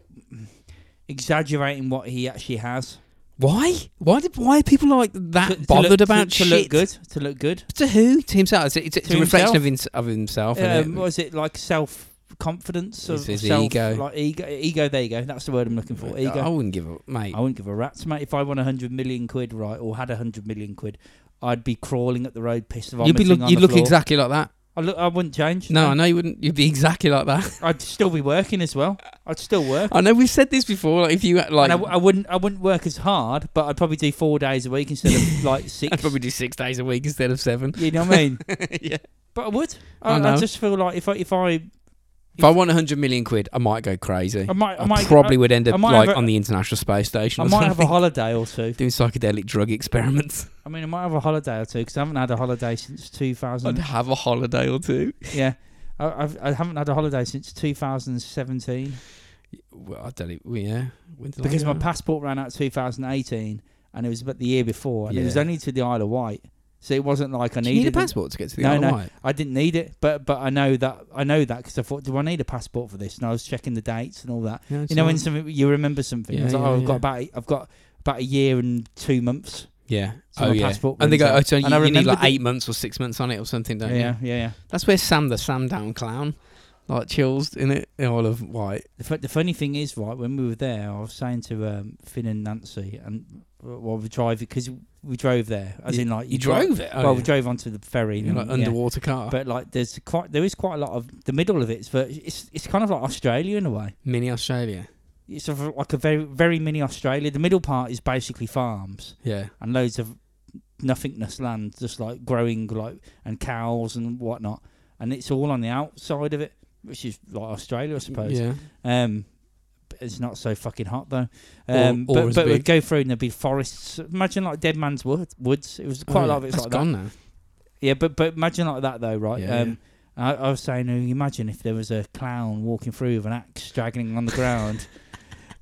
Speaker 2: exaggerating what he actually has.
Speaker 3: Why? Why did why are people like that
Speaker 2: To- to
Speaker 3: Ah, bothered
Speaker 2: look-
Speaker 3: about
Speaker 2: to, to
Speaker 3: shit?
Speaker 2: look good, to look good.
Speaker 3: To who? To himself. It's, a- it's, a- it's
Speaker 2: To
Speaker 3: a reflection
Speaker 2: himself.
Speaker 3: of, hins of himself. innit?
Speaker 2: Um, what is it like self confidence or
Speaker 3: It's his
Speaker 2: self,
Speaker 3: ego. Oh,
Speaker 2: Like ego, ego. There you go. That's the word I'm looking for. Ego.
Speaker 3: I wouldn't give up, mate.
Speaker 2: I wouldn't give a rat's mate if I won a hundred million quid, right, or had a hundred million quid. I'd be crawling up the road, pissed off.
Speaker 3: You'd be look,
Speaker 2: on
Speaker 3: you'd
Speaker 2: the
Speaker 3: look
Speaker 2: floor.
Speaker 3: exactly like that.
Speaker 2: I look. I wouldn't change.
Speaker 3: No, I know you wouldn't. You'd be exactly like that. (laughs)
Speaker 2: I'd still be working as well. I'd still work.
Speaker 3: I know we've said this before. Like if you (laughs) like,
Speaker 2: and I, w- I wouldn't. I wouldn't work as hard, but I'd probably do four days a week instead
Speaker 3: (laughs)
Speaker 2: of like six.
Speaker 3: I'd probably do six days a week instead of
Speaker 2: (laughs)
Speaker 3: seven.
Speaker 2: You know what
Speaker 3: (laughs)
Speaker 2: I mean?
Speaker 3: yeah.
Speaker 2: But I would.
Speaker 3: I
Speaker 2: I, I,
Speaker 3: know.
Speaker 2: just feel like if I, if I,
Speaker 3: If I won a hundred million quid, I might go crazy.
Speaker 2: I
Speaker 3: I,
Speaker 2: might, I might
Speaker 3: probably would end
Speaker 2: I
Speaker 3: up
Speaker 2: might
Speaker 3: like
Speaker 2: have a-
Speaker 3: on the international space station. (laughs)
Speaker 2: I,
Speaker 3: or
Speaker 2: might have a
Speaker 3: something,
Speaker 2: holiday or two.
Speaker 3: (laughs) doing psychedelic drug experiments.
Speaker 2: I mean, I might have a holiday or two because I haven't had a holiday since two
Speaker 3: I'd
Speaker 2: thousand.
Speaker 3: have a holiday or two.
Speaker 2: (laughs) yeah, I, I've, I haven't had a holiday since two thousand seventeen
Speaker 3: Well, I don't. e- Well, yeah. When did I
Speaker 2: because
Speaker 3: go?
Speaker 2: my passport ran out two thousand eighteen, and it was about the year before, and it was
Speaker 3: Yeah.
Speaker 2: only to the Isle of Wight, so it wasn't like I
Speaker 3: Do
Speaker 2: needed
Speaker 3: you need a
Speaker 2: it.
Speaker 3: passport to get to the
Speaker 2: No,
Speaker 3: Isle of
Speaker 2: no.
Speaker 3: Wight?
Speaker 2: I didn't need it, but but I know that I know that because I thought, do I need a passport for this? And I was checking the dates and all that.
Speaker 3: No, it's
Speaker 2: You know, when
Speaker 3: not.
Speaker 2: something you remember something, I was
Speaker 3: Yeah,
Speaker 2: like,
Speaker 3: yeah,
Speaker 2: oh, I've got
Speaker 3: yeah.
Speaker 2: about a- I've got about a year and two months.
Speaker 3: yeah.
Speaker 2: So
Speaker 3: oh
Speaker 2: my
Speaker 3: yeah.
Speaker 2: passport
Speaker 3: and they
Speaker 2: runs
Speaker 3: go.
Speaker 2: out.
Speaker 3: Oh, so
Speaker 2: And
Speaker 3: you,
Speaker 2: I
Speaker 3: you need
Speaker 2: remember
Speaker 3: like
Speaker 2: the-
Speaker 3: eight months or six months on it or something, don't
Speaker 2: Yeah,
Speaker 3: you?
Speaker 2: yeah, yeah,
Speaker 3: That's where Sam the Sam Down clown like chills in it, in all of white.
Speaker 2: The, fu- the funny thing is, right, when we were there, I was saying to um, Finn and Nancy, and uh, while we drive, because we drove there, as in like
Speaker 3: You drove it. oh,
Speaker 2: well, we drove onto the ferry,
Speaker 3: in
Speaker 2: and,
Speaker 3: like
Speaker 2: yeah.
Speaker 3: underwater car,
Speaker 2: But like, there's quite there is quite a lot of the middle of it, but it's it's kind of like Australia in a way.
Speaker 3: mini Australia.
Speaker 2: It's sort of like a very very mini Australia. The middle part is basically farms
Speaker 3: Yeah,
Speaker 2: and loads of nothingness land, just like growing like and cows and whatnot, and it's all on the outside of it, which is like Australia, I suppose.
Speaker 3: yeah.
Speaker 2: Um, but it's not so fucking hot though.
Speaker 3: Or-
Speaker 2: Um,
Speaker 3: or
Speaker 2: but
Speaker 3: as
Speaker 2: but we'd
Speaker 3: big.
Speaker 2: go through and there'd be forests. Imagine like Dead Man's Wood, Woods. It was quite a lot of it's
Speaker 3: That's
Speaker 2: like
Speaker 3: gone now.
Speaker 2: that. Yeah, but but imagine like that though, right?
Speaker 3: Yeah,
Speaker 2: um, I, I was saying, uh, imagine if there was a clown walking through with an axe dragging on the
Speaker 3: (laughs)
Speaker 2: ground.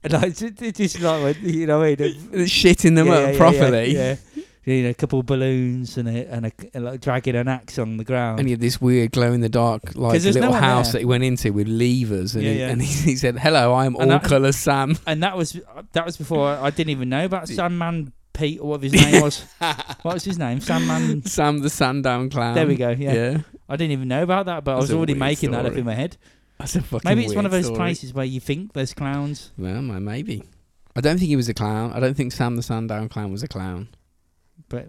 Speaker 2: And like, it's it's just like, when- you know what I mean?
Speaker 3: Shitting them
Speaker 2: Yeah,
Speaker 3: up
Speaker 2: yeah,
Speaker 3: properly,
Speaker 2: Yeah, yeah. You know, a couple of balloons and a, and, a, and like dragging an axe on the ground.
Speaker 3: and he had this weird glow in the dark like
Speaker 2: 'Cause there's
Speaker 3: little
Speaker 2: no one
Speaker 3: house
Speaker 2: there.
Speaker 3: that he went into with levers, and,
Speaker 2: Yeah,
Speaker 3: he,
Speaker 2: yeah.
Speaker 3: and he, he said, "Hello, I'm all
Speaker 2: And that-
Speaker 3: colour Sam."
Speaker 2: and that was that was before I, I didn't even know about Sandman Pete or
Speaker 3: (laughs)
Speaker 2: what his name was. what was his name? Sandman.
Speaker 3: Sam the Sandown clown.
Speaker 2: There we go. Yeah.
Speaker 3: Yeah,
Speaker 2: I didn't even know about that, but I
Speaker 3: That's
Speaker 2: was
Speaker 3: a
Speaker 2: already
Speaker 3: weird
Speaker 2: making that up
Speaker 3: story.
Speaker 2: in my head.
Speaker 3: that's a fucking.
Speaker 2: Maybe it's one
Speaker 3: weird
Speaker 2: of those
Speaker 3: story.
Speaker 2: places where you think there's clowns.
Speaker 3: Well, ma- maybe. I don't think he was a clown. I don't think Sam the Sandown clown was a clown.
Speaker 2: But-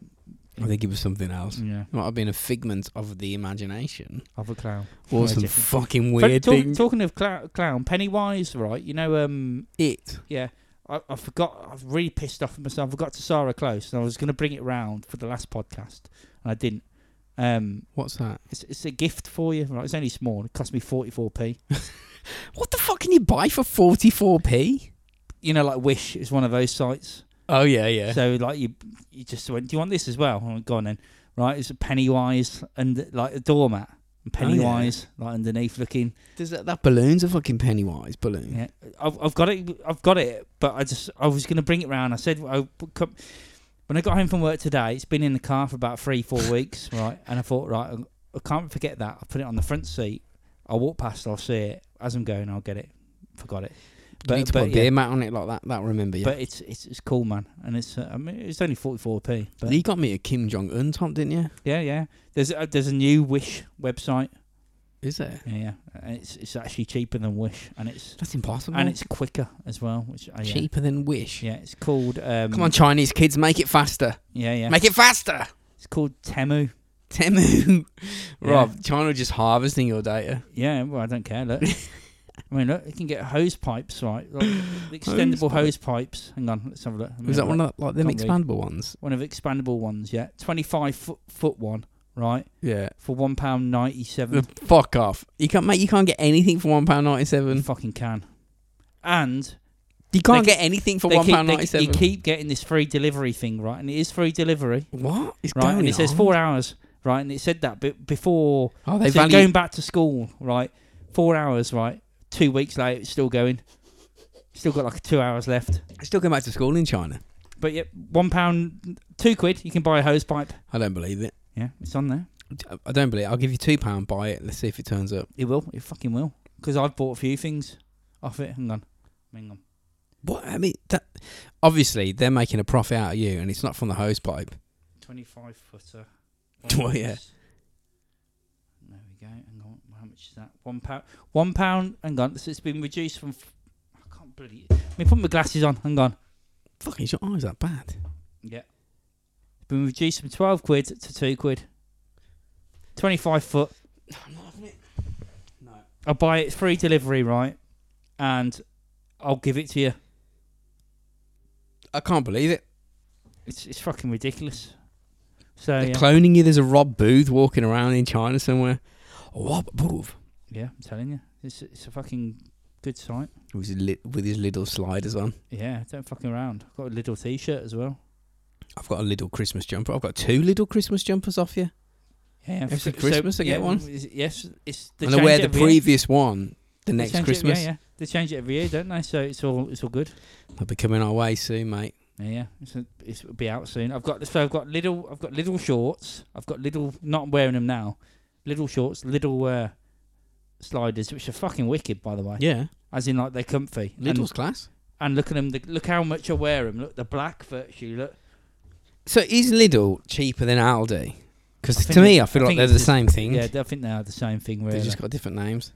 Speaker 3: I think he was something else.
Speaker 2: Yeah,
Speaker 3: Might have been a figment of the imagination
Speaker 2: of a clown.
Speaker 3: or
Speaker 2: Yeah,
Speaker 3: some
Speaker 2: different.
Speaker 3: fucking
Speaker 2: Fun-
Speaker 3: weird
Speaker 2: talk-
Speaker 3: thing.
Speaker 2: Talking of clou- clown, Pennywise, right? You know, um,
Speaker 3: It.
Speaker 2: yeah. I, I forgot. I was really pissed off at myself. I got to Sarah Close, and I was going to bring it round for the last podcast, and I didn't. Um,
Speaker 3: What's that?
Speaker 2: it's, it's a gift for you. Right? It's only small. It cost me forty four p.
Speaker 3: What the fuck can you buy for 44p?
Speaker 2: You know, like Wish is one of those sites.
Speaker 3: Oh yeah, yeah.
Speaker 2: So like you, you just went. Do you want this as well? Oh, go on then. Right, it's a Pennywise and like a doormat. And
Speaker 3: Oh, yeah.
Speaker 2: Pennywise, like underneath looking.
Speaker 3: Does that, that balloon's a fucking Pennywise balloon?
Speaker 2: Yeah, I've, I've got it. I've got it. But I just, I was gonna bring it round. I said, I, come- when I got home from work today, it's been in the car for about three, four weeks, (laughs) right? And I thought, right, I, I can't forget that. I put it on the front seat. I walk past, I'll see it as I'm going. I'll get it. Forgot it.
Speaker 3: you need to put a
Speaker 2: yeah.
Speaker 3: beer mat on it like that. That remember you.
Speaker 2: But it's, it's it's cool, man, and it's uh, I mean it's only forty four p. But
Speaker 3: you got me a Kim Jong Un top, didn't you?
Speaker 2: yeah, yeah. There's a, there's a new Wish website.
Speaker 3: Is there?
Speaker 2: Yeah, yeah. And it's it's actually cheaper than Wish, and it's
Speaker 3: That's impossible.
Speaker 2: and it's quicker as well. Which uh, yeah.
Speaker 3: cheaper than Wish.
Speaker 2: Yeah, it's called. Um,
Speaker 3: Come on, Chinese kids, make it faster.
Speaker 2: Yeah, yeah.
Speaker 3: Make it faster. (laughs)
Speaker 2: It's called Temu.
Speaker 3: Temu.
Speaker 2: Yeah.
Speaker 3: Rob, China just harvesting your data.
Speaker 2: Yeah, well, I don't care.
Speaker 3: (laughs)
Speaker 2: Look, I mean, look, you can get hose pipes, right? Like, the extendable
Speaker 3: pipe.
Speaker 2: hose pipes. Hang on, let's have a look.
Speaker 3: Was that one of like them
Speaker 2: Can't read.
Speaker 3: expandable ones?
Speaker 2: one of the expandable ones? Yeah, twenty five foot foot one, right?
Speaker 3: Yeah.
Speaker 2: For one pound ninety seven.
Speaker 3: Fuck off. You can't make. You can't get anything for one pound ninety
Speaker 2: You
Speaker 3: seven.
Speaker 2: fucking can. And
Speaker 3: You can't
Speaker 2: They-
Speaker 3: get anything for
Speaker 2: they
Speaker 3: one
Speaker 2: keep-
Speaker 3: pound
Speaker 2: they-
Speaker 3: ninety seven.
Speaker 2: you keep getting this free delivery thing, right? And it is free delivery,
Speaker 3: What? It's
Speaker 2: right? And
Speaker 3: going
Speaker 2: it says
Speaker 3: on?
Speaker 2: four hours, right? And it said that be- before
Speaker 3: Oh, they
Speaker 2: so
Speaker 3: value.
Speaker 2: going back to school, right? Four hours, right? Two weeks later, it's still going. Still got like two hours left.
Speaker 3: still going back to school in China.
Speaker 2: But yeah, one pound, two quid, you can buy a hose pipe.
Speaker 3: I don't believe it.
Speaker 2: Yeah, it's on there.
Speaker 3: I don't believe it. I'll give you two pound. Buy it. Let's see if it turns up.
Speaker 2: It will. It fucking will. Because I've bought a few things off it. Hang on. Hang on.
Speaker 3: What? I mean, that obviously they're making a profit out of you, and it's not from the hose pipe. (laughs)
Speaker 2: 25 footer.
Speaker 3: Well, yeah.
Speaker 2: There we go. Hang on. How much is that? One pound. One pound. Hang on. So it's been reduced from. F- I can't bloody. Let me put my glasses on. Hang on.
Speaker 3: Fucking, is your eyes that bad?
Speaker 2: Yeah. Been reduced from 12 quid to 2 quid. 25 foot.
Speaker 3: I'm not having it. No.
Speaker 2: I'll buy it free delivery, right? And I'll give it to you.
Speaker 3: I can't believe it.
Speaker 2: It's it's fucking ridiculous. So
Speaker 3: They're
Speaker 2: Oh, yeah.
Speaker 3: cloning you. There's a Rob Booth walking around in China somewhere. Rob Booth.
Speaker 2: yeah, I'm telling you. It's it's a fucking good site.
Speaker 3: With his, li- with his little sliders on.
Speaker 2: Yeah, don't fucking around. I've got a little t-shirt as well.
Speaker 3: I've got a little Christmas jumper. I've got two little Christmas jumpers off you.
Speaker 2: Yeah,
Speaker 3: Every Christmas I
Speaker 2: yeah,
Speaker 3: get one.
Speaker 2: is- Yes, it's they
Speaker 3: and I
Speaker 2: change
Speaker 3: wear
Speaker 2: it
Speaker 3: the
Speaker 2: every year.
Speaker 3: previous one the
Speaker 2: They
Speaker 3: next
Speaker 2: change it-
Speaker 3: Christmas.
Speaker 2: yeah, yeah. They change it every year, don't they? So it's all it's all good.
Speaker 3: They'll be coming our way soon, mate.
Speaker 2: Yeah, yeah. It's a, it's, it'll be out soon. I've got so I've got little I've got little shorts. I've got little not wearing them now. Little shorts, little uh, sliders, which are fucking wicked, by the way.
Speaker 3: Yeah.
Speaker 2: As in, like they're comfy.
Speaker 3: Little's
Speaker 2: And,
Speaker 3: class.
Speaker 2: and look at them. The, look how much I wear them. Look, the black virtue. Look.
Speaker 3: So is Lidl cheaper than Aldi?
Speaker 2: I
Speaker 3: Because
Speaker 2: think
Speaker 3: to me,
Speaker 2: it-
Speaker 3: I feel
Speaker 2: I
Speaker 3: like
Speaker 2: think
Speaker 3: they're
Speaker 2: it's
Speaker 3: the
Speaker 2: just-
Speaker 3: same thing.
Speaker 2: Yeah, I think they are the same thing. Really.
Speaker 3: They've just got different names.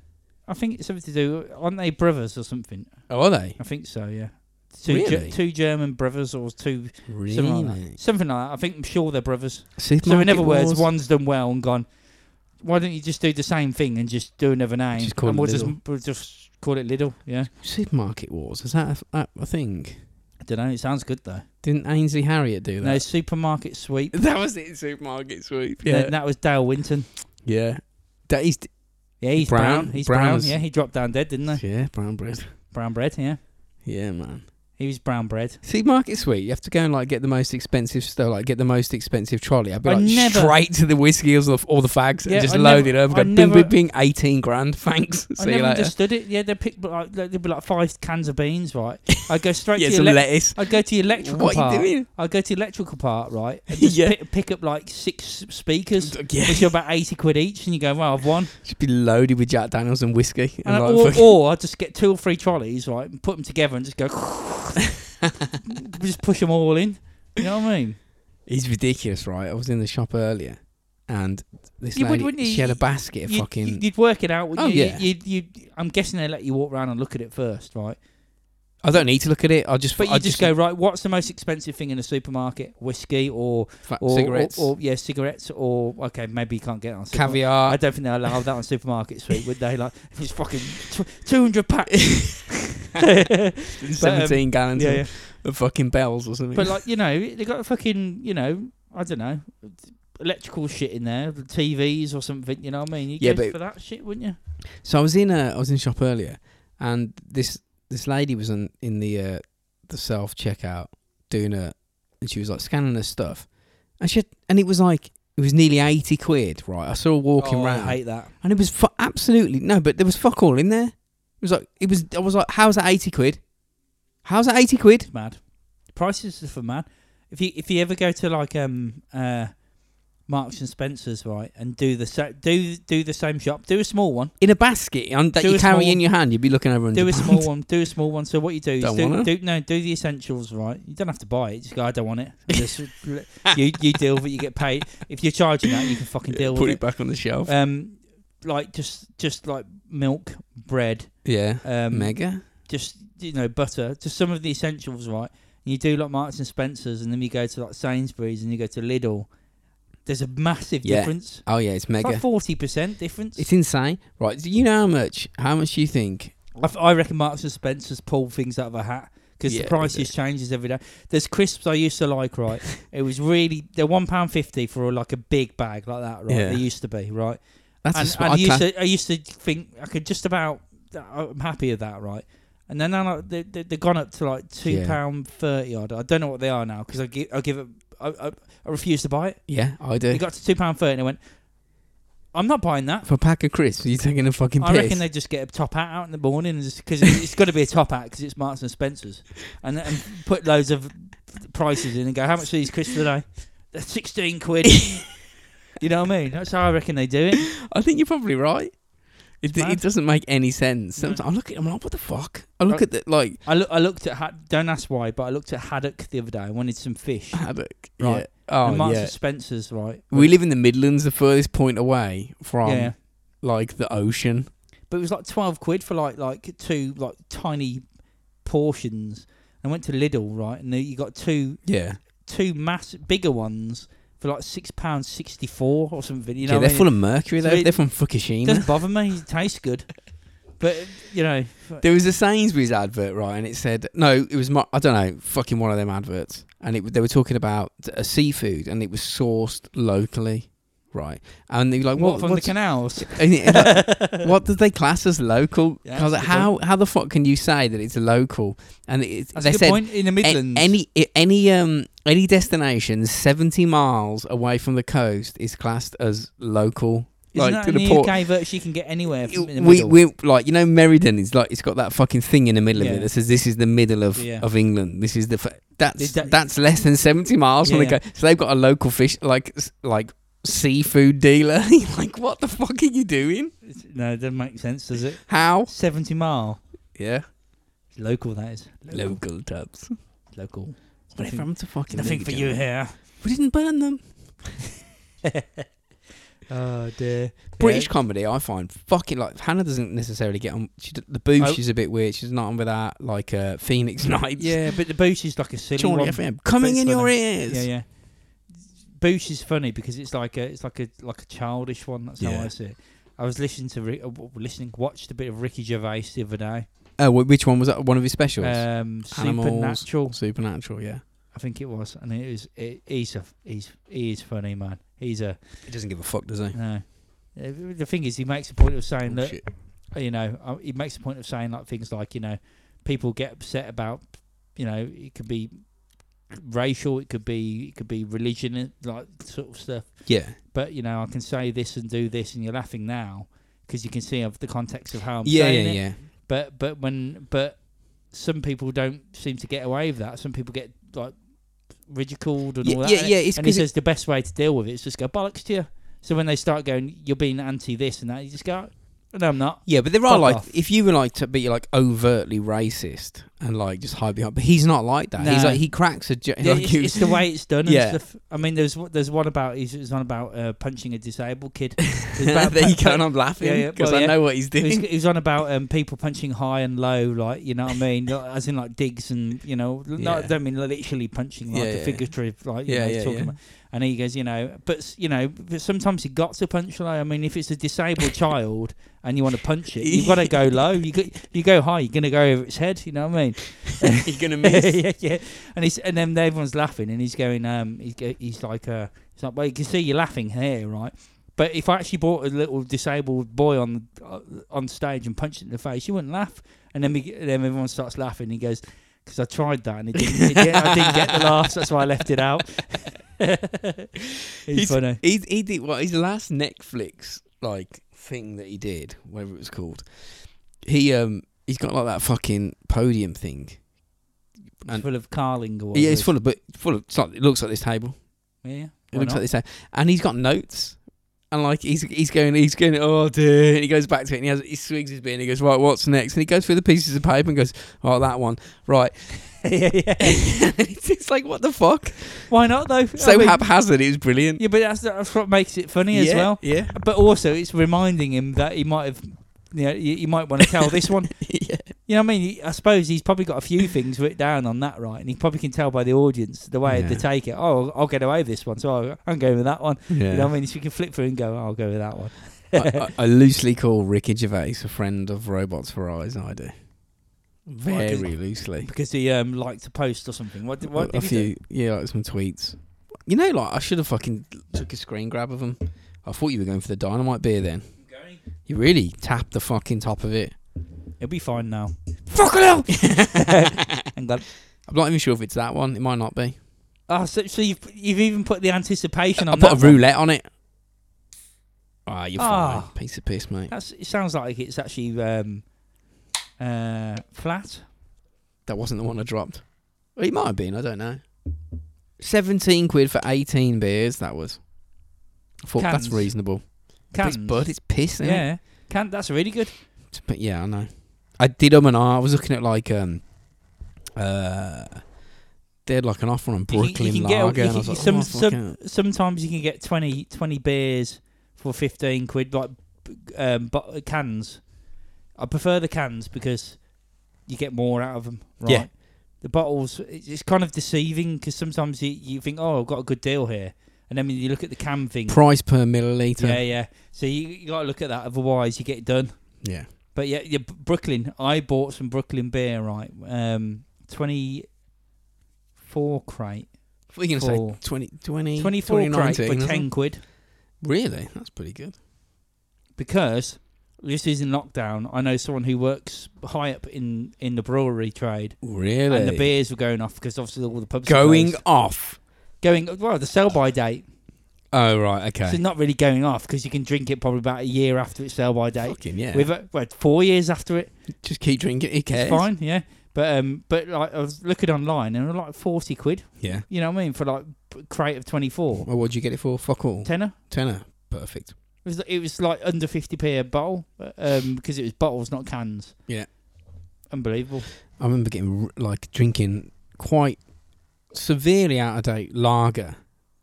Speaker 2: I think it's something to do. Aren't they brothers or something?
Speaker 3: Oh, are they?
Speaker 2: I think so. Yeah. Two Ge-
Speaker 3: Really?
Speaker 2: two German brothers or two something like that. Something like that. I think I'm sure they're brothers. So in other words, one's done well and gone. Why don't you just do the same thing and just do another name?
Speaker 3: Just call
Speaker 2: and
Speaker 3: it
Speaker 2: we'll just
Speaker 3: Lidl.
Speaker 2: we'll just call it Lidl. Yeah,
Speaker 3: supermarket wars. Is that a, a, a thing?
Speaker 2: I don't know. It sounds good though.
Speaker 3: Didn't Ainsley Harriet do
Speaker 2: No
Speaker 3: that?
Speaker 2: supermarket
Speaker 3: (laughs)
Speaker 2: sweep.
Speaker 3: that was it. Supermarket sweep.
Speaker 2: Yeah, that was Dale Winton.
Speaker 3: yeah. That is.
Speaker 2: Yeah, he's brown.
Speaker 3: Brown-
Speaker 2: He's
Speaker 3: brown
Speaker 2: brown.
Speaker 3: was-
Speaker 2: Yeah, he dropped down dead, didn't he?
Speaker 3: Yeah, brown bread.
Speaker 2: Brown bread. Yeah,
Speaker 3: Yeah, man.
Speaker 2: he was brown bread.
Speaker 3: Supermarket sweep. You have to go and like get the most expensive stuff. Like get the most expensive trolley. I'd be
Speaker 2: I
Speaker 3: like
Speaker 2: never-
Speaker 3: straight to the whiskey or the, or the fags
Speaker 2: Yeah,
Speaker 3: and just
Speaker 2: I
Speaker 3: load
Speaker 2: never-
Speaker 3: it up.
Speaker 2: I
Speaker 3: Go bing,
Speaker 2: never-
Speaker 3: bing, bing. Eighteen grand. (laughs) Thanks.
Speaker 2: I
Speaker 3: See you
Speaker 2: never
Speaker 3: later.
Speaker 2: understood it. Yeah, they pick like there'd be like five cans of beans, right? I'd
Speaker 3: (laughs)
Speaker 2: go straight
Speaker 3: yeah,
Speaker 2: to the
Speaker 3: some
Speaker 2: elec-
Speaker 3: lettuce.
Speaker 2: I'd go to the electrical
Speaker 3: What
Speaker 2: part.
Speaker 3: are you doing?
Speaker 2: I'd go to the electrical part, right?
Speaker 3: (laughs)
Speaker 2: And just
Speaker 3: Yeah.
Speaker 2: pick, pick up like six speakers.
Speaker 3: (laughs) Yeah,
Speaker 2: which are about 80 quid each, and you go, well, I've won.
Speaker 3: should be loaded with Jack Daniels and whiskey. And,
Speaker 2: And I,
Speaker 3: like,
Speaker 2: or,
Speaker 3: fucking- (laughs)
Speaker 2: or I just get two or three trolleys, right, and put them together and just go, (laughs) just push them all in. You know what I mean?
Speaker 3: He's ridiculous, right? I was in the shop earlier, and this
Speaker 2: You would,
Speaker 3: lady,
Speaker 2: wouldn't you?
Speaker 3: she had a basket of
Speaker 2: You,
Speaker 3: fucking.
Speaker 2: would work it out. wouldn't
Speaker 3: Oh,
Speaker 2: you?
Speaker 3: yeah.
Speaker 2: You, you, you- I'm guessing they let you walk around and look at it first, right?
Speaker 3: I don't need to look at it. I just,
Speaker 2: But you
Speaker 3: I
Speaker 2: just, go, right, what's the most expensive thing in a supermarket? Whiskey or,
Speaker 3: fa-
Speaker 2: or
Speaker 3: cigarettes,
Speaker 2: Or, or, yeah, cigarettes or, okay, maybe you can't get it on supermarket.
Speaker 3: caviar.
Speaker 2: I don't think they allow that on supermarket street, would they? Like, it's fucking tw-
Speaker 3: (laughs)
Speaker 2: 200 packs.
Speaker 3: Seventeen gallons
Speaker 2: um, yeah, yeah.
Speaker 3: Of, of fucking bells or something.
Speaker 2: But like you know, they got a fucking you know, I don't know, electrical shit in there, the TVs or something. You know what I mean? You
Speaker 3: Yeah,
Speaker 2: go
Speaker 3: but-
Speaker 2: for that shit, wouldn't you?
Speaker 3: so I was in a, I was in shop earlier, and this this lady was in in the uh, the self checkout doing a, and she was like scanning her stuff, and she had, and it was like it was nearly eighty quid, right? I saw her walking
Speaker 2: Oh,
Speaker 3: round
Speaker 2: I hate that.
Speaker 3: and it was fu- absolutely no, but there was fuck all in there. It was like it was. I was like, how's that eighty quid? How's that eighty quid?
Speaker 2: It's mad. Prices are for mad. If you if you ever go to like um uh Marks and Spencers right and do the sa- do do the same shop, do a small one,
Speaker 3: In a basket on, that
Speaker 2: Do
Speaker 3: you
Speaker 2: a
Speaker 3: carry
Speaker 2: small-
Speaker 3: in your hand, you'd be looking over and
Speaker 2: do a small one, do a small one. So what you do is
Speaker 3: Don't
Speaker 2: do,
Speaker 3: wanna.
Speaker 2: do no do the essentials right. You don't have to buy it. Just go. I don't want it. And just, (laughs) you you deal with it. You get paid. If you're charging that, you can fucking deal
Speaker 3: put
Speaker 2: with
Speaker 3: it,
Speaker 2: it.
Speaker 3: back on the shelf.
Speaker 2: Um, like just just like milk, bread,
Speaker 3: yeah,
Speaker 2: um,
Speaker 3: mega.
Speaker 2: just you know butter, just some of the essentials, right? And you do like Marks and Spencers, and then you go to like Sainsbury's, and you go to Lidl. There's a massive
Speaker 3: Yeah,
Speaker 2: difference.
Speaker 3: Oh yeah, it's
Speaker 2: It's
Speaker 3: mega.
Speaker 2: like forty percent difference.
Speaker 3: It's insane, right? Do you know how much? How much do you think?
Speaker 2: I, I reckon Marks and Spencers pull things out of a hat because
Speaker 3: Yeah,
Speaker 2: the
Speaker 3: they
Speaker 2: prices changes every day. There's crisps I used to
Speaker 3: (laughs)
Speaker 2: like, right? it was really they're one pound fifty for like a big bag like that, right?
Speaker 3: Yeah.
Speaker 2: They used to be, right?
Speaker 3: That's
Speaker 2: and
Speaker 3: a sm-
Speaker 2: and I
Speaker 3: I'd
Speaker 2: used
Speaker 3: class-
Speaker 2: to I used to think I could just about uh, I'm happy with that, right? And then now like, they, they they've gone up to like two
Speaker 3: Yeah.
Speaker 2: pound thirty odd. I don't know what they are now because I give I give it I, I, I refuse to buy it.
Speaker 3: yeah, I do.
Speaker 2: It got to two pound thirty, and I went, I'm not buying that.
Speaker 3: For a pack of crisps, you're taking a fucking
Speaker 2: I
Speaker 3: piss.
Speaker 2: reckon they just get a top hat out in the morning because it's got to be a top hat because it's Marks and Spencers, and, and put loads of prices in and go, how much are these crisps today? They're
Speaker 3: (laughs)
Speaker 2: sixteen quid. you know what I mean? That's how I reckon they do it.
Speaker 3: I think you're probably right. It,
Speaker 2: mad.
Speaker 3: it doesn't make any sense.
Speaker 2: No.
Speaker 3: Sometimes I look at, I'm like, what the fuck? I look
Speaker 2: Right.
Speaker 3: at the like
Speaker 2: I look, I looked at Had- don't ask why, but I looked at Haddock the other day. I wanted some fish.
Speaker 3: haddock.
Speaker 2: Right.
Speaker 3: Yeah. Oh
Speaker 2: and Marks
Speaker 3: yeah.
Speaker 2: and Spencers, right?
Speaker 3: We live in the Midlands, the furthest point away from
Speaker 2: yeah,
Speaker 3: like the ocean.
Speaker 2: but it was like twelve quid for like like two like tiny portions. I went to Lidl, right, and you got two
Speaker 3: Yeah,
Speaker 2: two mass bigger ones for like six pounds sixty four or something. You know,
Speaker 3: yeah,
Speaker 2: what
Speaker 3: they're
Speaker 2: I mean?
Speaker 3: full of mercury.
Speaker 2: So
Speaker 3: though.
Speaker 2: it-
Speaker 3: they're from
Speaker 2: it
Speaker 3: Fukushima.
Speaker 2: doesn't bother me. It tastes good, but you know,
Speaker 3: There was a Sainsbury's advert, right, and it said no. It was Mar- I don't know, fucking one of them adverts, and it, they were talking about a seafood, and it was sourced locally, right? And they were like,
Speaker 2: what,
Speaker 3: what?
Speaker 2: from the
Speaker 3: what's-
Speaker 2: canals?
Speaker 3: (laughs) and it-
Speaker 2: (laughs)
Speaker 3: like, what did they class as local?
Speaker 2: Yeah,
Speaker 3: I was like,
Speaker 2: that's a good
Speaker 3: how how the fuck can you say that it's local? And it,
Speaker 2: That's
Speaker 3: they
Speaker 2: a good
Speaker 3: said
Speaker 2: point. In the
Speaker 3: A-
Speaker 2: Midlands,
Speaker 3: Any i- any um any destination seventy miles away from the coast is classed as local.
Speaker 2: isn't
Speaker 3: like,
Speaker 2: that
Speaker 3: to
Speaker 2: in
Speaker 3: the
Speaker 2: the
Speaker 3: port-
Speaker 2: UK virtually you can get anywhere. From, in the
Speaker 3: We
Speaker 2: middle?
Speaker 3: we like you know Meriden is like it's got that fucking thing in the middle of
Speaker 2: Yeah.
Speaker 3: it that says this is the middle of
Speaker 2: Yeah.
Speaker 3: of England. This is the f- that's
Speaker 2: Did that-
Speaker 3: that's less than seventy miles from
Speaker 2: Yeah,
Speaker 3: the coast. So they've got a local fish like s- like seafood dealer. (laughs) You're like what the fuck are you doing?
Speaker 2: It's- no, it doesn't make sense, does it?
Speaker 3: How?
Speaker 2: Seventy mile
Speaker 3: Yeah,
Speaker 2: It's local that is
Speaker 3: local tubs.
Speaker 2: local. It's
Speaker 3: Whatever
Speaker 2: Nothing,
Speaker 3: happened to fucking
Speaker 2: nothing for you
Speaker 3: vegan?
Speaker 2: here.
Speaker 3: We didn't burn them.
Speaker 2: oh dear,
Speaker 3: British
Speaker 2: Yeah.
Speaker 3: comedy, I find fucking like Hannah doesn't necessarily get on. She, d- the booth,
Speaker 2: Oh.
Speaker 3: she's a bit weird. She's not on with that like uh, Phoenix (laughs) Nights.
Speaker 2: Yeah, but the boot is like a silly
Speaker 3: Chorley
Speaker 2: one.
Speaker 3: FM coming
Speaker 2: It's
Speaker 3: in
Speaker 2: funny.
Speaker 3: your ears.
Speaker 2: Yeah, yeah. Boosh is funny because it's like a it's like a like a childish one. That's how
Speaker 3: Yeah.
Speaker 2: I see it. I was listening to Ri- uh, w- listening watched a bit of Ricky Gervais the other day.
Speaker 3: Uh, wh- which one was that? One of his specials.
Speaker 2: Um,
Speaker 3: Animals.
Speaker 2: Supernatural,
Speaker 3: Supernatural. Yeah.
Speaker 2: I think it was, and it is it, he's a he's he is funny man. He's a
Speaker 3: He doesn't give a fuck, does he?
Speaker 2: no. Uh, The thing is, he makes a point of saying that
Speaker 3: Shit.
Speaker 2: you know uh, he makes a point of saying like things like you know people get upset about you know it could be racial, it could be it could be religion, uh, like sort of stuff.
Speaker 3: Yeah.
Speaker 2: but you know, I can say this and do this, and you're laughing now because you can see of the context of how I'm
Speaker 3: yeah.
Speaker 2: saying
Speaker 3: Yeah.
Speaker 2: it.
Speaker 3: Yeah.
Speaker 2: But but when but some people don't seem to get away with that. Some people get like ridiculed and
Speaker 3: Yeah,
Speaker 2: all that.
Speaker 3: yeah, yeah, it's
Speaker 2: and he
Speaker 3: 'cause it-
Speaker 2: says the best way to deal with it is just go bollocks to you. So when they start going, you're being anti this and that, you just go, no, I'm not.
Speaker 3: Yeah, but there are
Speaker 2: Fuck
Speaker 3: like
Speaker 2: off.
Speaker 3: if you were like to be like overtly racist and like just hide behind, but he's not like that. He's
Speaker 2: No.
Speaker 3: like he cracks a. Ju-
Speaker 2: Yeah,
Speaker 3: like
Speaker 2: it's,
Speaker 3: he-
Speaker 2: it's
Speaker 3: (laughs)
Speaker 2: the way it's done.
Speaker 3: Yeah.
Speaker 2: And stuff. I mean, there's one- there's one about he's there's one about uh, punching a disabled kid.
Speaker 3: (laughs)
Speaker 2: There's about
Speaker 3: there you
Speaker 2: pu-
Speaker 3: go, and I'm laughing
Speaker 2: yeah,
Speaker 3: because
Speaker 2: well,
Speaker 3: I
Speaker 2: yeah.
Speaker 3: know what he's
Speaker 2: He was,
Speaker 3: doing.
Speaker 2: he was on about um, people punching high and low, like you know what I mean, Not- as in like digs and you know, l- not, I
Speaker 3: Yeah.
Speaker 2: don't mean literally punching like
Speaker 3: Yeah,
Speaker 2: a
Speaker 3: yeah.
Speaker 2: figurative, like you
Speaker 3: Yeah,
Speaker 2: know, he's
Speaker 3: yeah,
Speaker 2: talking
Speaker 3: yeah.
Speaker 2: About. And he goes, you know, but s- you know, but sometimes you got to punch low. I mean, if it's a
Speaker 3: (laughs)
Speaker 2: disabled child and you want to punch it, you've got to go low. You go, you go high, you're gonna go over its head. You know what I mean?
Speaker 3: (laughs) he's gonna
Speaker 2: (laughs)
Speaker 3: miss.
Speaker 2: yeah, yeah. And he's and then everyone's laughing, and he's going, um, he's go, he's like, uh, he's like, well, you can see you're laughing here, right? But if I actually brought a little disabled boy on uh, on stage and punched it in the face, you wouldn't laugh. And then we, get- then everyone starts laughing. And he goes, because I tried that and it didn't, it didn't- I didn't get the laughs. That's why I left it out. (laughs)
Speaker 3: He's-
Speaker 2: He's funny.
Speaker 3: He he did what his last Netflix like thing that he did, whatever it was called. He um he's got like that fucking podium thing.
Speaker 2: It's
Speaker 3: and-
Speaker 2: full of carling or
Speaker 3: yeah, it's
Speaker 2: whatever.
Speaker 3: full of but full of it's like, it looks like this table.
Speaker 2: Yeah,
Speaker 3: It
Speaker 2: why
Speaker 3: looks
Speaker 2: not?
Speaker 3: like this table, and he's got notes. And like he's he's going he's going oh dear and he goes back to it and he has he swings his beer and he goes right what's next and he goes through the pieces of paper and goes oh that one right
Speaker 2: (laughs) yeah, yeah.
Speaker 3: (laughs) it's like what the fuck
Speaker 2: Why not though? I
Speaker 3: so
Speaker 2: mean,
Speaker 3: haphazard it was brilliant
Speaker 2: yeah, but that's, that's what makes it funny as
Speaker 3: Yeah,
Speaker 2: well.
Speaker 3: yeah (laughs)
Speaker 2: But also, it's reminding him that he might have. You know, you, you might want
Speaker 3: (laughs)
Speaker 2: to tell this one.
Speaker 3: yeah
Speaker 2: You know what I mean? He- I suppose he's probably got a few things written down on that, right? And he probably can tell by the audience the way they
Speaker 3: Yeah.
Speaker 2: take it. Oh, I'll get away with this one, so I'll, I'm going with that one.
Speaker 3: yeah
Speaker 2: You know what I mean? So you can flip through and go, I'll go with that one.
Speaker 3: I, I I loosely call Ricky Gervais a friend of Robots for Eyes. I do very loosely.
Speaker 2: Because he um, liked to post or something. What did,
Speaker 3: A-
Speaker 2: what
Speaker 3: a
Speaker 2: did he
Speaker 3: few,
Speaker 2: do?
Speaker 3: yeah, like some tweets. You know, like I should have fucking took a screen grab of them. I thought you were going for the dynamite beer. Then you really tapped the fucking top of it.
Speaker 2: He'll be fine
Speaker 3: (laughs)
Speaker 2: now.
Speaker 3: Fucking hell!
Speaker 2: And glad.
Speaker 3: (laughs) I'm not even sure if it's that one. It might not be.
Speaker 2: Oh, so, so you've, you've even put the anticipation
Speaker 3: I
Speaker 2: on
Speaker 3: put a
Speaker 2: that one.
Speaker 3: roulette on it. Ah, you're
Speaker 2: Ah.
Speaker 3: fine. Piece of piss, mate.
Speaker 2: That's, it sounds like it's actually um, uh, flat.
Speaker 3: That wasn't the one I dropped. Well, it might have been. I don't know. Seventeen quid for eighteen beers. That was. I thought that's
Speaker 2: Cans.
Speaker 3: reasonable. But
Speaker 2: Cans.
Speaker 3: It's bud. It's piss. Isn't It?
Speaker 2: yeah. Can, that's really good.
Speaker 3: It's- But yeah, I know. I did um and ah. I was looking at like um, uh, they had like an offer on
Speaker 2: can- you
Speaker 3: Brooklyn
Speaker 2: can get-
Speaker 3: Lager.
Speaker 2: you
Speaker 3: and I
Speaker 2: can-
Speaker 3: was like,
Speaker 2: some-
Speaker 3: oh,
Speaker 2: some-
Speaker 3: fucking-
Speaker 2: sometimes you can get 20, 20 beers for 15 quid, like b- um, but cans. I prefer the cans because you get more out of them, right?
Speaker 3: Yeah.
Speaker 2: The bottles, it's it's kind of deceiving because sometimes you, you think, oh, I've got a good deal here. And then when you look at the can thing,
Speaker 3: price per milliliter.
Speaker 2: yeah,
Speaker 3: Yeah.
Speaker 2: yeah. So you, you got to look at that, otherwise you get done. But yeah, yeah, B- Brooklyn. I bought some Brooklyn beer, right? Um, 24 crate.
Speaker 3: What are you gonna
Speaker 2: Four.
Speaker 3: say? 20, 20,
Speaker 2: 24 crate
Speaker 3: 2019,
Speaker 2: for
Speaker 3: isn't
Speaker 2: 10
Speaker 3: it?
Speaker 2: quid.
Speaker 3: Really? That's pretty good.
Speaker 2: because this is in lockdown. I know someone who works high up in in the brewery trade,
Speaker 3: Really?
Speaker 2: and the beers were going off because obviously all the pubs were
Speaker 3: going
Speaker 2: closed.
Speaker 3: off.
Speaker 2: going well the sell by date.
Speaker 3: Oh right.
Speaker 2: So
Speaker 3: Okay.
Speaker 2: not really going off because you can drink it probably about a year after its sell by date.
Speaker 3: Fucking yeah.
Speaker 2: With uh, well, four years after it,
Speaker 3: Just keep drinking. Who cares?
Speaker 2: it's fine, yeah. But um, but like I was looking online and they're like forty quid.
Speaker 3: Yeah.
Speaker 2: You know what I mean for like a crate of twenty four
Speaker 3: Well, what'd you get it for? Fuck all.
Speaker 2: tenner.
Speaker 3: Tenner. Perfect.
Speaker 2: It was, it was like under fifty p a bottle um, because it was bottles, not cans.
Speaker 3: Yeah.
Speaker 2: unbelievable.
Speaker 3: I remember getting r- like drinking quite severely out of date lager,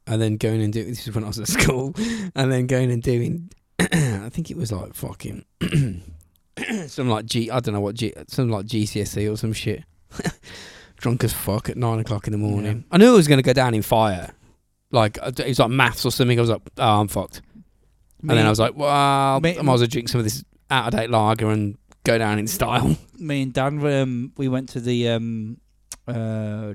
Speaker 3: and then going and doing this is when I was at (laughs) school, and then going and doing. (coughs) I think it was like fucking (coughs) some like G. I don't know what G. Some like GCSE or some shit. (laughs) Drunk as fuck at nine o'clock in the morning. I knew I was going to go down in fire. Like I d- it was like maths or something. I was like, oh, I'm fucked. and then I was like, well,
Speaker 2: me-
Speaker 3: I might as well drink some of this out of date lager and go down in style.
Speaker 2: me and Dan um, we went to the um uh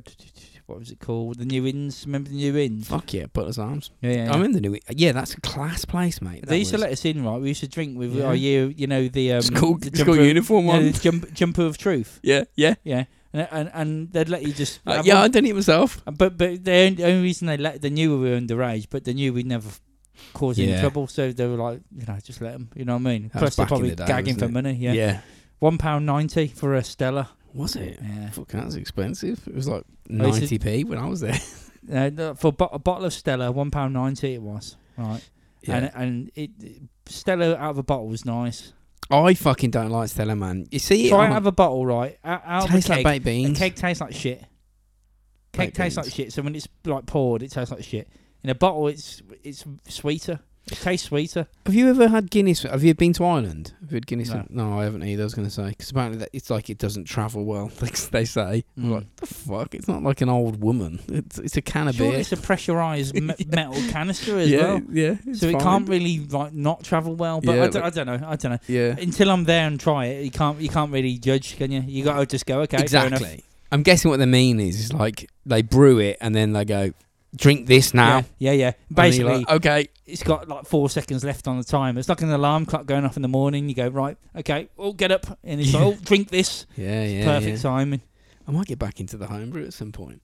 Speaker 2: what was it called the New Inns remember the New Inns
Speaker 3: Fuck yeah, Butler's Arms.
Speaker 2: yeah, yeah, yeah.
Speaker 3: I'm in the new. Yeah, that's a class place, mate.
Speaker 2: they used to
Speaker 3: was.
Speaker 2: let us in right we used to drink with
Speaker 3: Yeah.
Speaker 2: our year you know the um (laughs)
Speaker 3: school,
Speaker 2: the
Speaker 3: school uniform
Speaker 2: you know,
Speaker 3: one.
Speaker 2: the jump, jumper of truth
Speaker 3: (laughs) yeah, yeah.
Speaker 2: yeah and and, and they'd let you just
Speaker 3: Uh,
Speaker 2: have
Speaker 3: yeah, I
Speaker 2: one.
Speaker 3: done it myself.
Speaker 2: but but the only, the only reason they let they knew we were underage but they knew we'd never cause any
Speaker 3: Yeah.
Speaker 2: trouble so they were like you know just let them you know what I mean
Speaker 3: That was
Speaker 2: plus they're
Speaker 3: back in
Speaker 2: probably
Speaker 3: the day,
Speaker 2: gagging
Speaker 3: wasn't
Speaker 2: for
Speaker 3: it?
Speaker 2: money yeah, one pound ninety for a Stella
Speaker 3: Was it?
Speaker 2: yeah
Speaker 3: Fuck, that was expensive. It was like
Speaker 2: Oh, it's a-
Speaker 3: 90p when I was there.
Speaker 2: Uh, no, for bo- a bottle of Stella, one pound ninety it was, right?
Speaker 3: Yeah.
Speaker 2: (laughs) And and it, it- Stella out of a bottle was nice.
Speaker 3: I fucking don't like Stella, man. You see, it
Speaker 2: Try
Speaker 3: on-
Speaker 2: out of a bottle, right? Out, out of a
Speaker 3: tastes like
Speaker 2: keg.
Speaker 3: baked
Speaker 2: a
Speaker 3: beans.
Speaker 2: keg tastes like shit. Keg
Speaker 3: Baked
Speaker 2: tastes like
Speaker 3: beans.
Speaker 2: shit. So when it's like poured, it tastes like shit. In a bottle, it's it's sweeter. It tastes sweeter.
Speaker 3: Have you ever had Guinness? Have you been to Ireland? Have you had Guinness?
Speaker 2: No.
Speaker 3: I haven't either. I was going to say because apparently that, it's like it doesn't travel well. (laughs) Like they say, I'm
Speaker 2: Mm.
Speaker 3: like the fuck, it's not like an old woman. It's it's a can of
Speaker 2: Surely
Speaker 3: beer.
Speaker 2: it's a pressurized me-
Speaker 3: (laughs) Yeah.
Speaker 2: metal canister as
Speaker 3: Yeah,
Speaker 2: well.
Speaker 3: yeah. it's
Speaker 2: So it
Speaker 3: fine.
Speaker 2: can't really like not travel well. But
Speaker 3: Yeah,
Speaker 2: I, d-
Speaker 3: like-
Speaker 2: I don't know. I don't know.
Speaker 3: Yeah.
Speaker 2: Until I'm there and try it, you can't you can't really judge, can you? You got to just go okay. fair enough.
Speaker 3: exactly. I'm guessing what they mean is, is like they brew it and then they go, drink this now.
Speaker 2: Yeah, yeah.
Speaker 3: And
Speaker 2: yeah.
Speaker 3: then you're
Speaker 2: Basically,
Speaker 3: like, okay,
Speaker 2: it's got like four seconds left on the time. It's like an alarm clock going off in the morning. You go, right, okay, well, oh, get up. And it's like,
Speaker 3: Yeah.
Speaker 2: oh, drink this.
Speaker 3: (laughs) yeah, yeah,
Speaker 2: Perfect
Speaker 3: yeah.
Speaker 2: timing.
Speaker 3: I might get back into the homebrew at some point.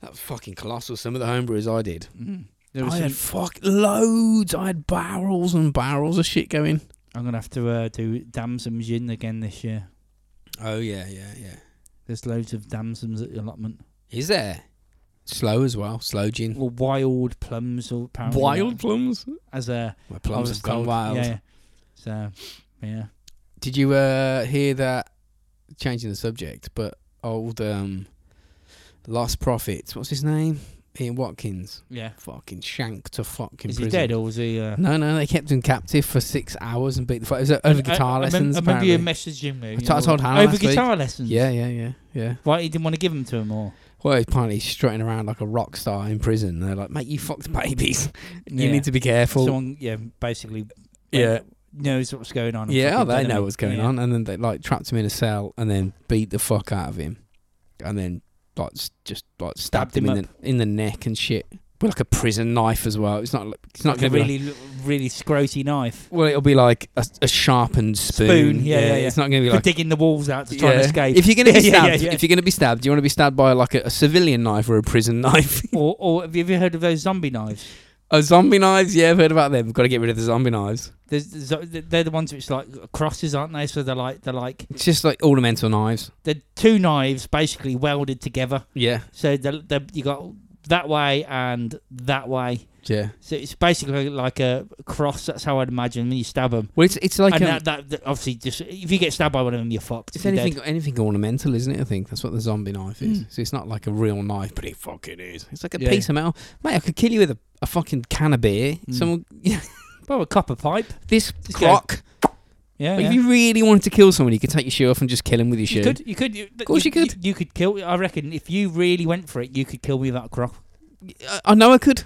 Speaker 3: That was fucking colossal. Some of the homebrews I did.
Speaker 2: Mm. There was
Speaker 3: I had
Speaker 2: some-
Speaker 3: fuck loads. I had barrels and barrels of shit going.
Speaker 2: I'm gonna have to uh, do damsum gin again this year.
Speaker 3: Oh yeah, yeah, yeah.
Speaker 2: There's loads of damsums at the allotment.
Speaker 3: Is there slow as well? Slow gin.
Speaker 2: Or wild plums, or apparently
Speaker 3: Wild plums.
Speaker 2: as a
Speaker 3: My
Speaker 2: I was
Speaker 3: plums have gone
Speaker 2: told.
Speaker 3: wild.
Speaker 2: Yeah, yeah. So yeah,
Speaker 3: Did you uh, hear that? Changing the subject, but old um, Lost Prophets. What's his name? Ian Watkins.
Speaker 2: yeah.
Speaker 3: Fucking shanked to fucking
Speaker 2: Is
Speaker 3: prison.
Speaker 2: he dead or was he? Uh,
Speaker 3: No, no, they kept him captive for six hours and beat the fuck. It was uh, over guitar
Speaker 2: I,
Speaker 3: lessons.
Speaker 2: I, remem- I remember you
Speaker 3: apparently.
Speaker 2: messaging me.
Speaker 3: I
Speaker 2: you
Speaker 3: t- I
Speaker 2: know,
Speaker 3: told Hannah
Speaker 2: over
Speaker 3: last week.
Speaker 2: guitar lessons.
Speaker 3: yeah, yeah, yeah, yeah.
Speaker 2: Why he didn't want to give them to him or?
Speaker 3: Well, apparently he's strutting around like a rock star in prison. They're like, mate, you fucked babies. (laughs) You need to be careful.
Speaker 2: Someone, yeah, basically. like,
Speaker 3: Yeah.
Speaker 2: Knows what's going on. and
Speaker 3: yeah, oh,
Speaker 2: fucking
Speaker 3: they
Speaker 2: done
Speaker 3: know
Speaker 2: him.
Speaker 3: what's going
Speaker 2: Yeah.
Speaker 3: on. And then they like trapped him in a cell and then beat the fuck out of him. And then like s- just like stabbed,
Speaker 2: Stabbed
Speaker 3: him,
Speaker 2: him
Speaker 3: in the in the neck and shit. With like a prison knife as well. It's not like- it's not
Speaker 2: Like a
Speaker 3: gonna be like,
Speaker 2: really, l- really scroty knife
Speaker 3: well, it'll be like a, a sharpened spoon.
Speaker 2: Spoon, yeah, yeah, yeah.
Speaker 3: It's not gonna be
Speaker 2: for
Speaker 3: like
Speaker 2: digging the walls out to try and
Speaker 3: Yeah.
Speaker 2: escape.
Speaker 3: If you're gonna be
Speaker 2: (laughs) Yeah, yeah,
Speaker 3: stabbed,
Speaker 2: yeah.
Speaker 3: if you're gonna be stabbed, you want to be stabbed by like a, a civilian knife or a prison (laughs) knife.
Speaker 2: or, or have you ever heard of those zombie knives?
Speaker 3: oh, zombie knives. Yeah, I've heard about them. Got to get rid of the zombie knives.
Speaker 2: There's, there's- uh, they're the ones which like crosses, aren't they? So they're like they're like
Speaker 3: It's just like ornamental knives.
Speaker 2: they're two knives basically welded together.
Speaker 3: Yeah,
Speaker 2: So they're, they're, you got that way and that way.
Speaker 3: yeah.
Speaker 2: So it's basically like a cross. That's how I'd imagine when you stab them.
Speaker 3: Well, it's it's like
Speaker 2: and
Speaker 3: um,
Speaker 2: that, that, that obviously just if you get stabbed by one of them, you're fucked.
Speaker 3: it's
Speaker 2: You're dead. Hmm.
Speaker 3: anything anything ornamental, isn't it? I think that's what the zombie knife is. So it's not like a real knife, but it fucking is. It's like a
Speaker 2: Yeah.
Speaker 3: piece of metal, mate. I could kill you with a, a fucking can of beer.
Speaker 2: Mm.
Speaker 3: Someone, (laughs) yeah,
Speaker 2: Well, a copper pipe.
Speaker 3: this
Speaker 2: Just go,
Speaker 3: clock.
Speaker 2: Yeah.
Speaker 3: Like,
Speaker 2: yeah.
Speaker 3: If you really wanted to kill someone, you could take your shoe off and just kill him with your shoe.
Speaker 2: You could, you could, you, of
Speaker 3: course you could.
Speaker 2: You, could kill. I reckon if you really went for it, you could kill me with that croc.
Speaker 3: I, I know I
Speaker 2: (laughs)
Speaker 3: could.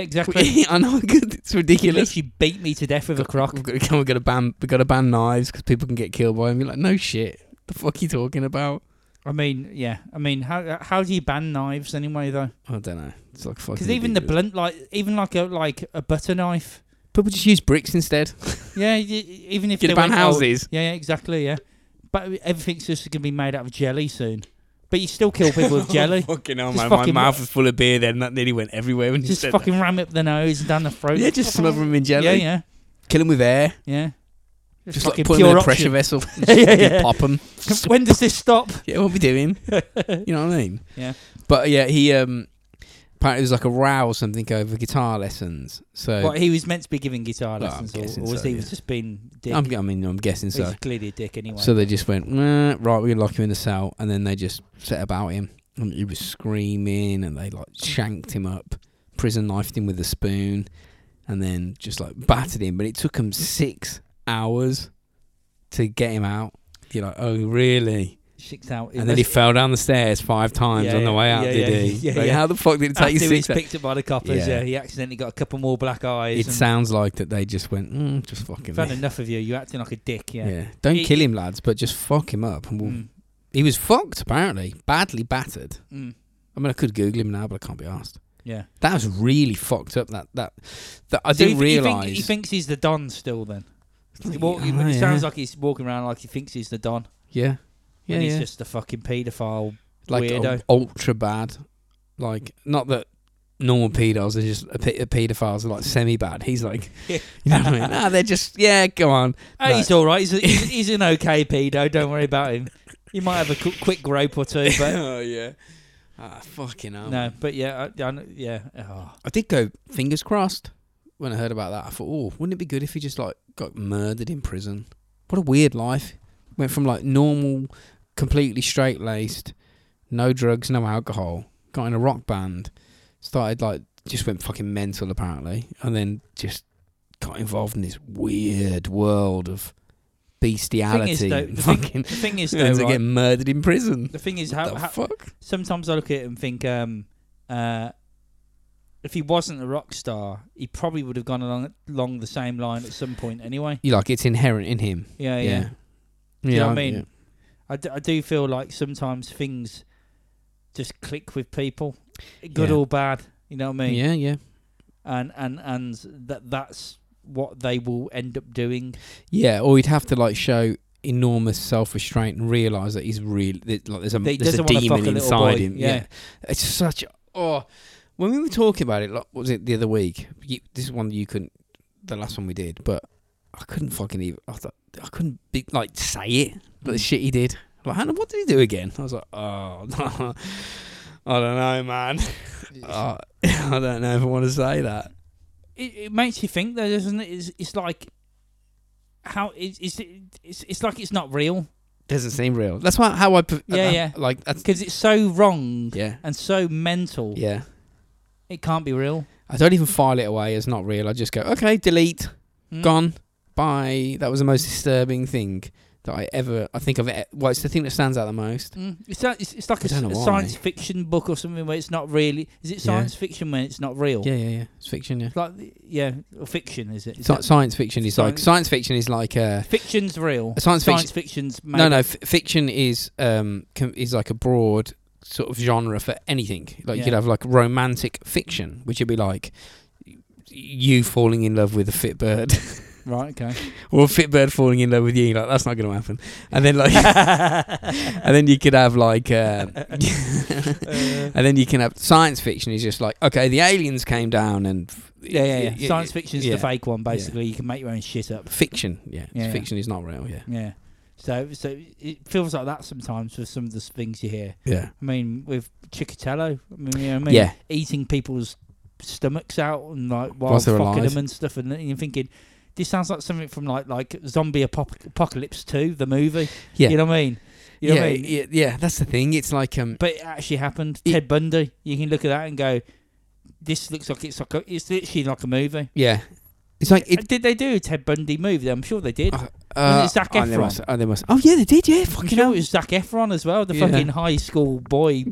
Speaker 3: (laughs)
Speaker 2: exactly.
Speaker 3: I know I could. It's
Speaker 2: you (laughs)
Speaker 3: ridiculous.
Speaker 2: literally beat me to death with a croc.
Speaker 3: We've got, to, we've got to ban we've got to ban knives because people can get killed by them. You're like, no shit. The fuck you talking about?
Speaker 2: I mean, yeah. I mean, how how do you ban knives anyway though?
Speaker 3: I don't know. It's like fucking.
Speaker 2: Because even the
Speaker 3: ridiculous.
Speaker 2: blunt, like even like a like a butter knife.
Speaker 3: people just use bricks instead.
Speaker 2: Yeah, y- even if
Speaker 3: Get
Speaker 2: they
Speaker 3: ban
Speaker 2: went, oh,
Speaker 3: houses.
Speaker 2: Yeah, yeah, exactly. Yeah, but everything's just gonna be made out of jelly soon. But you still kill
Speaker 3: (laughs)
Speaker 2: people with jelly.
Speaker 3: fucking hell,
Speaker 2: Just
Speaker 3: man.
Speaker 2: fucking-
Speaker 3: my mouth was full of beer. Then that nearly went everywhere when you
Speaker 2: Just
Speaker 3: said
Speaker 2: fucking ram up the nose and down the
Speaker 3: that.
Speaker 2: throat.
Speaker 3: Yeah, just smother them in jelly.
Speaker 2: Yeah, yeah,
Speaker 3: Kill them with air.
Speaker 2: yeah.
Speaker 3: Just
Speaker 2: fucking
Speaker 3: like put them in a
Speaker 2: pure
Speaker 3: pressure
Speaker 2: option. (laughs)
Speaker 3: vessel.
Speaker 2: Yeah, yeah,
Speaker 3: Fucking
Speaker 2: yeah.
Speaker 3: Pop them.
Speaker 2: (laughs) When does this
Speaker 3: (laughs)
Speaker 2: stop?
Speaker 3: Yeah, what we doing? you know what I mean?
Speaker 2: Yeah.
Speaker 3: But yeah, he um apparently it was like a row or something over guitar lessons. So
Speaker 2: What he was meant to be giving guitar
Speaker 3: Well, I'm
Speaker 2: lessons, or,
Speaker 3: guessing
Speaker 2: or was
Speaker 3: so,
Speaker 2: he
Speaker 3: yeah.
Speaker 2: was just being dick?
Speaker 3: I'm, I mean, I'm guessing so.
Speaker 2: He's clearly a dick anyway.
Speaker 3: So they just went, "Nah, right, we're gonna lock him in the cell, and then they just set about him, and he was screaming, and they like shanked him up, prison knifed him with a spoon, and then just like battered him. But it took him six hours to get him out. You're like, oh really?
Speaker 2: six out.
Speaker 3: and then
Speaker 2: (laughs)
Speaker 3: he fell down the stairs five times
Speaker 2: Yeah,
Speaker 3: on the
Speaker 2: yeah,
Speaker 3: way out.
Speaker 2: yeah,
Speaker 3: did
Speaker 2: yeah,
Speaker 3: he?
Speaker 2: yeah,
Speaker 3: like,
Speaker 2: yeah.
Speaker 3: How the fuck did it take you
Speaker 2: after he was
Speaker 3: six? hours?
Speaker 2: picked up by the coppers,
Speaker 3: Yeah.
Speaker 2: yeah. he accidentally got a couple more black eyes.
Speaker 3: It
Speaker 2: and
Speaker 3: sounds like that they just went, mm, just fucking.
Speaker 2: I've had enough of you. You're acting like a dick.
Speaker 3: yeah.
Speaker 2: Yeah.
Speaker 3: don't
Speaker 2: It-
Speaker 3: kill him, lads, but just fuck him up. And we'll,
Speaker 2: Mm,
Speaker 3: He was fucked apparently, badly battered.
Speaker 2: mm,
Speaker 3: I mean, I could Google him now, but I can't be asked.
Speaker 2: yeah.
Speaker 3: That was really fucked up. That that, that I
Speaker 2: So
Speaker 3: didn't
Speaker 2: you th- you think-
Speaker 3: realize.
Speaker 2: he thinks he's the Don still. Then he walk, he- it
Speaker 3: yeah.
Speaker 2: sounds like he's walking around like he thinks he's the Don,
Speaker 3: yeah, yeah,
Speaker 2: and he's
Speaker 3: yeah.
Speaker 2: just a fucking paedophile.
Speaker 3: like u-
Speaker 2: weirdo.
Speaker 3: ultra bad. Like not that normal paedophiles are just a pe- pedophiles are like semi bad. He's
Speaker 2: (laughs)
Speaker 3: like, you know what I mean? Ah, they're just yeah. Go on.
Speaker 2: Oh,
Speaker 3: No.
Speaker 2: he's all right. He's, a, (laughs) he's, he's an okay pedo. Don't worry about him. He might have a qu- quick grope or two, but
Speaker 3: oh yeah. Ah, fucking hell.
Speaker 2: (laughs) no. But yeah, I, I, know- yeah. Oh.
Speaker 3: I did go fingers crossed when I heard about that. I thought, oh, wouldn't it be good if he just like got murdered in prison? What a weird life. Went from like normal, completely straight laced, no drugs, no alcohol, got in a rock band, started like just went fucking mental apparently, and then just got involved in this weird world of bestiality.
Speaker 2: though,
Speaker 3: and
Speaker 2: the thing- (laughs)
Speaker 3: fucking
Speaker 2: The thing is, though,
Speaker 3: ends up
Speaker 2: right,
Speaker 3: getting murdered in prison.
Speaker 2: the thing is,
Speaker 3: What
Speaker 2: how,
Speaker 3: the
Speaker 2: how,
Speaker 3: fuck?
Speaker 2: sometimes I look at it and think, um, uh, if he wasn't a rock star, he probably would have gone along along the same line at some point anyway.
Speaker 3: You like it's inherent in him.
Speaker 2: Yeah, yeah.
Speaker 3: Yeah.
Speaker 2: Do you know
Speaker 3: Yeah,
Speaker 2: what I mean? I, d- I do feel like sometimes things just click with people, good
Speaker 3: Yeah.
Speaker 2: or bad. You know what I mean?
Speaker 3: Yeah, yeah.
Speaker 2: And and and that that's what they will end up doing.
Speaker 3: Mm, Yeah, or he'd have to like show enormous self restraint and realize that he's real. That, like, there's a
Speaker 2: That he
Speaker 3: there's a
Speaker 2: doesn't wanna
Speaker 3: demon
Speaker 2: fuck a little
Speaker 3: inside
Speaker 2: boy,
Speaker 3: him.
Speaker 2: yeah.
Speaker 3: it's such oh. When we were talking about it, like, what was it the other week? You, this is one you couldn't. The last one we did, but I couldn't fucking even. I thought I couldn't be, like say it. But the shit he did. Like, Hannah, what did he do again? I was like, oh, (laughs) I don't know,
Speaker 2: (laughs)
Speaker 3: man. (laughs) Uh, I don't know if I want to say that.
Speaker 2: it, it makes you think though, doesn't it? It's, it's like how is is it? It's, it's like it's not real
Speaker 3: Doesn't seem real. That's why how I. pre-
Speaker 2: Yeah,
Speaker 3: uh,
Speaker 2: yeah.
Speaker 3: Like that's
Speaker 2: because it's so wrong
Speaker 3: yeah,
Speaker 2: and so mental.
Speaker 3: yeah.
Speaker 2: It can't be real.
Speaker 3: I don't even file it away as not real. I just go, okay, delete,
Speaker 2: Mm.
Speaker 3: gone, bye. That was the most disturbing thing that I ever. I think I've. e- Well, it's the thing that stands out the most.
Speaker 2: Mm. It's, like- it's, it's like
Speaker 3: I
Speaker 2: a,
Speaker 3: don't know
Speaker 2: s- a
Speaker 3: why.
Speaker 2: science fiction book or something where it's not really. Is it
Speaker 3: Yeah.
Speaker 2: science fiction when it's not real?
Speaker 3: Yeah, yeah, yeah. It's fiction. Yeah.
Speaker 2: It's Like the- yeah, or fiction is it? Is
Speaker 3: It's not
Speaker 2: that-
Speaker 3: science fiction. Is like
Speaker 2: Science-
Speaker 3: science fiction is like uh,
Speaker 2: fiction's real.
Speaker 3: science fiction.
Speaker 2: Science fiction's made
Speaker 3: No, no. F- fiction is um com- is like a broad sort of genre for anything. Like you
Speaker 2: Yeah.
Speaker 3: could have like romantic fiction, which would be like y- you falling in love with a fit bird,
Speaker 2: Right. Okay.
Speaker 3: or a fit bird falling in love with you. Like that's not going to happen. And then like, (laughs) and then you could have like, uh, (laughs) and then you can have science fiction is just like okay, the aliens came down and
Speaker 2: (laughs) Yeah, yeah, yeah.
Speaker 3: y-
Speaker 2: Science fiction's
Speaker 3: yeah.
Speaker 2: the fake one. Basically, you can make your own shit up.
Speaker 3: fiction. Yeah,
Speaker 2: Yeah, yeah.
Speaker 3: fiction is not real. Yeah,
Speaker 2: Yeah. So so it feels like that sometimes with some of the things you hear.
Speaker 3: yeah,
Speaker 2: I mean, with Chikatilo, I mean, you know what I mean?
Speaker 3: yeah.
Speaker 2: Eating people's stomachs out and like while
Speaker 3: Whilst they're
Speaker 2: fucking
Speaker 3: alive.
Speaker 2: them and stuff, and then you're thinking. This sounds like something from like like Zombie Apop- Apocalypse Two, the movie.
Speaker 3: Yeah.
Speaker 2: you know what I mean. You know
Speaker 3: yeah,
Speaker 2: what I mean?
Speaker 3: yeah, yeah, that's the thing. It's like um,
Speaker 2: But it actually happened.
Speaker 3: It-
Speaker 2: Ted Bundy. You can look at that and go, "This looks like it's like a, it's literally like a movie."
Speaker 3: Yeah. It's like it.
Speaker 2: did they do a Ted Bundy movie? I'm sure they did.
Speaker 3: Uh,
Speaker 2: was it Zac
Speaker 3: oh, they
Speaker 2: Efron?
Speaker 3: must, oh, they must. Oh, yeah, they did. Yeah,
Speaker 2: I'm
Speaker 3: fucking
Speaker 2: sure
Speaker 3: hell.
Speaker 2: it was Zac Efron as well, the
Speaker 3: Yeah.
Speaker 2: fucking high school
Speaker 3: (laughs)
Speaker 2: boy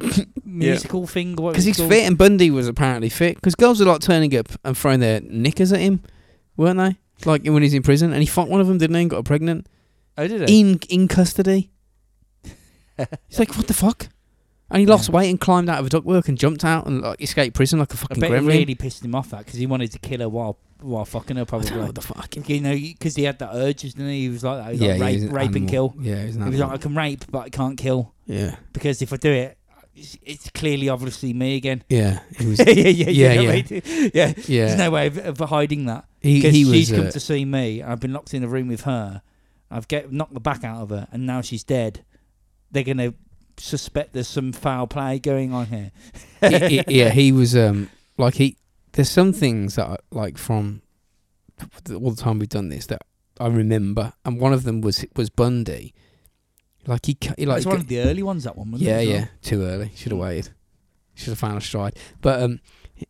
Speaker 2: musical thing.
Speaker 3: Because he's fit, and Bundy was apparently fit. Because girls were like turning up and throwing their knickers at him, weren't they? Like when he's in prison, and he fucked one of them, didn't he? And got her pregnant
Speaker 2: Oh, did he?
Speaker 3: in in
Speaker 2: (laughs)
Speaker 3: custody. It's like what the fuck? And he lost
Speaker 2: Yeah.
Speaker 3: weight and climbed out of a ductwork and jumped out and like escaped prison like a
Speaker 2: I
Speaker 3: fucking
Speaker 2: bet it
Speaker 3: gremlin.
Speaker 2: really pissed him off that because he wanted to kill her while while fucking her
Speaker 3: I don't know
Speaker 2: probably.
Speaker 3: (laughs) what the fuck.
Speaker 2: (laughs) You know, because he had that urge, didn't he? He was like, that. He was like,
Speaker 3: he
Speaker 2: rape,
Speaker 3: was an
Speaker 2: rape and
Speaker 3: animal.
Speaker 2: kill.
Speaker 3: Yeah, he was an
Speaker 2: He was like,
Speaker 3: animal.
Speaker 2: I can rape, but I can't kill
Speaker 3: yeah,
Speaker 2: because if I do it, it's, it's clearly obviously me again.
Speaker 3: yeah, he
Speaker 2: (laughs)
Speaker 3: was.
Speaker 2: yeah, yeah, yeah,
Speaker 3: Yeah,
Speaker 2: you know
Speaker 3: yeah.
Speaker 2: what I mean? (laughs) yeah. There's
Speaker 3: Yeah,
Speaker 2: no way of, of hiding that.
Speaker 3: he,
Speaker 2: Because
Speaker 3: he
Speaker 2: she's
Speaker 3: was.
Speaker 2: come
Speaker 3: uh,
Speaker 2: to see me. I've been locked in a room with her. I've get knocked the back out of her, and now she's dead. They're gonna suspect there's some foul play going on here.
Speaker 3: he- he-
Speaker 2: (laughs)
Speaker 3: yeah, he was um like he. There's some things that I, like from th- all the time we've done this that I remember, and one of them was was Bundy. Like he, ca- he
Speaker 2: That
Speaker 3: like
Speaker 2: was one of the early ones. That one, wasn't
Speaker 3: yeah,
Speaker 2: it, as well? Mm.
Speaker 3: yeah, too early. Should have waited. Should have found a stride. But um,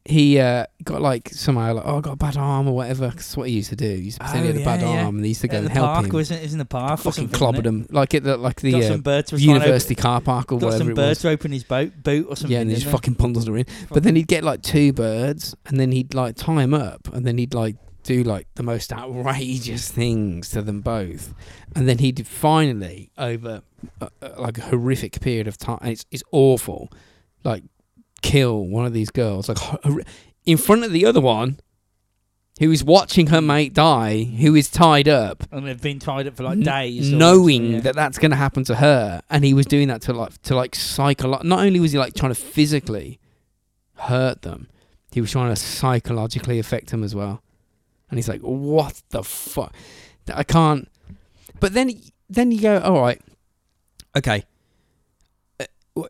Speaker 3: he uh got like somehow like oh I got a bad arm or whatever. 'cause that's what he used to do. He used to pretend
Speaker 2: Oh,
Speaker 3: he had a bad
Speaker 2: yeah, yeah.
Speaker 3: arm and he used to go
Speaker 2: In
Speaker 3: and
Speaker 2: the
Speaker 3: help
Speaker 2: park,
Speaker 3: him.
Speaker 2: wasn't it? It's in the park. or
Speaker 3: fucking
Speaker 2: something, wasn't
Speaker 3: clobbered him like at the like
Speaker 2: it? Got
Speaker 3: the uh,
Speaker 2: some bird to was trying to
Speaker 3: university car park or
Speaker 2: Open, got
Speaker 3: whatever
Speaker 2: some
Speaker 3: it was.
Speaker 2: bird to open his boat boot or something.
Speaker 3: Yeah, and he
Speaker 2: didn't
Speaker 3: just fucking bundled her in. But then he'd get like two birds, and then he'd like tie him up, and then he'd like do like the most outrageous things to them both, and then he'd finally over uh, uh, like a horrific period of time. And it's it's awful, like kill one of these girls like hor- in front of the other one, who is watching her mate die, who is tied up,
Speaker 2: and they've been tied up for like
Speaker 3: N-
Speaker 2: days. or-
Speaker 3: knowing
Speaker 2: yeah.
Speaker 3: that that's going to happen to her, and he was doing that to like to like psycholo- Not only was he like trying to physically hurt them, he was trying to psychologically affect them as well. And he's like, "What the fuck? I can't." But then, then you go, "All right, okay." Uh, wh-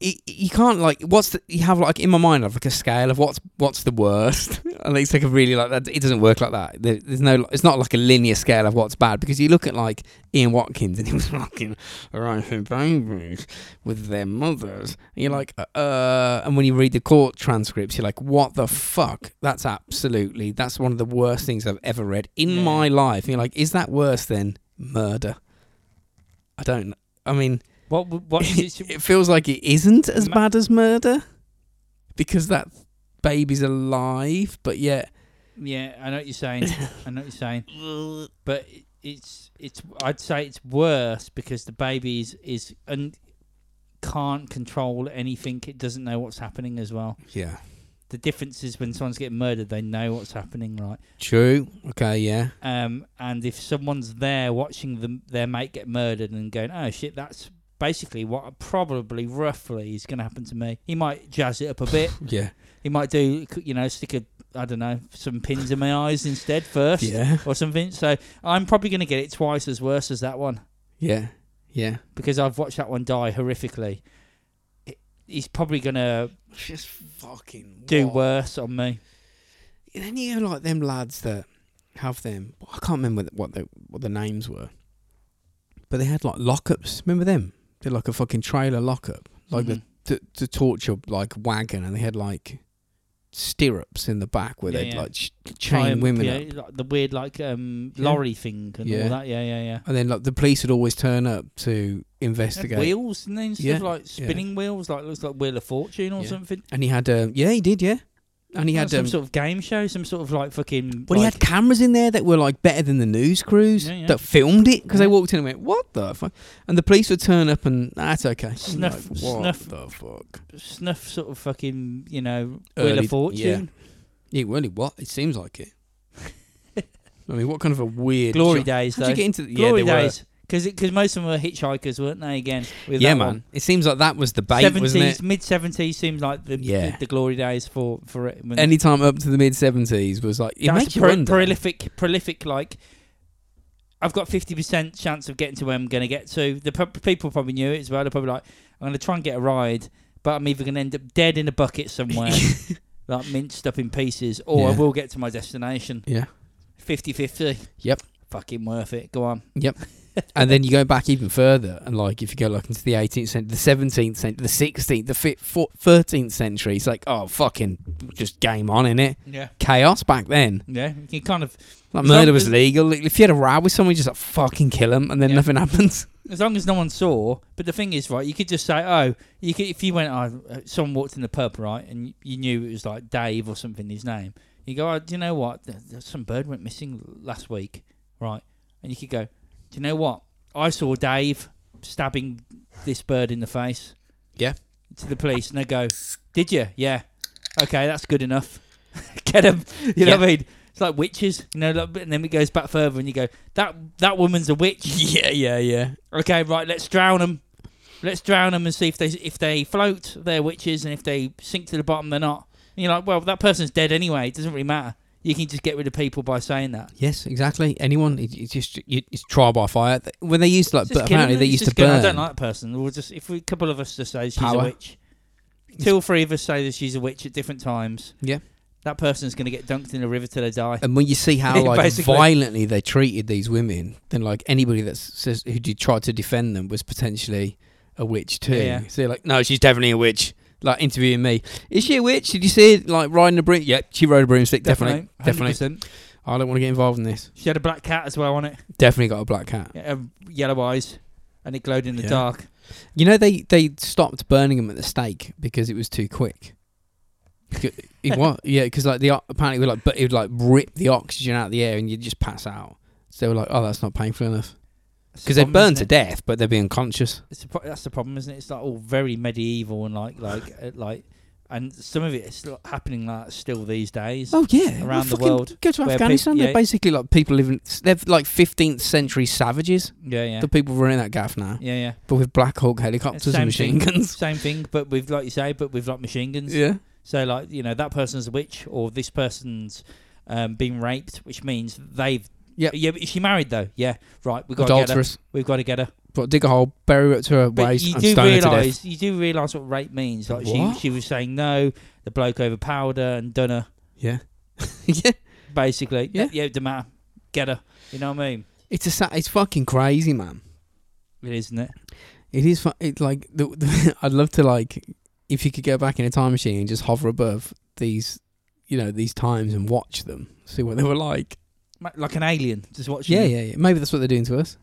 Speaker 3: y- You can't like what's the, you have like in my mind I have like a scale of what's what's the worst (laughs) and it's like a really like that it doesn't work like that there, there's no it's not like a linear scale of what's bad because you look at like Ian Watkins and he was (laughs) fucking writing babies with their mothers and you're like uh and when you read the court transcripts you're like what the fuck that's absolutely that's one of the worst things I've ever read in
Speaker 2: Yeah.
Speaker 3: my life and you're like is that worse than murder I don't I mean
Speaker 2: what what
Speaker 3: (laughs)
Speaker 2: is it?
Speaker 3: it feels like it isn't as
Speaker 2: Ma-
Speaker 3: bad as murder because that baby's alive, but yet
Speaker 2: Yeah, I know what you're saying. I know what you're saying. But it- it's it's I'd say it's worse because the baby is is un, can't control anything. It doesn't know what's happening as well.
Speaker 3: yeah,
Speaker 2: the difference is when someone's getting murdered, they know what's happening, right?
Speaker 3: True. Okay. Yeah.
Speaker 2: Um, and if someone's there watching them, their mate get murdered and going, "Oh shit," that's basically what probably roughly is going to happen to me. He might jazz it up a bit.
Speaker 3: Yeah.
Speaker 2: He might do, you know, stick a, I don't know, some pins in my eyes instead
Speaker 3: (laughs)
Speaker 2: first
Speaker 3: Yeah.
Speaker 2: or something. So I'm probably going to get it twice as worse as that one
Speaker 3: Yeah. Yeah.
Speaker 2: because I've watched that one die horrifically. It- He's probably going to
Speaker 3: Just fucking
Speaker 2: do
Speaker 3: what?
Speaker 2: worse on me.
Speaker 3: And then you know, like them lads that have them. I can't remember what the what the names were, but they had like lockups. Remember them? They're like a fucking trailer lockup, like
Speaker 2: Mhm.
Speaker 3: the to, to torture like wagon, and they had like stirrups in the back where
Speaker 2: Yeah,
Speaker 3: they'd
Speaker 2: yeah.
Speaker 3: like ch-
Speaker 2: Try
Speaker 3: chain
Speaker 2: and-
Speaker 3: women
Speaker 2: yeah,
Speaker 3: up.
Speaker 2: like the weird like um,
Speaker 3: Yeah.
Speaker 2: lorry thing and
Speaker 3: Yeah.
Speaker 2: all that. Yeah, yeah, yeah.
Speaker 3: And then like the police would always turn up to
Speaker 2: Had
Speaker 3: investigate.
Speaker 2: wheels and then stuff
Speaker 3: Yeah,
Speaker 2: like spinning wheels, like looks like Wheel of Fortune or
Speaker 3: Yeah.
Speaker 2: something.
Speaker 3: And he had, um, yeah, he did, yeah. And he
Speaker 2: Like
Speaker 3: had,
Speaker 2: some
Speaker 3: um,
Speaker 2: sort of game show, some sort of like fucking.
Speaker 3: well, he had
Speaker 2: like-
Speaker 3: cameras in there that were like better than the news crews
Speaker 2: Yeah, yeah.
Speaker 3: that filmed it because they
Speaker 2: Yeah.
Speaker 3: walked in and went, "What the fuck?" And the police would turn up and that's okay. I'm
Speaker 2: Snuff-
Speaker 3: like, what
Speaker 2: snuff-
Speaker 3: the fuck?
Speaker 2: snuff sort of fucking you know Wheel
Speaker 3: Early-
Speaker 2: of Fortune,
Speaker 3: Yeah, really, what? It seems like it. (laughs) I mean, what kind of a weird
Speaker 2: glory
Speaker 3: job-
Speaker 2: days
Speaker 3: How'd
Speaker 2: though,
Speaker 3: you get into the
Speaker 2: glory
Speaker 3: yeah, they were.
Speaker 2: days. Because because most of them were hitchhikers, weren't they? Again, with
Speaker 3: Yeah,
Speaker 2: that
Speaker 3: man.
Speaker 2: one.
Speaker 3: It seems like that was the bait, wasn't it?
Speaker 2: Seventies, mid seventies seems like the
Speaker 3: Yeah.
Speaker 2: the glory days for for it. When
Speaker 3: Any time up to the mid seventies was like it
Speaker 2: That's
Speaker 3: makes you
Speaker 2: pro-
Speaker 3: wonder.
Speaker 2: prolific, prolific. Like, I've got fifty percent chance of getting to where I'm going to get to. The pro- people probably knew it as well. They're probably like, I'm going to try and get a ride, but I'm either going to end up dead in a
Speaker 3: (laughs)
Speaker 2: bucket somewhere, like minced up in pieces, or I
Speaker 3: Yeah.
Speaker 2: will get to my destination.
Speaker 3: Yeah.
Speaker 2: 50-50.
Speaker 3: Yep.
Speaker 2: Fucking worth it. Go on.
Speaker 3: and then you go back even further, and like if you go like into the 18th century, the 17th century, the 16th, the fi- four- 13th century, it's like oh fucking just game on in it.
Speaker 2: Yeah.
Speaker 3: Chaos back then,
Speaker 2: Yeah. You can kind of,
Speaker 3: like
Speaker 2: As long
Speaker 3: murder was
Speaker 2: as-
Speaker 3: legal. Like, if you had a row with someone, you just like fucking kill them, and then
Speaker 2: Yeah.
Speaker 3: nothing (laughs) happens.
Speaker 2: as long as no one saw. But the thing is, right, you could just say, oh, you could if you went, oh, uh, someone walked in the pub, right, and you knew it was like Dave or something, his name. You go, oh, do you know what? Th- th- Some bird went missing l- last week, right? And you could go, do you know what? I saw Dave stabbing this bird in the face.
Speaker 3: Yeah.
Speaker 2: To the police, and they go, did you? Yeah. Okay, that's good enough. (laughs) Get him. You know
Speaker 3: Yeah.
Speaker 2: what I mean? It's like witches, you know. Like, and then it goes back further, and you go, that that woman's a
Speaker 3: (laughs)
Speaker 2: witch.
Speaker 3: Yeah, yeah, yeah.
Speaker 2: Okay, right. Let's drown them. Let's drown them and see if they if they float, they're witches, and if they sink to the bottom, they're not. And you're like, well, that person's dead anyway. It doesn't really matter. You can just get rid of people by saying that.
Speaker 3: Yes, exactly. Anyone, it, it's just it, it's trial by fire. When they used to like,
Speaker 2: Just
Speaker 3: Uh, but
Speaker 2: kill 'em,
Speaker 3: apparently they
Speaker 2: it's
Speaker 3: used to
Speaker 2: just kill 'em.
Speaker 3: burn.
Speaker 2: I don't like that person. We'll just if we, a couple of us just say she's
Speaker 3: Power.
Speaker 2: a witch. Two or three of us say that she's a witch at different times.
Speaker 3: Yeah. Uh,
Speaker 2: That person's going to get dunked in a river till they die.
Speaker 3: And when you
Speaker 2: (laughs)
Speaker 3: see how like
Speaker 2: Basically.
Speaker 3: violently they treated these women, then like anybody that says who did try to defend them was potentially a witch too.
Speaker 2: Yeah.
Speaker 3: So you're like, no, she's definitely a witch. Like interviewing me, is she a witch? Did you see it? Like riding a broom? Yep, she rode a broomstick. Definitely, definitely.
Speaker 2: 100%.
Speaker 3: I don't want to get involved in this.
Speaker 2: She had a black cat as well on it,
Speaker 3: Definitely got a black cat.
Speaker 2: yeah, um, yellow eyes, and it glowed in the
Speaker 3: Yeah.
Speaker 2: dark.
Speaker 3: You know they they stopped burning them at the stake because it was too quick. it
Speaker 2: (laughs)
Speaker 3: was yeah, because like the o- apparently it would like but it would like rip the oxygen out of the air and you'd just pass out. So they were like, oh, that's not painful enough. Because they
Speaker 2: Something,
Speaker 3: burn
Speaker 2: isn't
Speaker 3: to
Speaker 2: it?
Speaker 3: death, but they'd be unconscious.
Speaker 2: It's the pro- that's the problem, isn't it? It's like all very medieval and
Speaker 3: (sighs)
Speaker 2: like like uh, like, and some of it is like, happening like still these days.
Speaker 3: Oh yeah,
Speaker 2: Around the
Speaker 3: fucking
Speaker 2: world,
Speaker 3: Go to
Speaker 2: where
Speaker 3: Afghanistan.
Speaker 2: peop-
Speaker 3: they're
Speaker 2: yeah.
Speaker 3: basically like people living. They're like 15th century savages.
Speaker 2: Yeah, yeah,
Speaker 3: The people running that gaff now,
Speaker 2: yeah, yeah.
Speaker 3: but with Black Hawk helicopters and
Speaker 2: Same
Speaker 3: machine
Speaker 2: thing.
Speaker 3: guns.
Speaker 2: (laughs) Same thing, but with like you say, but with like machine guns.
Speaker 3: (laughs) Yeah,
Speaker 2: So like you know that person's a witch or this person's um, been raped, which means they've
Speaker 3: Yep.
Speaker 2: yeah. But is she married though? Yeah, right. We've got to get her.
Speaker 3: adulterous.
Speaker 2: We've got to get her.
Speaker 3: But dig a hole, bury her up to her
Speaker 2: But
Speaker 3: waist,
Speaker 2: you
Speaker 3: and
Speaker 2: do
Speaker 3: stone her to death.
Speaker 2: realise you do realise what rape means. Like
Speaker 3: What?
Speaker 2: she she was saying no, the bloke overpowered her and done her.
Speaker 3: Yeah, (laughs) yeah.
Speaker 2: Basically,
Speaker 3: Yeah.
Speaker 2: yeah, it don't matter. Get her. You know what I mean?
Speaker 3: It's a. Sa- it's fucking crazy, man.
Speaker 2: It is, isn't it?
Speaker 3: It is. Fu- it's like the, the, (laughs) I'd love to like if you could go back in a time machine and just hover above these, you know, these times and watch them, see what they were like.
Speaker 2: Ma- Like an alien just watching.
Speaker 3: Yeah,
Speaker 2: it.
Speaker 3: yeah, yeah. Maybe that's what they're doing to us.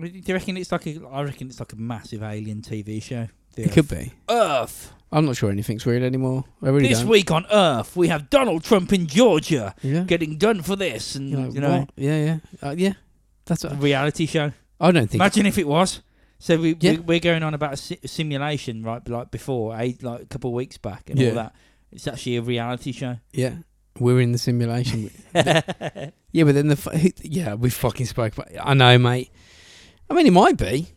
Speaker 2: Do you reckon it's like a? I reckon it's like a massive alien TV show. The
Speaker 3: It could be.
Speaker 2: Earth.
Speaker 3: I'm not sure anything's real anymore. I really
Speaker 2: this
Speaker 3: don't.
Speaker 2: week on Earth, we have Donald Trump in Georgia
Speaker 3: yeah.
Speaker 2: getting done for this, and
Speaker 3: You're like,
Speaker 2: you know,
Speaker 3: what? yeah, yeah, uh, yeah. That's
Speaker 2: a
Speaker 3: what
Speaker 2: reality show.
Speaker 3: I don't think.
Speaker 2: Imagine if it was. So we,
Speaker 3: Yeah.
Speaker 2: we we're going on about a si- simulation, right? Like before, eight, like a couple of weeks back, and
Speaker 3: Yeah.
Speaker 2: all that. It's actually a
Speaker 3: (laughs)
Speaker 2: reality show.
Speaker 3: Yeah, we're in the
Speaker 2: (laughs)
Speaker 3: simulation. yeah, but then the fu- yeah we fucking spoke. About, I know, mate. I mean, it might be.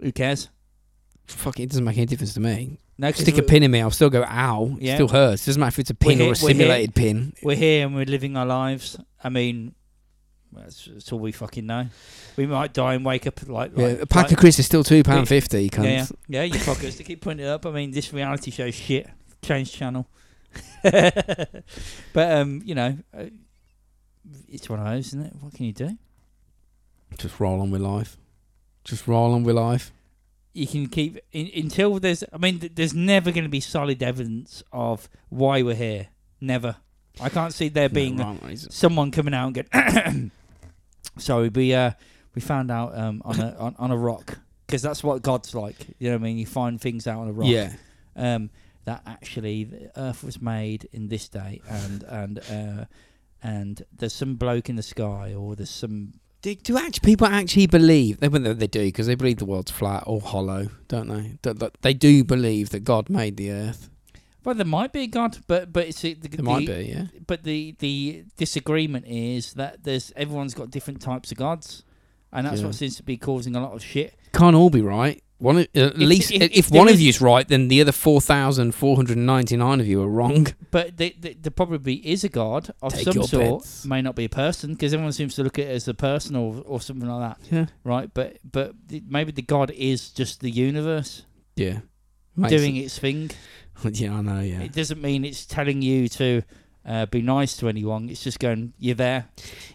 Speaker 2: Who cares?
Speaker 3: Fuck, it doesn't make any difference to me.
Speaker 2: No, 'cause
Speaker 3: Stick a
Speaker 2: we're-
Speaker 3: pin in me, I'll still go ow. It
Speaker 2: Yeah.
Speaker 3: still hurts. Doesn't matter if it's a pin
Speaker 2: We're
Speaker 3: or a
Speaker 2: here- we're here.
Speaker 3: simulated pin.
Speaker 2: We're here and we're living our lives. I mean, that's, that's all we fucking know. We might die and wake up like,
Speaker 3: Yeah,
Speaker 2: like
Speaker 3: a pack
Speaker 2: like-
Speaker 3: of crisps is still two pound fifty.
Speaker 2: yeah,
Speaker 3: Cunt.
Speaker 2: yeah, yeah,
Speaker 3: (laughs)
Speaker 2: you fuckers. to keep putting it up. I mean, this reality show shit. Change channel. (laughs) but um, you know, uh, it's one of those, isn't it? What can you do?
Speaker 3: Just roll on with life. Just roll on with life.
Speaker 2: you can keep in, until there's. I mean, th- there's never going to be solid evidence of why we're here. Never. I can't see there being
Speaker 3: No, right, it's-
Speaker 2: someone coming out and going. (coughs) Sorry, we uh, we found out um on
Speaker 3: (coughs)
Speaker 2: a on, on a rock because that's what God's like. You know what I mean? You find things out on a rock.
Speaker 3: yeah.
Speaker 2: Um, that actually the Earth was made in this day, and and uh, and there's some bloke in the sky, or there's some.
Speaker 3: Do, do act, people actually believe? They, well, they they do because they believe the world's flat or hollow, don't they? That- that- They do believe that God made the earth.
Speaker 2: Well, there might be a God, but but it's the,
Speaker 3: It might be, yeah.
Speaker 2: but the the disagreement is that there's everyone's got different types of gods, and that's
Speaker 3: Yeah.
Speaker 2: what seems to be causing a lot of shit.
Speaker 3: Can't all be right. One, of- at least
Speaker 2: if-
Speaker 3: if,
Speaker 2: if
Speaker 3: one
Speaker 2: there
Speaker 3: of
Speaker 2: is-
Speaker 3: you's right, then the other four thousand four hundred ninety nine of you are
Speaker 2: (laughs)
Speaker 3: wrong.
Speaker 2: But the, the, there probably is a god of
Speaker 3: Take
Speaker 2: some
Speaker 3: your
Speaker 2: sort.
Speaker 3: bets.
Speaker 2: May not be a person because everyone seems to look at it as a person or or something like that,
Speaker 3: Yeah, (laughs)
Speaker 2: right? But but the, maybe the god is just the universe
Speaker 3: yeah.
Speaker 2: doing its thing.
Speaker 3: Yeah, I know. Yeah,
Speaker 2: It doesn't mean it's telling you to. Uh, be nice to anyone. It's just going. You're there.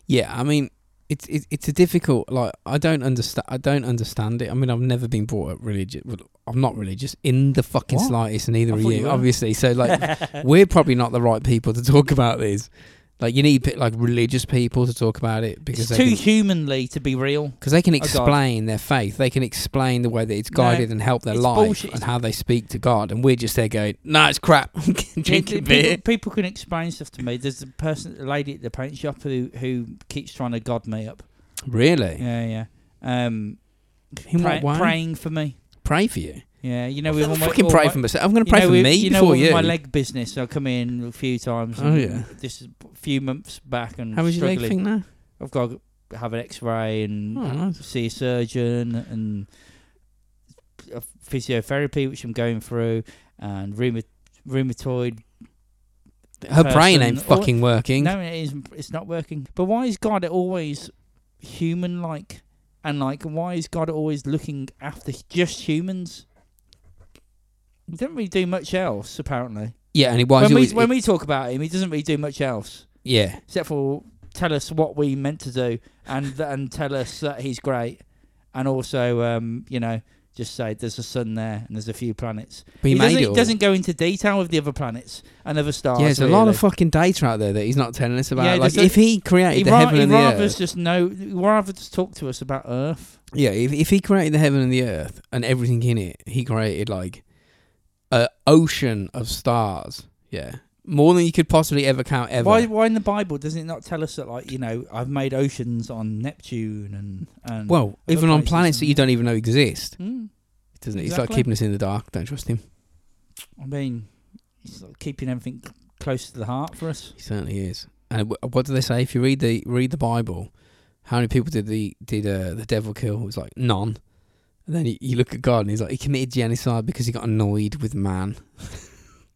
Speaker 3: yeah. I mean, it's it, it's a difficult. Like, I don't understand. I don't understand it. I mean, I've never been brought up religious. I'm not religious in the fucking
Speaker 2: What?
Speaker 3: slightest, and neither
Speaker 2: I
Speaker 3: are
Speaker 2: thought
Speaker 3: you,
Speaker 2: you were.
Speaker 3: obviously. So,
Speaker 2: (laughs)
Speaker 3: like, we're probably not the right people to talk about this. Like you need pe- like religious people to talk about it because
Speaker 2: It's
Speaker 3: they
Speaker 2: too
Speaker 3: can,
Speaker 2: humanly to
Speaker 3: (laughs)
Speaker 2: be real.
Speaker 3: cause they can
Speaker 2: God.
Speaker 3: explain their faith. They can explain the way that it's
Speaker 2: No,
Speaker 3: guided and help their
Speaker 2: it's
Speaker 3: life
Speaker 2: bullshit.
Speaker 3: and how they speak to God. And we're just there going, "No, it's crap. (laughs) Drink
Speaker 2: Yeah,
Speaker 3: a
Speaker 2: people,
Speaker 3: beer."
Speaker 2: people can explain stuff to me. There's a person, a lady at the paint shop who who keeps trying to god me up.
Speaker 3: Really?
Speaker 2: Yeah, yeah. Um,
Speaker 3: In
Speaker 2: pray-
Speaker 3: what way?
Speaker 2: praying for me.
Speaker 3: Pray for you.
Speaker 2: Yeah, you know
Speaker 3: I'm
Speaker 2: we've
Speaker 3: gonna
Speaker 2: all my-
Speaker 3: fucking
Speaker 2: all
Speaker 3: pray
Speaker 2: my-
Speaker 3: for myself. I'm going to
Speaker 2: you
Speaker 3: pray
Speaker 2: know,
Speaker 3: for
Speaker 2: with-
Speaker 3: me
Speaker 2: you know,
Speaker 3: before
Speaker 2: with
Speaker 3: you.
Speaker 2: My leg business. I come in a few times.
Speaker 3: Oh,
Speaker 2: and
Speaker 3: yeah.
Speaker 2: This is a few months back and
Speaker 3: How was your
Speaker 2: struggling.
Speaker 3: leg thing now?
Speaker 2: I've got to have an X-ray and
Speaker 3: Oh, nice.
Speaker 2: see a surgeon and a physiotherapy, which I'm going through, and rheuma- rheumatoid
Speaker 3: Her brain
Speaker 2: Person
Speaker 3: ain't
Speaker 2: or-
Speaker 3: fucking working.
Speaker 2: No, it isn't. It's not working. But why is God always human-like? And like, why is God always looking after just humans? He doesn't really do much else, apparently.
Speaker 3: Yeah, and it was
Speaker 2: when we
Speaker 3: always,
Speaker 2: when we talk about him, he doesn't really do much else
Speaker 3: yeah.
Speaker 2: except for tell us what we meant to do and and tell us that he's great, and also um, you know just say there's a sun there and there's a few planets.
Speaker 3: But he, made
Speaker 2: doesn't,
Speaker 3: it. all.
Speaker 2: doesn't go into detail of the other planets and other stars.
Speaker 3: yeah, there's a lot
Speaker 2: really.
Speaker 3: of fucking data out there that he's not telling us about.
Speaker 2: Yeah,
Speaker 3: like
Speaker 2: there's a-
Speaker 3: if he created
Speaker 2: He'd,
Speaker 3: the
Speaker 2: ra-
Speaker 3: heaven
Speaker 2: he'd
Speaker 3: and the
Speaker 2: rather
Speaker 3: earth,
Speaker 2: us just know. He'd rather just talk to us about Earth.
Speaker 3: Yeah, if, if he created the heaven and the earth and everything in it, he created like a ocean of stars. Yeah, more than you could possibly ever count ever.
Speaker 2: Why? Why in the Bible does it not tell us that? Like you know, I've made oceans on Neptune and and
Speaker 3: well,
Speaker 2: Other
Speaker 3: even on
Speaker 2: places
Speaker 3: planets that
Speaker 2: and-
Speaker 3: you don't even know exist,
Speaker 2: Hmm,
Speaker 3: it doesn't. It's like
Speaker 2: Exactly.
Speaker 3: keeping us in the dark. Don't trust him.
Speaker 2: I mean, it's like keeping everything c- close to the heart for us.
Speaker 3: He certainly is. And wh- what do they say? If you read the read the Bible, how many people did the did uh, the devil kill? It was like none. And then you, you look at God, and he's like, he committed genocide because he got annoyed with man.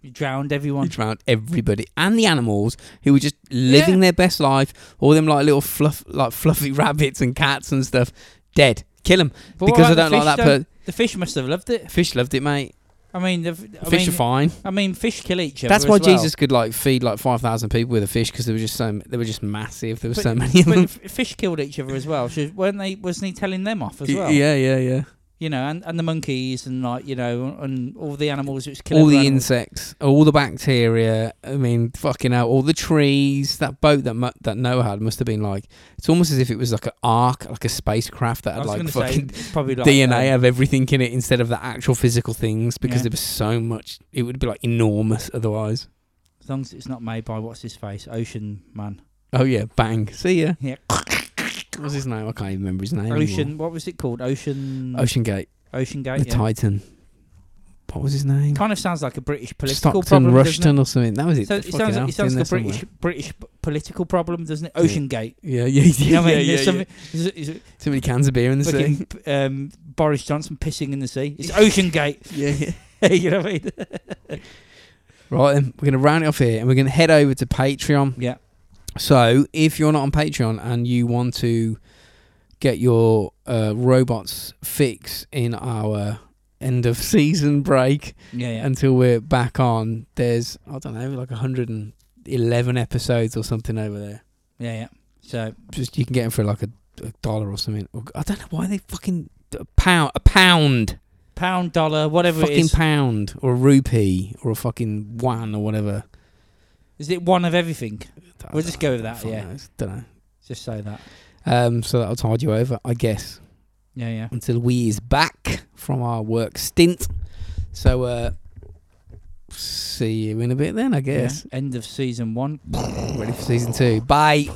Speaker 2: You drowned everyone.
Speaker 3: He drowned everybody and the animals who were just living their best life. All them like little fluff, like fluffy (laughs) rabbits and cats and stuff, dead. Kill them
Speaker 2: But what
Speaker 3: because I
Speaker 2: about
Speaker 3: don't like
Speaker 2: the
Speaker 3: that.
Speaker 2: fish, though?
Speaker 3: Per-
Speaker 2: the fish must have loved it.
Speaker 3: fish loved it, mate.
Speaker 2: I mean, the, f- I
Speaker 3: fish
Speaker 2: mean,
Speaker 3: are fine.
Speaker 2: I mean, fish kill each other.
Speaker 3: That's
Speaker 2: as
Speaker 3: why
Speaker 2: well.
Speaker 3: Jesus could like feed like five thousand people with a fish because they were just so m- they were just massive. There were so many of
Speaker 2: But
Speaker 3: them.
Speaker 2: f- fish killed each other as well. So weren't they? Wasn't he telling them off (laughs) as
Speaker 3: Y-
Speaker 2: well?
Speaker 3: Yeah, yeah, yeah.
Speaker 2: You know, and, and the monkeys and like you know, and all the animals which kill
Speaker 3: all the
Speaker 2: animals.
Speaker 3: insects, all the bacteria. I mean, fucking hell, all the trees. That boat that mu- that Noah had must have been like. It's almost as if it was like an ark, like a spacecraft that
Speaker 2: I
Speaker 3: had
Speaker 2: was
Speaker 3: like
Speaker 2: gonna
Speaker 3: fucking
Speaker 2: say, (laughs) probably like
Speaker 3: DNA
Speaker 2: um,
Speaker 3: of everything in it instead of the actual physical things because
Speaker 2: Yeah.
Speaker 3: there was so much. It would be like enormous otherwise.
Speaker 2: as long as it's not made by what's his face, Ocean Man.
Speaker 3: Oh yeah, bang. See ya.
Speaker 2: Yeah.
Speaker 3: What was his name? I can't even remember his name. anymore.
Speaker 2: Ocean. What was it called? Ocean.
Speaker 3: Ocean Gate.
Speaker 2: Ocean
Speaker 3: the
Speaker 2: Gate. Yeah.
Speaker 3: Titan. what was his name?
Speaker 2: Kind of sounds like a British political
Speaker 3: Stockton
Speaker 2: problem. doesn't
Speaker 3: Rushton or something. That was
Speaker 2: it?
Speaker 3: it.
Speaker 2: So it
Speaker 3: Fucking
Speaker 2: sounds,
Speaker 3: hell,
Speaker 2: it sounds
Speaker 3: in
Speaker 2: like a
Speaker 3: there
Speaker 2: British
Speaker 3: somewhere.
Speaker 2: British p- political problem, doesn't it?
Speaker 3: Yeah. (laughs)
Speaker 2: Ocean Gate.
Speaker 3: Yeah, yeah, yeah.
Speaker 2: You know what I mean?
Speaker 3: yeah,
Speaker 2: There's
Speaker 3: yeah.
Speaker 2: something- there's a- there's a-
Speaker 3: Too many cans of beer in the sea.
Speaker 2: fucking, p- um, Boris Johnson pissing in the sea.
Speaker 3: (laughs)
Speaker 2: It's Ocean Gate.
Speaker 3: Yeah, yeah.
Speaker 2: (laughs) you know what I mean?
Speaker 3: Right then, we're going to round it off here and we're going to head over to Patreon.
Speaker 2: Yeah.
Speaker 3: So, if you're not on Patreon and you want to get your uh, robots fix in our end of (laughs) season break
Speaker 2: Yeah, yeah.
Speaker 3: until we're back on, there's, I don't know, like 111 episodes or something over there.
Speaker 2: yeah, yeah. So
Speaker 3: Just you can get them for like a, a dollar or something. Or- I don't know why they fucking. A pound, a pound,
Speaker 2: pound, dollar, whatever it
Speaker 3: fucking
Speaker 2: is.
Speaker 3: pound, or a rupee, or a fucking one, or whatever.
Speaker 2: is it one of everything? We'll just go with that,
Speaker 3: Fuck
Speaker 2: yeah.
Speaker 3: knows. Don't know.
Speaker 2: Just say that.
Speaker 3: Um, so that'll tide you over, I guess,
Speaker 2: Yeah, yeah.
Speaker 3: until we is back from our work stint. So uh, see you in a bit then, I guess.
Speaker 2: Yeah. End of season one.
Speaker 3: Ready for season two. Bye.